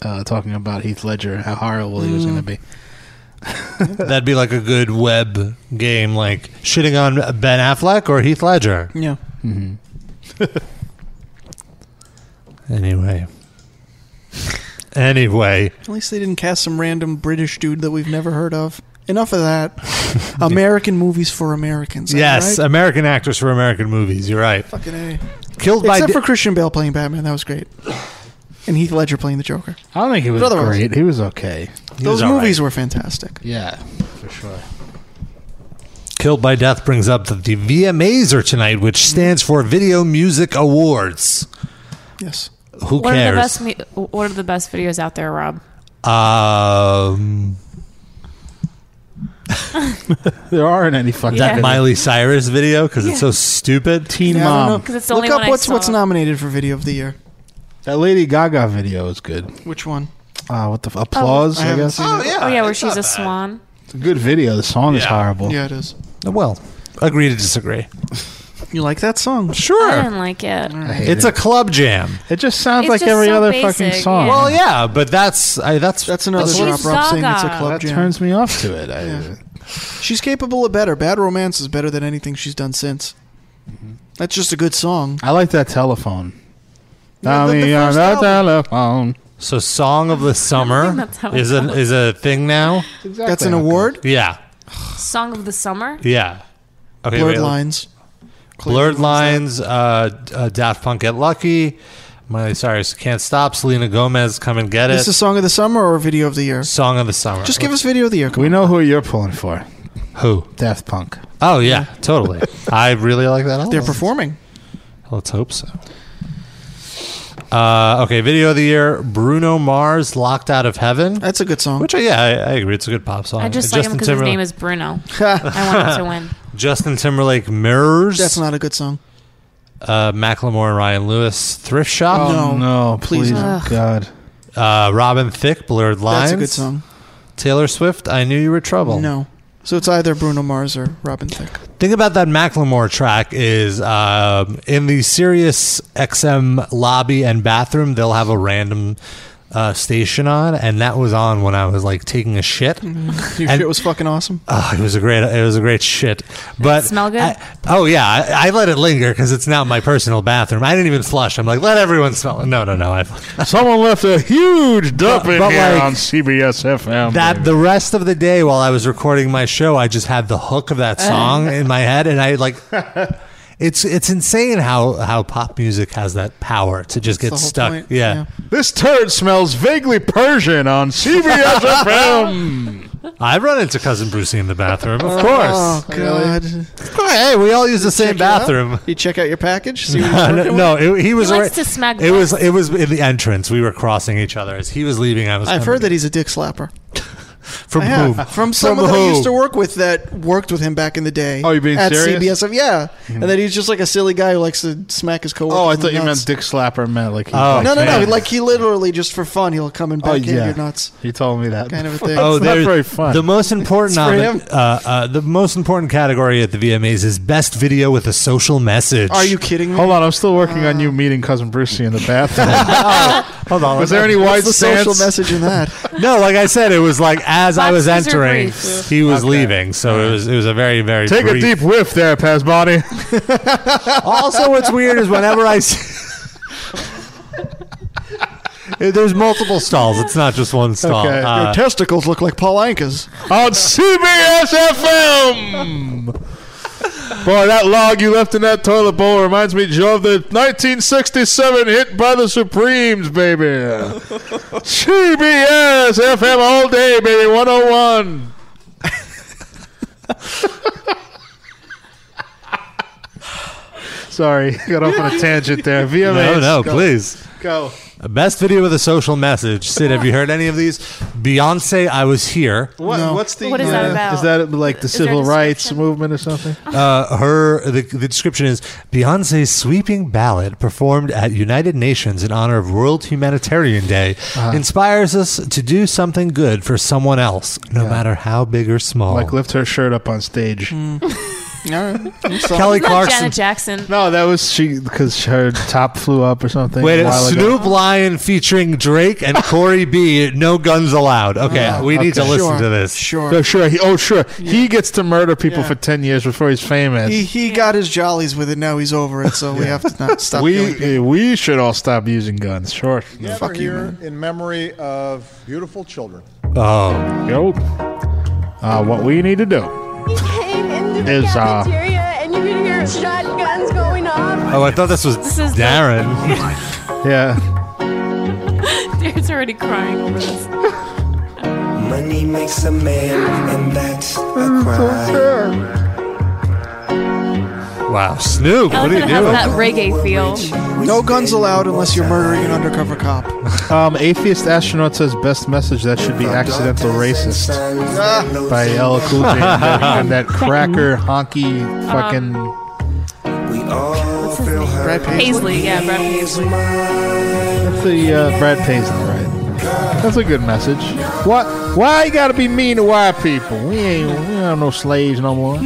B: uh, talking about Heath Ledger, how horrible he was going
E: Mm.
B: to be.
C: That'd be like a good web game, like shitting on Ben Affleck or Heath Ledger.
E: Yeah.
C: Anyway. Anyway,
E: At least they didn't cast some random British dude that we've never heard of. Enough of that. American movies for Americans. am I
C: yes,
E: right?
C: American actors for American movies. You're right.
E: Fucking A.
C: Killed by
E: Except for
C: Di-
E: Christian Bale playing Batman, that was great. And Heath Ledger playing the Joker.
B: I don't think he was
E: But otherwise-
B: great. He was okay.
C: He was
E: Those
C: all right.
E: movies were fantastic.
B: Yeah, for sure.
C: Killed by Death brings up that the VMAs are tonight, which
B: Mm.
C: stands for Video Music Awards.
E: Yes.
C: Who
D: What are the
C: cares?
D: best? mu- What are the best videos out there, Rob?
C: um,
B: There aren't any fucking
D: Yeah.
C: that Miley Cyrus video because it's so stupid.
B: Teen
E: Yeah, I don't
B: Mom.
E: know.
D: 'Cause it's the
E: Look
D: only
E: up
D: one I
E: what's what's
D: saw.
E: nominated for video of the year.
B: That Lady Gaga video is good.
E: Which one? Oh,
B: Uh, what the f- applause?
E: I
B: I,
E: haven't
B: guess.
E: seen it.
D: Oh yeah, where she's a swan.
B: It's a good video. The song is
C: Yeah.
B: horrible. Uh,
E: Yeah, it is.
C: Well, agree to disagree.
E: You like that song?
D: I
C: Sure,
D: didn't like it.
B: I hate
C: it's
B: it.
C: a club jam.
B: It just sounds
D: It's
B: like
D: just
B: every
D: so
B: other
D: basic,
B: fucking song.
D: yeah.
C: Well, yeah, but that's I, that's
E: That's another
D: She's
E: drop Rob saying it's a
D: Gaga.
E: club
B: that
E: jam.
B: turns me off to it. I,
E: She's capable of better. Bad Romance is better than anything she's done since.
C: Mm-hmm.
E: That's just a good song.
B: I like that telephone.
E: Yeah, the- the
B: Dial me on
E: first
B: the
E: album.
B: telephone.
C: so. Song of the summer
D: that's how it's
C: is a is a thing now.
E: That's an award.
C: Yeah,
D: Song of the summer.
C: yeah. Okay,
E: Blurred
C: wait,
E: Lines.
C: Blurred Lines, uh, d- uh, Daft Punk Get Lucky, Miley Cyrus Can't Stop, Selena Gomez Come and Get It.
E: This is song of the summer or video of the year?
C: Song of the Summer.
E: Just give us video of the year.
B: We know who you're pulling for.
C: Who?
B: Daft Punk.
C: Oh, yeah, totally. I really like that album.
E: They're performing.
C: Let's hope so. Uh, okay, video of the year: Bruno Mars, "Locked Out of Heaven."
E: That's a good song.
C: Which, uh, yeah, I, I agree. It's a good pop song.
D: I just like him because his name is Bruno. I want him to win.
C: Justin Timberlake, "Mirrors."
E: That's not a good song.
C: Uh, Macklemore and Ryan Lewis, "Thrift Shop."
B: Oh, no, please,
C: Ugh.
B: God.
C: Uh, Robin Thicke, "Blurred Lines."
E: That's a good song.
C: Taylor Swift, "I Knew You Were Trouble."
E: No. So it's either Bruno Mars or Robin Thicke.
C: Thing about that Macklemore track is um, in the Sirius XM lobby and bathroom, they'll have a random uh, station on, and that was on when I was like taking a shit.
E: Your
C: And-
E: shit was fucking awesome.
C: Oh, it was a great, it was a great shit. But
E: smell good?
C: I- oh yeah, I, I let it linger because it's now my personal bathroom. I didn't even flush. I'm like, let everyone smell it. No, no, no. I
B: Someone left a huge dump
C: But-
B: in
C: but
B: here
C: like-
B: on CBS FM.
C: that the rest of the day while I was recording my show, I just had the hook of that song in my head, and I like. It's it's insane how how pop music has that power to just get
B: the whole
C: stuck.
B: point,
C: Yeah.
B: This turd smells vaguely Persian on CBS FM.
C: I've run into cousin Brucey in the bathroom, of course.
E: Oh, God.
C: Hey, we all use the same
E: check it out?
C: bathroom.
E: You check out your package? See what he's
C: no,
E: working
C: no,
E: with?
C: it- he was
D: He
C: alri-
D: likes to smack
C: It was it was in the entrance. We were crossing each other as he was leaving. I was.
E: I've heard that he's a dick slapper.
C: from
E: I
C: whom?
E: have. From someone
C: who?
E: that I used to work with that worked with him back in the day.
B: Oh, you being
E: at
B: serious?
E: CBS? Yeah.
C: Mm-hmm.
E: And then he's just like a silly guy who likes to smack his coworkers.
B: Oh, I
E: in the
B: thought you meant
E: nuts.
B: Dick Slapper meant like. He
C: Oh,
E: no, no, no.
C: man.
E: Like he literally just for fun, he'll come and back
B: Oh,
E: in
B: yeah.
E: your nuts.
B: He told me that.
E: Kind of a thing.
C: Oh,
E: It's not
C: there's-
E: very fun.
C: The most important
E: It's for
C: nomi-
E: him.
C: uh, uh, the most important category at the VMAs is best video with a social message.
E: Are you kidding me? Ah.
B: Hold on, I'm still working on you meeting cousin Brucey in the bathroom.
C: Oh, Hold on.
B: Was there any
C: What's
B: wide
C: the
B: stance?
C: social
E: message in that?
C: No, like I said, it was like as I was
B: Boxes or
C: entering,
B: briefs?
C: he was leaving, so it was it was a very very
B: Take a
C: brief-
B: deep whiff there, Pasbani.
C: also, what's weird is whenever I see. eh, There's multiple stalls. It's not just one stall.
E: Okay.
C: Uh,
E: your testicles look like Paul Anka's.
B: on CBS FM. Boy, that log you left in that toilet bowl reminds me, Joe, of the 1967 hit by the Supremes, baby. CBS FM all day, baby, 101. Sorry, got off on a tangent there. VMAs.
C: no, no,
B: go.
C: please. Uh,
B: Go.
C: Best video with a social message. Sid, have you heard any of these? Beyonce, I was here.
B: What, What's the? uh,
D: What is that about?
B: Is that like the
D: Is there a
B: civil rights movement or something?
C: Uh, her the, the description is Beyonce's sweeping ballad performed at United Nations in honor of World Humanitarian Day
B: Uh-huh.
C: inspires us to do something good for someone else, no matter how big or small.
B: Like lift her shirt up on stage.
D: Hmm.
E: All right.
C: Kelly
D: It's not
C: Clarkson.
D: Janet Jackson.
B: No, that was she because her top flew up or something.
C: Wait,
B: a while ago.
C: Snoop Lion featuring Drake and Corey B. No guns allowed. Okay,
B: Oh,
C: we need to
B: okay.
C: listen
B: Sure.
C: to this.
E: Sure.
B: No, sure. He, oh, sure. He gets to murder people for ten years before he's famous.
E: He, he got his jollies with it. Now he's over it, so we have to not stop. killing people.
B: we we should all stop using guns. Sure.
M: Fuck here in memory of beautiful children.
C: Oh.
B: Yo. Uh, what we need to do. Is, uh,
H: cafeteria and you can hear shotguns going off.
C: Oh, I thought this was
D: This is the-
C: Darren.
B: yeah.
D: Darren's already crying over this.
K: Money makes a man, and that's a crime.
C: Wow, Snoop,
D: I
C: what
D: like
C: are
D: that
C: you
D: it has
C: doing?
D: that reggae feel.
E: No guns allowed unless you're murdering an undercover cop.
B: Um, atheist astronaut says best message that should be accidental racist
C: Ah.
B: by LL Cool J and that- and that cracker honky fucking.
D: Um.
B: Brad
D: Paisley, yeah, Brad Paisley.
B: That's the uh, Brad Paisley, right? That's a good message. What? Why you gotta be mean to white people? We ain't we ain't no slaves no more.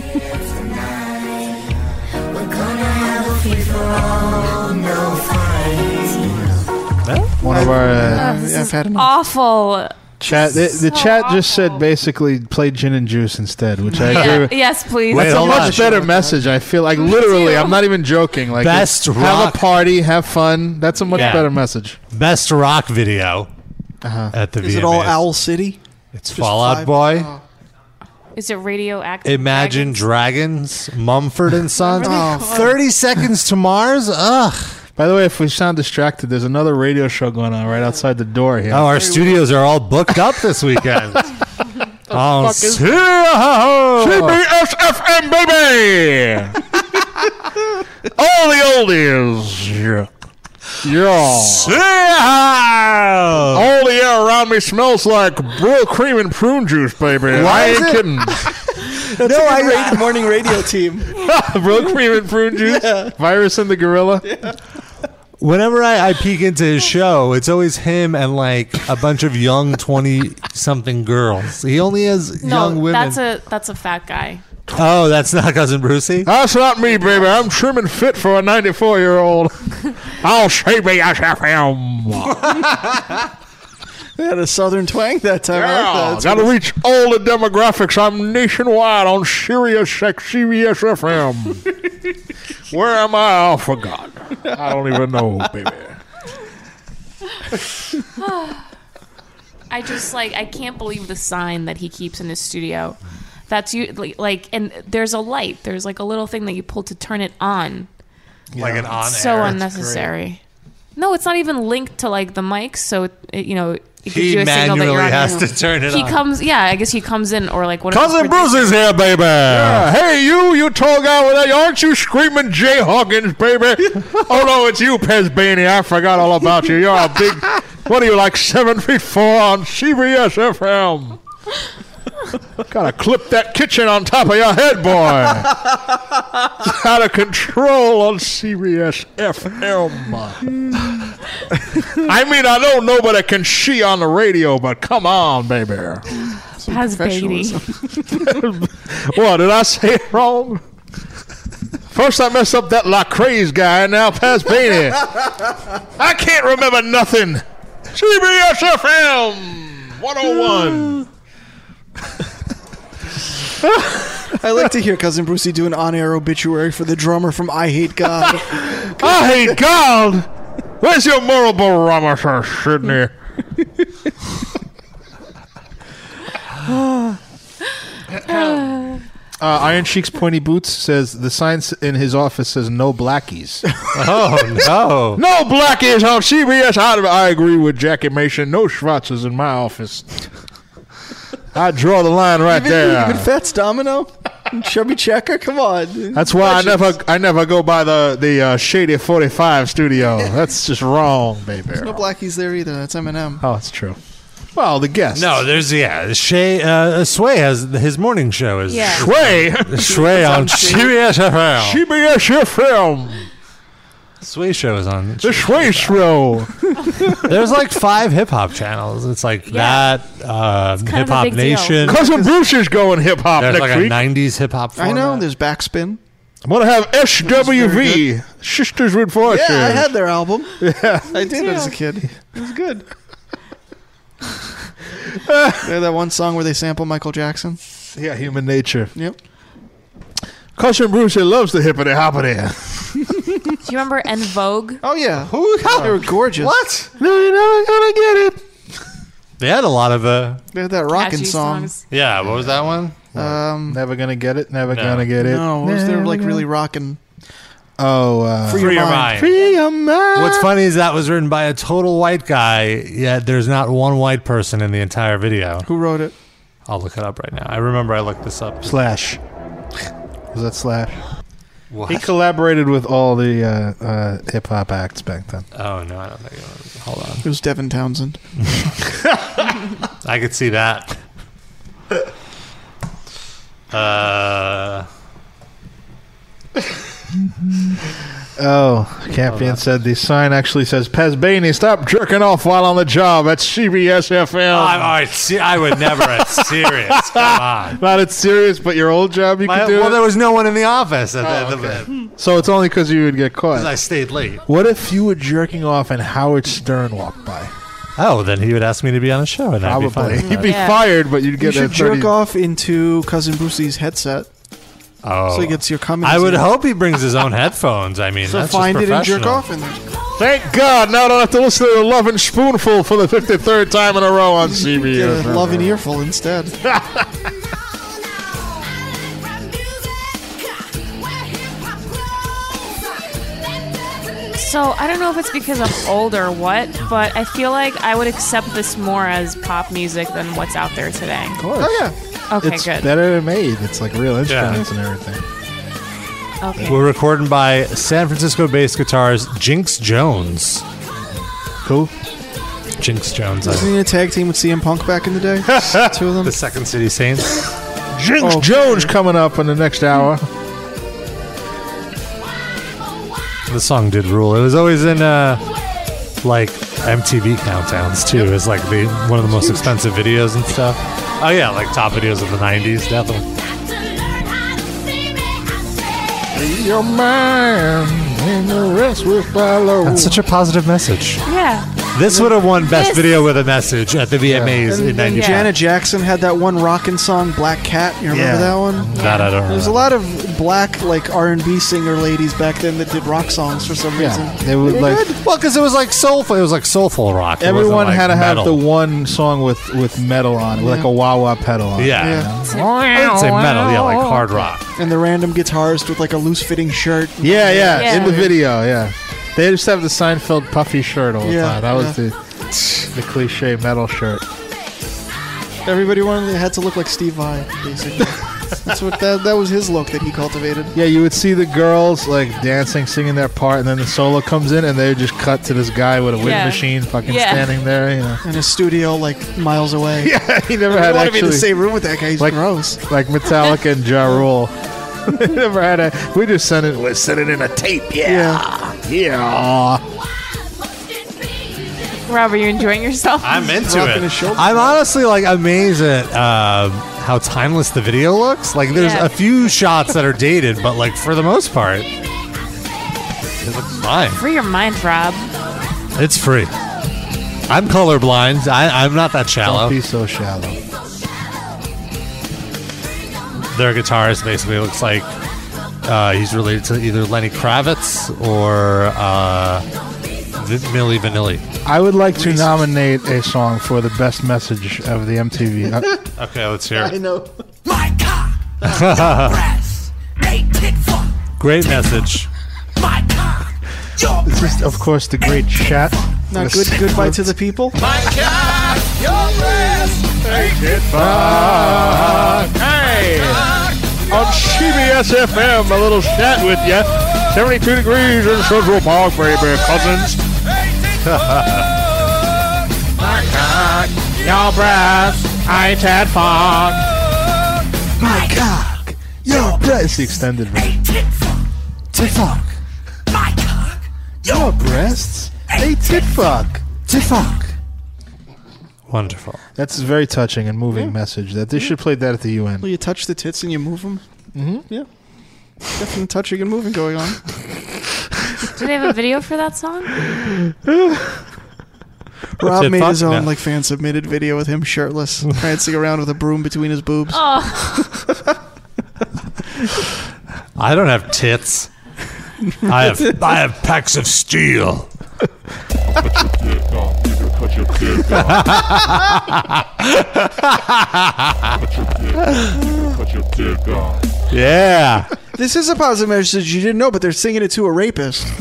B: One of our uh,
D: Ugh, this is awful.
B: chat, the, the
D: so
B: chat just said basically play gin and juice instead, which I agree.
D: Yeah,
B: with.
D: yes, please.
B: That's a much better message. I feel like literally, I'm not even joking. Like,
C: Best
B: have
C: rock-
B: a party, have fun. That's a much
C: Yeah.
B: better message. Uh-huh.
C: Best rock video at the
E: Is
C: VMAs.
E: it all Owl City?
C: It's
E: Just Uh,
C: Fallout
D: Oh.
E: five-
C: Boy.
D: Is it radioactive?
C: Imagine Dragons, Mumford and Sons.
B: Oh.
D: Really
M: cool.
C: 30 Seconds to Mars. Ugh.
M: By the way, if we sound distracted, there's another radio show going on right outside the door here.
C: Oh, our studios are all booked up this weekend. oh,
M: is-
C: see
K: Uh-huh.
C: ya.
M: CBSFM, baby! all the oldies. Yeah. All the air around me smells like brew cream and prune juice, baby.
N: Why
M: I
N: is
M: ain't
N: it-
M: kidding.
E: That's no, I the morning radio team.
M: brew cream and prune juice. Virus and the gorilla.
C: Whenever I, I peek into his show, it's always him and like a bunch of young 20 something girls. He only has
D: No,
C: young women.
D: that's a that's a fat guy.
C: oh, that's not Cousin Brucey?
M: That's not me, baby. I'm trim and fit for a 94 year old. I'll CBSFM.
E: They had a southern twang that time. I
M: Yeah,
E: like that.
M: gotta reach all the demographics. I'm nationwide on Sirius X CBS FM. Where am I? I forgot. I don't even know, baby.
D: I just like I can't believe the sign that he keeps in his studio. That's you like, like and there's a light. There's like a little thing that you pull to turn it on.
C: Like an on
D: so
C: air.
D: unnecessary. No, it's not even linked to like the mic, so it, it, you know it gives
C: He
D: you a signal that
C: manually
D: you're on.
C: has to turn it
D: he
C: on.
D: comes, yeah. I guess he comes in or like what?
M: Cousin Bruce is here, baby. Hey, you, you tall guy with that. Aren't you screaming Jay Hawkins, baby? oh, no, it's you, Pezbini. I forgot all about you. You're a big, what are you, like seven feet four on CBS FM? Gotta clip that kitchen on top of your head, boy. Out of control on CBS FM. I mean, I know nobody can she on the radio, but come on, baby.
D: Has baby.
M: What did I say it wrong? First I messed up that Lacraze guy, and now Pasbania. I can't remember nothing. CBS FM 101.
E: I like to hear cousin Brucey do an on-air obituary for the drummer from I Hate God.
M: I hate God. Where's your moral barometer, Sydney? Uh, Iron Sheik's pointy boots says the sign in his office says no blackies.
C: Oh, no.
M: no blackies on CBS. I, I agree with Jackie Mason. No Schwarzes in my office. I draw the line right
E: even,
M: there.
E: even Fats Domino, and Chubby Checker. Come on.
M: That's why I never I never go by the the uh, shady forty five studio. That's just wrong, baby.
E: There's no blackies there either. That's Eminem.
M: Oh, it's true. Well, the guest.
C: No, there's, yeah. Shay, uh, Sway has his morning show is
D: Yeah.
M: Sway.
C: Sway on CBS FM.
M: CBS FM.
C: Sway show is on.
M: The Sway Show.
C: There's like five hip hop channels. It's like that, uh,
D: kind
C: Hip
D: of a
C: Hop
D: big deal.
C: Nation.
M: Cousin Bruce is going hip hop
C: There's
M: next
C: like
M: week.
C: a 90s hip hop.
E: I know. There's Backspin.
M: I'm gonna have SWV Sisters with Voices.
E: Yeah, I had their album.
M: Yeah.
E: I did as a kid. It was good. they had that one song where they sample Michael Jackson.
M: Yeah, human nature.
E: Yep.
M: Cousin Bruce he loves the hippity hoppity.
D: Do you remember En Vogue?
E: Oh yeah,
M: Who?
E: they were gorgeous.
M: What? No, you're never gonna get it.
C: They had a lot of, uh,
E: They had that rocking
D: Catchy
E: song.
D: songs.
C: yeah, what was that one?
E: Um,
M: Never gonna get it. Never
C: No.
M: gonna get it.
E: no, what was their like
M: Never
E: really rocking?
M: gonna- Oh, uh,
E: Free Your Mind.
M: Free your mind.
C: What's funny is that was written by a total white guy, yet there's not one white person in the entire video.
E: Who wrote it?
C: I'll look it up right now. I remember I looked this up.
M: Slash. Was that Slash?
C: What?
M: He collaborated with all the uh, uh, hip hop acts back then.
C: oh, no, I don't think it was. Hold on.
E: It was Devin Townsend.
C: I could see that. Uh,
M: Oh, Campion said the sign actually says Pezbini, stop jerking off while on the job at CBS FM.
C: I, all right, see, I would never. It's serious. Come on.
M: Not it's serious, but your old job you
C: My-
M: could do.
C: well,
M: it?
C: there was no one in the office. At the, the,
M: so it's only because you would get
C: 'cause I
M: caught.
C: stayed late.
M: What if you were jerking off and Howard Stern walked by?
C: Oh, then he would ask me to be on the show, and I'd be fine.
M: Probably.
C: with
M: You'd
C: that.
M: be
D: Yeah.
M: fired, but you'd
E: You
M: get a
E: should
M: 30
E: jerk off into cousin Brucey's headset
C: Oh.
E: so he gets your comments.
C: I would
E: in.
C: hope he brings his own headphones. I mean,
E: So
C: that's
E: find
C: just
E: it and jerk
C: professional.
E: off in there.
M: Thank God, now I don't have to listen to the Love and Spoonful for the 53rd time in a row on
E: Get
M: CBS.
E: a love and earful instead.
D: So I don't know if it's because I'm older or what, but I feel like I would accept this more as pop music than what's out there today. Of
B: course.
D: Oh yeah. Okay,
B: it's
D: good.
B: better made. It's like real instruments and everything.
D: Okay.
C: We're recording by San Francisco based guitarist Jinx Jones.
B: Who?
C: Jinx Jones.
E: Wasn't
C: I-
E: he in a tag team with CM Punk back in the day? Two of them.
C: The Second City Saints. Oh.
B: Jinx Jones coming up in the next hour.
C: The song did rule. It was always in uh, like MTV countdowns too. It was like the one of the most expensive videos and stuff. Oh yeah, like top videos of the '90s, definitely.
B: Your man and the rest will follow.
C: That's such a positive message.
D: Yeah.
C: This would have won best
E: This-
C: video with a message at the VMAs in
E: And, and
C: '95.
E: Janet Jackson had that one rockin' song, Black Cat. You remember
C: Yeah.
E: that one?
C: That I don't
E: There's a lot of black like R&B singer ladies back then that did rock songs for some reason.
B: they would,
E: They're
B: like-
E: good.
C: Well, because it was like soulful. It was like soulful rock. It wasn't,
B: Everyone
C: like,
B: had to have
C: metal.
B: the one song with, with metal on, with like a wah wah pedal on. it,
C: Yeah.
B: you know?
C: I would say metal. Yeah, like hard rock.
E: And the random guitarist with like a loose fitting shirt.
B: Yeah, yeah,
E: Yeah.
B: in the video, yeah. They just have the Seinfeld puffy shirt all the
E: Yeah,
B: time. That was
E: yeah.
B: the, the cliche metal shirt.
E: Everybody wanted had to look like Steve Vai, basically. That's what that, that was his look that he cultivated.
B: Yeah, you would see the girls like dancing, singing their part, and then the solo comes in, and they would just cut to this guy with a wind
E: Yeah.
B: machine, fucking
E: Yeah.
B: standing there. You know,
E: In his studio, like miles away.
B: Yeah, he never
E: I
B: had
E: want to be in the
B: actually-
E: same room with that guy. He's
B: like
E: gross,
B: like Metallica and Ja Rule. They never had a. We just sent it. We sent it in a tape. Yeah, yeah.
D: Rob, are you enjoying yourself?
C: I'm into it. I'm honestly like amazed at um, how timeless the video looks. Like, there's
D: Yeah.
C: a few shots that are dated, but like for the most part, it looks fine.
D: Free your mind, Rob.
C: It's free. I'm colorblind. I, I'm not that shallow.
B: Don't be so shallow.
C: Their guitarist basically looks like uh, he's related to either Lenny Kravitz or uh, Vi- Milli Vanilli.
B: I would like to nominate a song for the best message of the MTV. Uh,
C: Okay, let's hear it.
E: know.
M: My cock, they tit for
C: Great message.
M: my cock.
B: This is, of course, the great chat.
E: Not good. Goodbye to the people.
M: My cock, your breast, they tit
B: Hey! On CBS FM, a little chat with you. 72 degrees in Central Park, baby, cousins.
M: My cock,
B: your breast, I tat fog.
M: My cock,
B: Yo, breast. The extended version.
M: tit for
B: Tit fuck.
M: my cock.
B: Your breasts? Hey, tit fuck. Tit fuck.
C: Wonderful.
B: That's a very touching and moving message. That they should play that at the UN.
E: Well, you touch the tits and you move them. Mm-hmm. Yeah, definitely touching and moving going on.
D: Do they have a video for that song?
E: Rob
B: Tit
E: made
B: fuck?
E: his own
B: No.
E: like fan submitted video with him shirtless, prancing around with a broom between his boobs.
C: I don't have tits. I have I have packs of steel. yeah.
E: This is a positive message you didn't know, but they're singing it to a rapist.
B: Oh,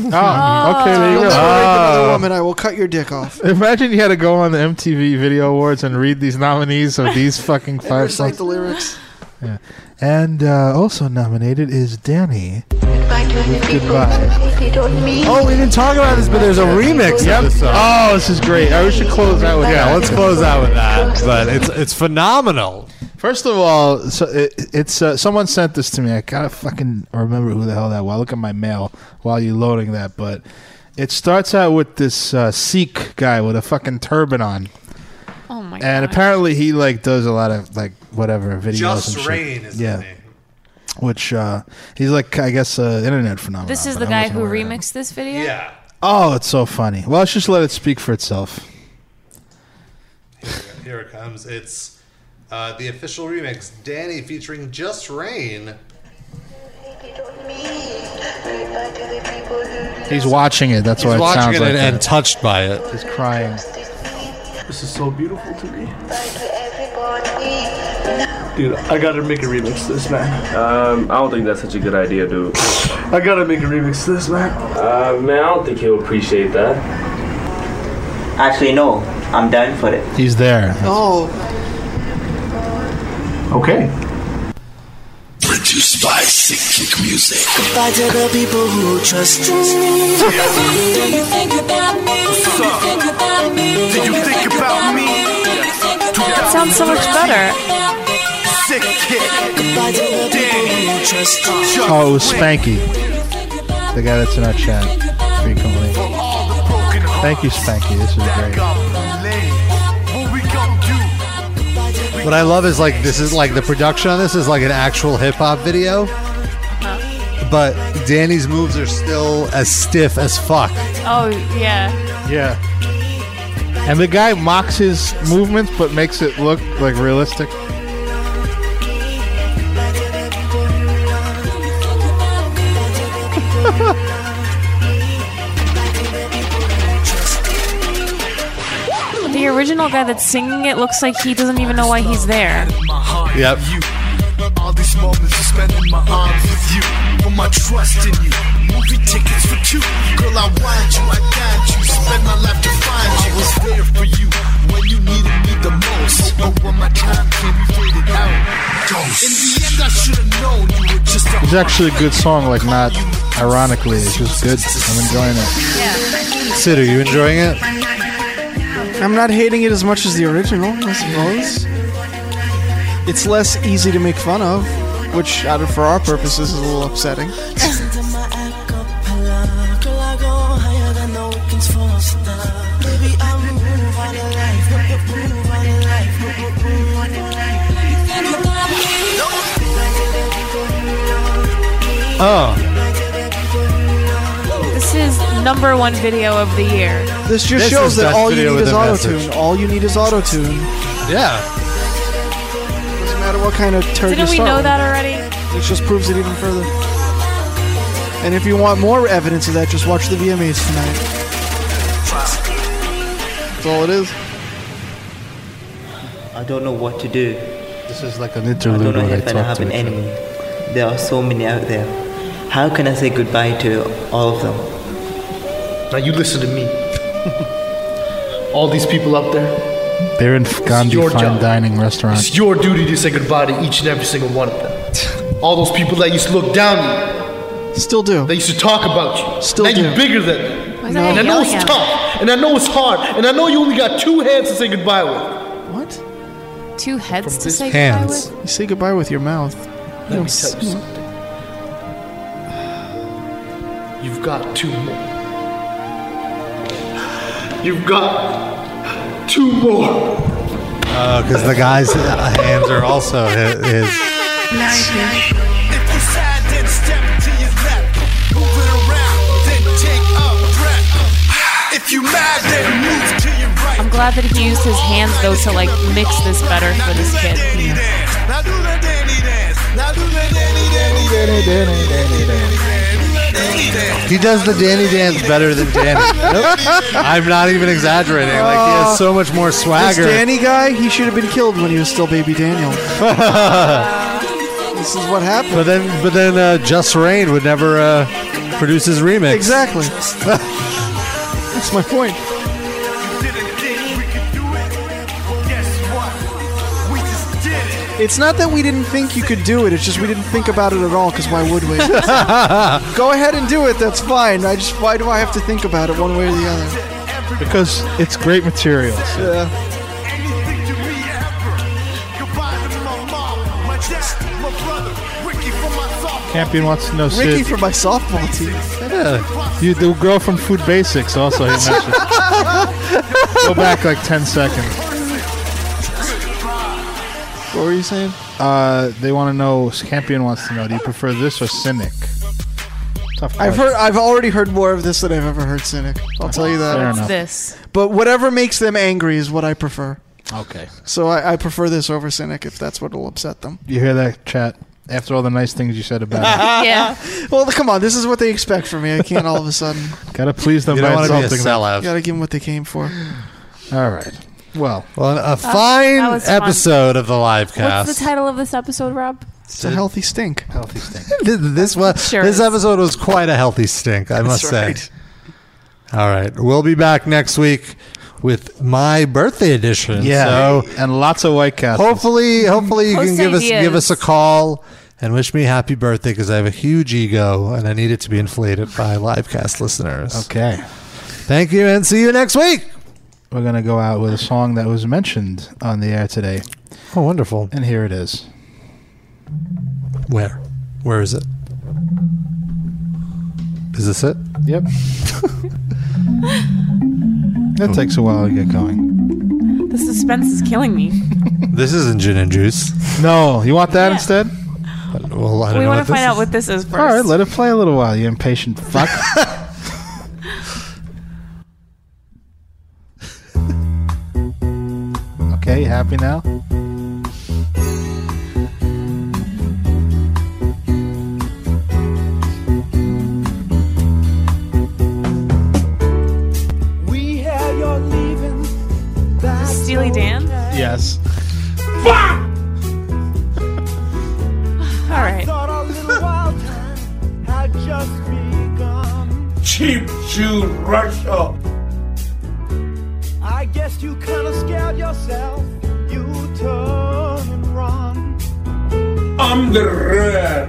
B: okay, there you
E: You'll
B: go.
E: never rape another
B: Oh.
E: woman. I will cut your dick off.
B: Imagine you had to go on the MTV Video Awards and read these nominees of these fucking
E: And
B: five
E: recite
B: songs.
E: the lyrics.
B: Yeah. And uh, also nominated is Danny. with Goodbye.
C: Oh, we didn't talk about this, but there's a remix
B: Yep.
C: of this song.
B: Oh, this is great. I wish to close out with
C: Yeah,
B: that.
C: let's close out with that. But it's it's phenomenal.
B: First of all, so it, it's uh, someone sent this to me. I gotta fucking remember who the hell that was. Look at my mail while you're loading that. But it starts out with this uh, Sikh guy with a fucking turban on,
D: Oh my
B: and apparently he like does a lot of like whatever videos.
C: Just
B: and shit.
C: Rain is the
B: yeah. Which uh, he's like, I guess, uh, internet phenomenon.
D: This is
B: but
D: the
B: I
D: guy
B: wasn't
D: who
B: aware.
D: remixed this video? Yeah.
B: Oh, it's so funny. Well, let's just let it speak for itself.
C: Here it comes. It's uh, the official remix. Danny featuring Just Rain.
B: He's watching it. That's
C: He's
B: why it
C: watching
B: sounds
C: it
B: like
C: and,
B: that.
C: and touched by it.
B: He's crying.
M: This is so beautiful to me.
O: Dude, I gotta make a remix to this, man.
P: Um, I don't think that's such a good idea, dude.
O: I gotta make a remix to this, man.
P: Uh, man, I don't think he'll appreciate that.
M: Actually, no. I'm down for it.
B: He's there.
E: Oh.
B: Okay.
K: Produced by Sick Kick Music.
H: By the people who trust me.
K: Do
H: you think about me?
K: What's up? Do you think about me? Do you think about me?
D: That sounds so much better.
K: Sick Kick. Danny. Chuck
B: Oh, it was
K: Wick.
B: Spanky, the guy that's in our chat frequently. Thank you, Spanky. This is great.
C: What I love is like this is like the production on this is like an actual hip hop video,
D: Uh-huh.
C: but Danny's moves are still as stiff as fuck.
D: Oh yeah.
B: Yeah. And the guy mocks his movements but makes it look like realistic.
D: The original guy that's singing it looks like he doesn't even know why he's there.
C: Yep.
K: All these moments I spend in my arms with you. Put my trust in you. Movie tickets for two. Girl, I want you, I got you. Spend my life to find you. I was there for you when you needed me the most. But when my time came, we waited out. In the end, I should have known you were just a
B: It's actually a good song, like not ironically, it's just good. I'm enjoying it. Sid, are you enjoying it?
E: I'm not hating it as much as the original, I suppose. It's less easy to make fun of, which, out of for our purposes, is a little upsetting.
C: Oh,
D: This is number one video of the year.
E: This just
D: This
E: shows
D: is
E: that
D: best
E: all you
D: video
E: need
D: with
E: is
D: a
E: auto
D: message.
E: tune. All you need is auto tune.
C: yeah.
E: Doesn't matter what kind of turd you
D: Didn't we
E: start
D: know
E: with.
D: that already?
E: It just proves it even further. And if you want more evidence of that, just watch the VMAs tonight. That's all it is.
M: I don't know what to do.
B: This is like an
M: I
B: interlude
M: don't know
B: where they
M: if I
B: talk
M: have
B: to
M: an
B: each other.
M: enemy. There are so many out there. How can I say goodbye to all of them?
O: Now you listen to me. All these people out there,
B: They're in Gandhi
O: your
B: Fine
O: job.
B: Dining Restaurant.
O: It's your duty to say goodbye to each and every single one of them. All those people that used to look down at
E: you. Still do.
O: They used to talk about you.
E: Still
O: now
E: do.
O: you're bigger than them.
E: Why is
O: And I
E: everybody
O: know it's
E: yelling at
O: tough. And I know it's hard. And I know you only got two hands to say goodbye with.
D: Two heads to say goodbye with?
E: You say goodbye with your mouth.
O: Let me tell you something. You've got two more. You've got two more.
C: Because the guy's uh, hands are also his. his.
K: If you sad, then step to your left. Move it around, then take a breath. If you mad, then move to your right.
D: I'm glad that he used his hands though to like mix this better for this kid.
K: Now do the Danny dance. Now do the Danny Danny Danny Danny Danny Danny Danny dance.
C: He does the Danny dance better than Danny. I'm not even exaggerating. Like he has so much more swagger.
E: This Danny guy, he should have been killed when he was still baby Daniel. this is what happened.
C: But then, but then, uh, Just Rain would never uh, produce his remix.
E: Exactly. That's my point. It's not that we didn't think you could do it. It's just we didn't think about it at all. Because why would we? Go ahead and do it. That's fine. I just why do I have to think about it one way or the other?
B: Because it's great material.
E: Yeah.
B: Campion wants to know
E: Ricky
B: Sid.
E: for my softball team.
B: Yeah. You, the girl from Food Basics also he mentioned. Go back like 10 seconds.
E: What were you saying?
B: Uh, they want to know, Campion wants to know, do you prefer this or Cynic? Tough
E: I've
B: question.
E: heard. I've already heard more of this than I've ever heard Cynic. I'll tell you that.
B: Fair What's enough.
D: this?
E: But whatever makes them angry is what I prefer.
B: Okay.
E: So I, I prefer this over Cynic if that's what'll upset them.
B: You hear that, chat? After all the nice things you said about it.
E: yeah. Well, come on. This is what they expect from me. I can't all of a sudden.
B: Gotta please them
C: You don't
B: by
C: wanna be a
B: insulting them.
C: sellout.
E: Gotta give them what they came for.
B: All right. Well,
C: well, a
B: fine
C: fine episode of the live
Q: What's the
C: cast.
Q: title of this episode, Rob?
E: It's a healthy stink.
B: Healthy stink.
C: Th- this was
Q: Sure
C: this
Q: is.
C: episode was quite a healthy stink, I
E: That's
C: must
E: right.
C: say. All right, we'll be back next week with my birthday edition.
B: Yeah,
C: so
B: and lots of White Castles.
C: hopefully, hopefully you can
B: Post
C: give us give us
B: ideas.
C: a call and wish me happy birthday because I have a huge ego and I need it to be inflated by livecast listeners.
B: Okay.
C: Thank you, and see you next week.
B: We're gonna go out with a song that was mentioned on the air today.
C: Oh, wonderful!
B: And here it is.
C: Where? Where is it? Is this it?
B: Yep. That takes a while to get going.
D: The suspense is killing me.
C: This isn't gin and juice.
B: No, you want that instead?
C: Well, I don't
D: We want
C: know what
D: to find
C: this
D: out what this is first.
B: All right, let it play a little while. You impatient fuck. okay, you happy now?
K: We hear you're leaving. That's
D: Steely Dan?
B: Yes.
D: All right.
K: Thought our little wild time had just begun.
M: Cheap Jew Russia.
K: I guess you kinda scared yourself. You turn and run.
M: I'm the red.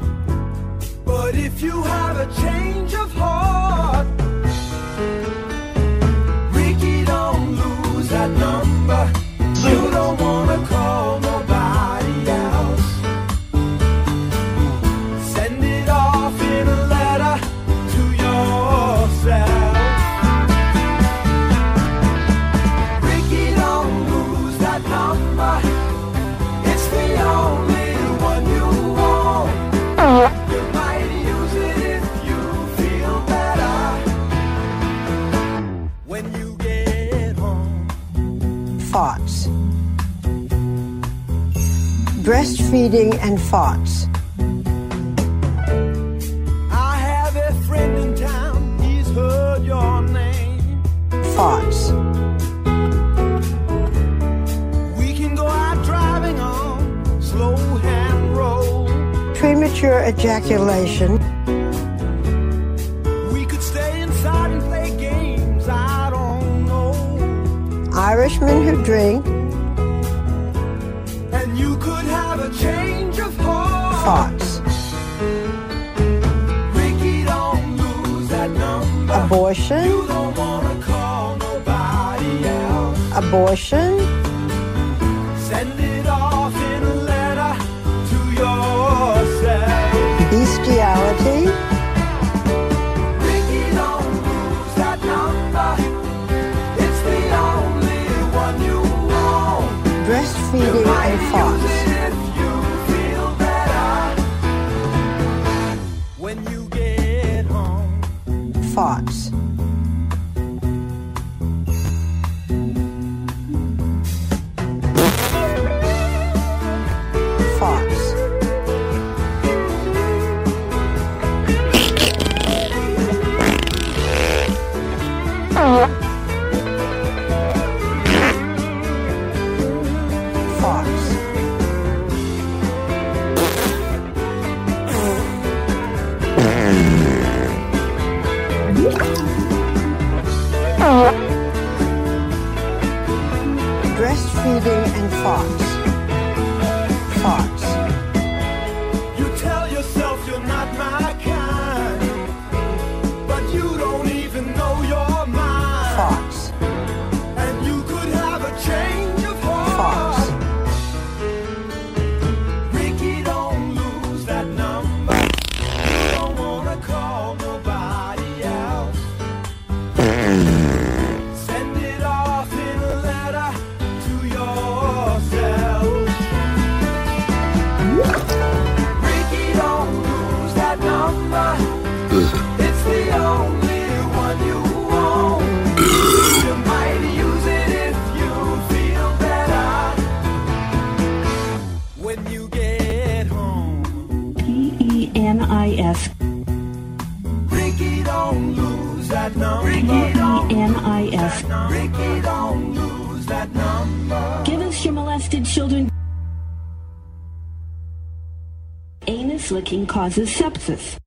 K: But if you have a change of heart, Ricky, don't lose that number. You don't wanna call nobody else. Send it off in a letter to yourself. Ricky, don't lose that number. It's the only one you want. You might use it if you feel better when you get home.
H: Thoughts. Breastfeeding and thoughts.
K: I have a friend in town, he's heard your name.
H: Thoughts.
K: We can go out driving on slow hand road.
H: Premature ejaculation.
K: We could stay inside and play games, I don't know.
H: Irishmen who drink.
K: And you could have a change of heart.
H: Thoughts.
K: Ricky, don't lose that number.
H: Abortion.
K: You don't wanna call nobody else.
H: Abortion.
K: Send it off in a letter to yourself.
H: Bestiality.
K: Ricky, don't lose that number. It's the only one you want.
H: Breastfeeding and thoughts.
K: Feel better when you get home.
H: Thoughts. Thoughts. Thoughts. Breastfeeding and thoughts. Thoughts.
K: You tell yourself you're not my kind, but you don't even know you're mine.
H: Thoughts.
K: And you could have a change of heart. Ricky, don't lose that number. You don't wanna call nobody else. Send it off in a letter to yourself. Ricky, don't lose that number. It's the only one you own. you might use it if you feel better when you get home.
R: E N I S.
K: Ricky, don't lose that number.
R: E N I S.
K: Ricky, don't lose that number.
H: Give us your molested children. Anus licking causes sepsis.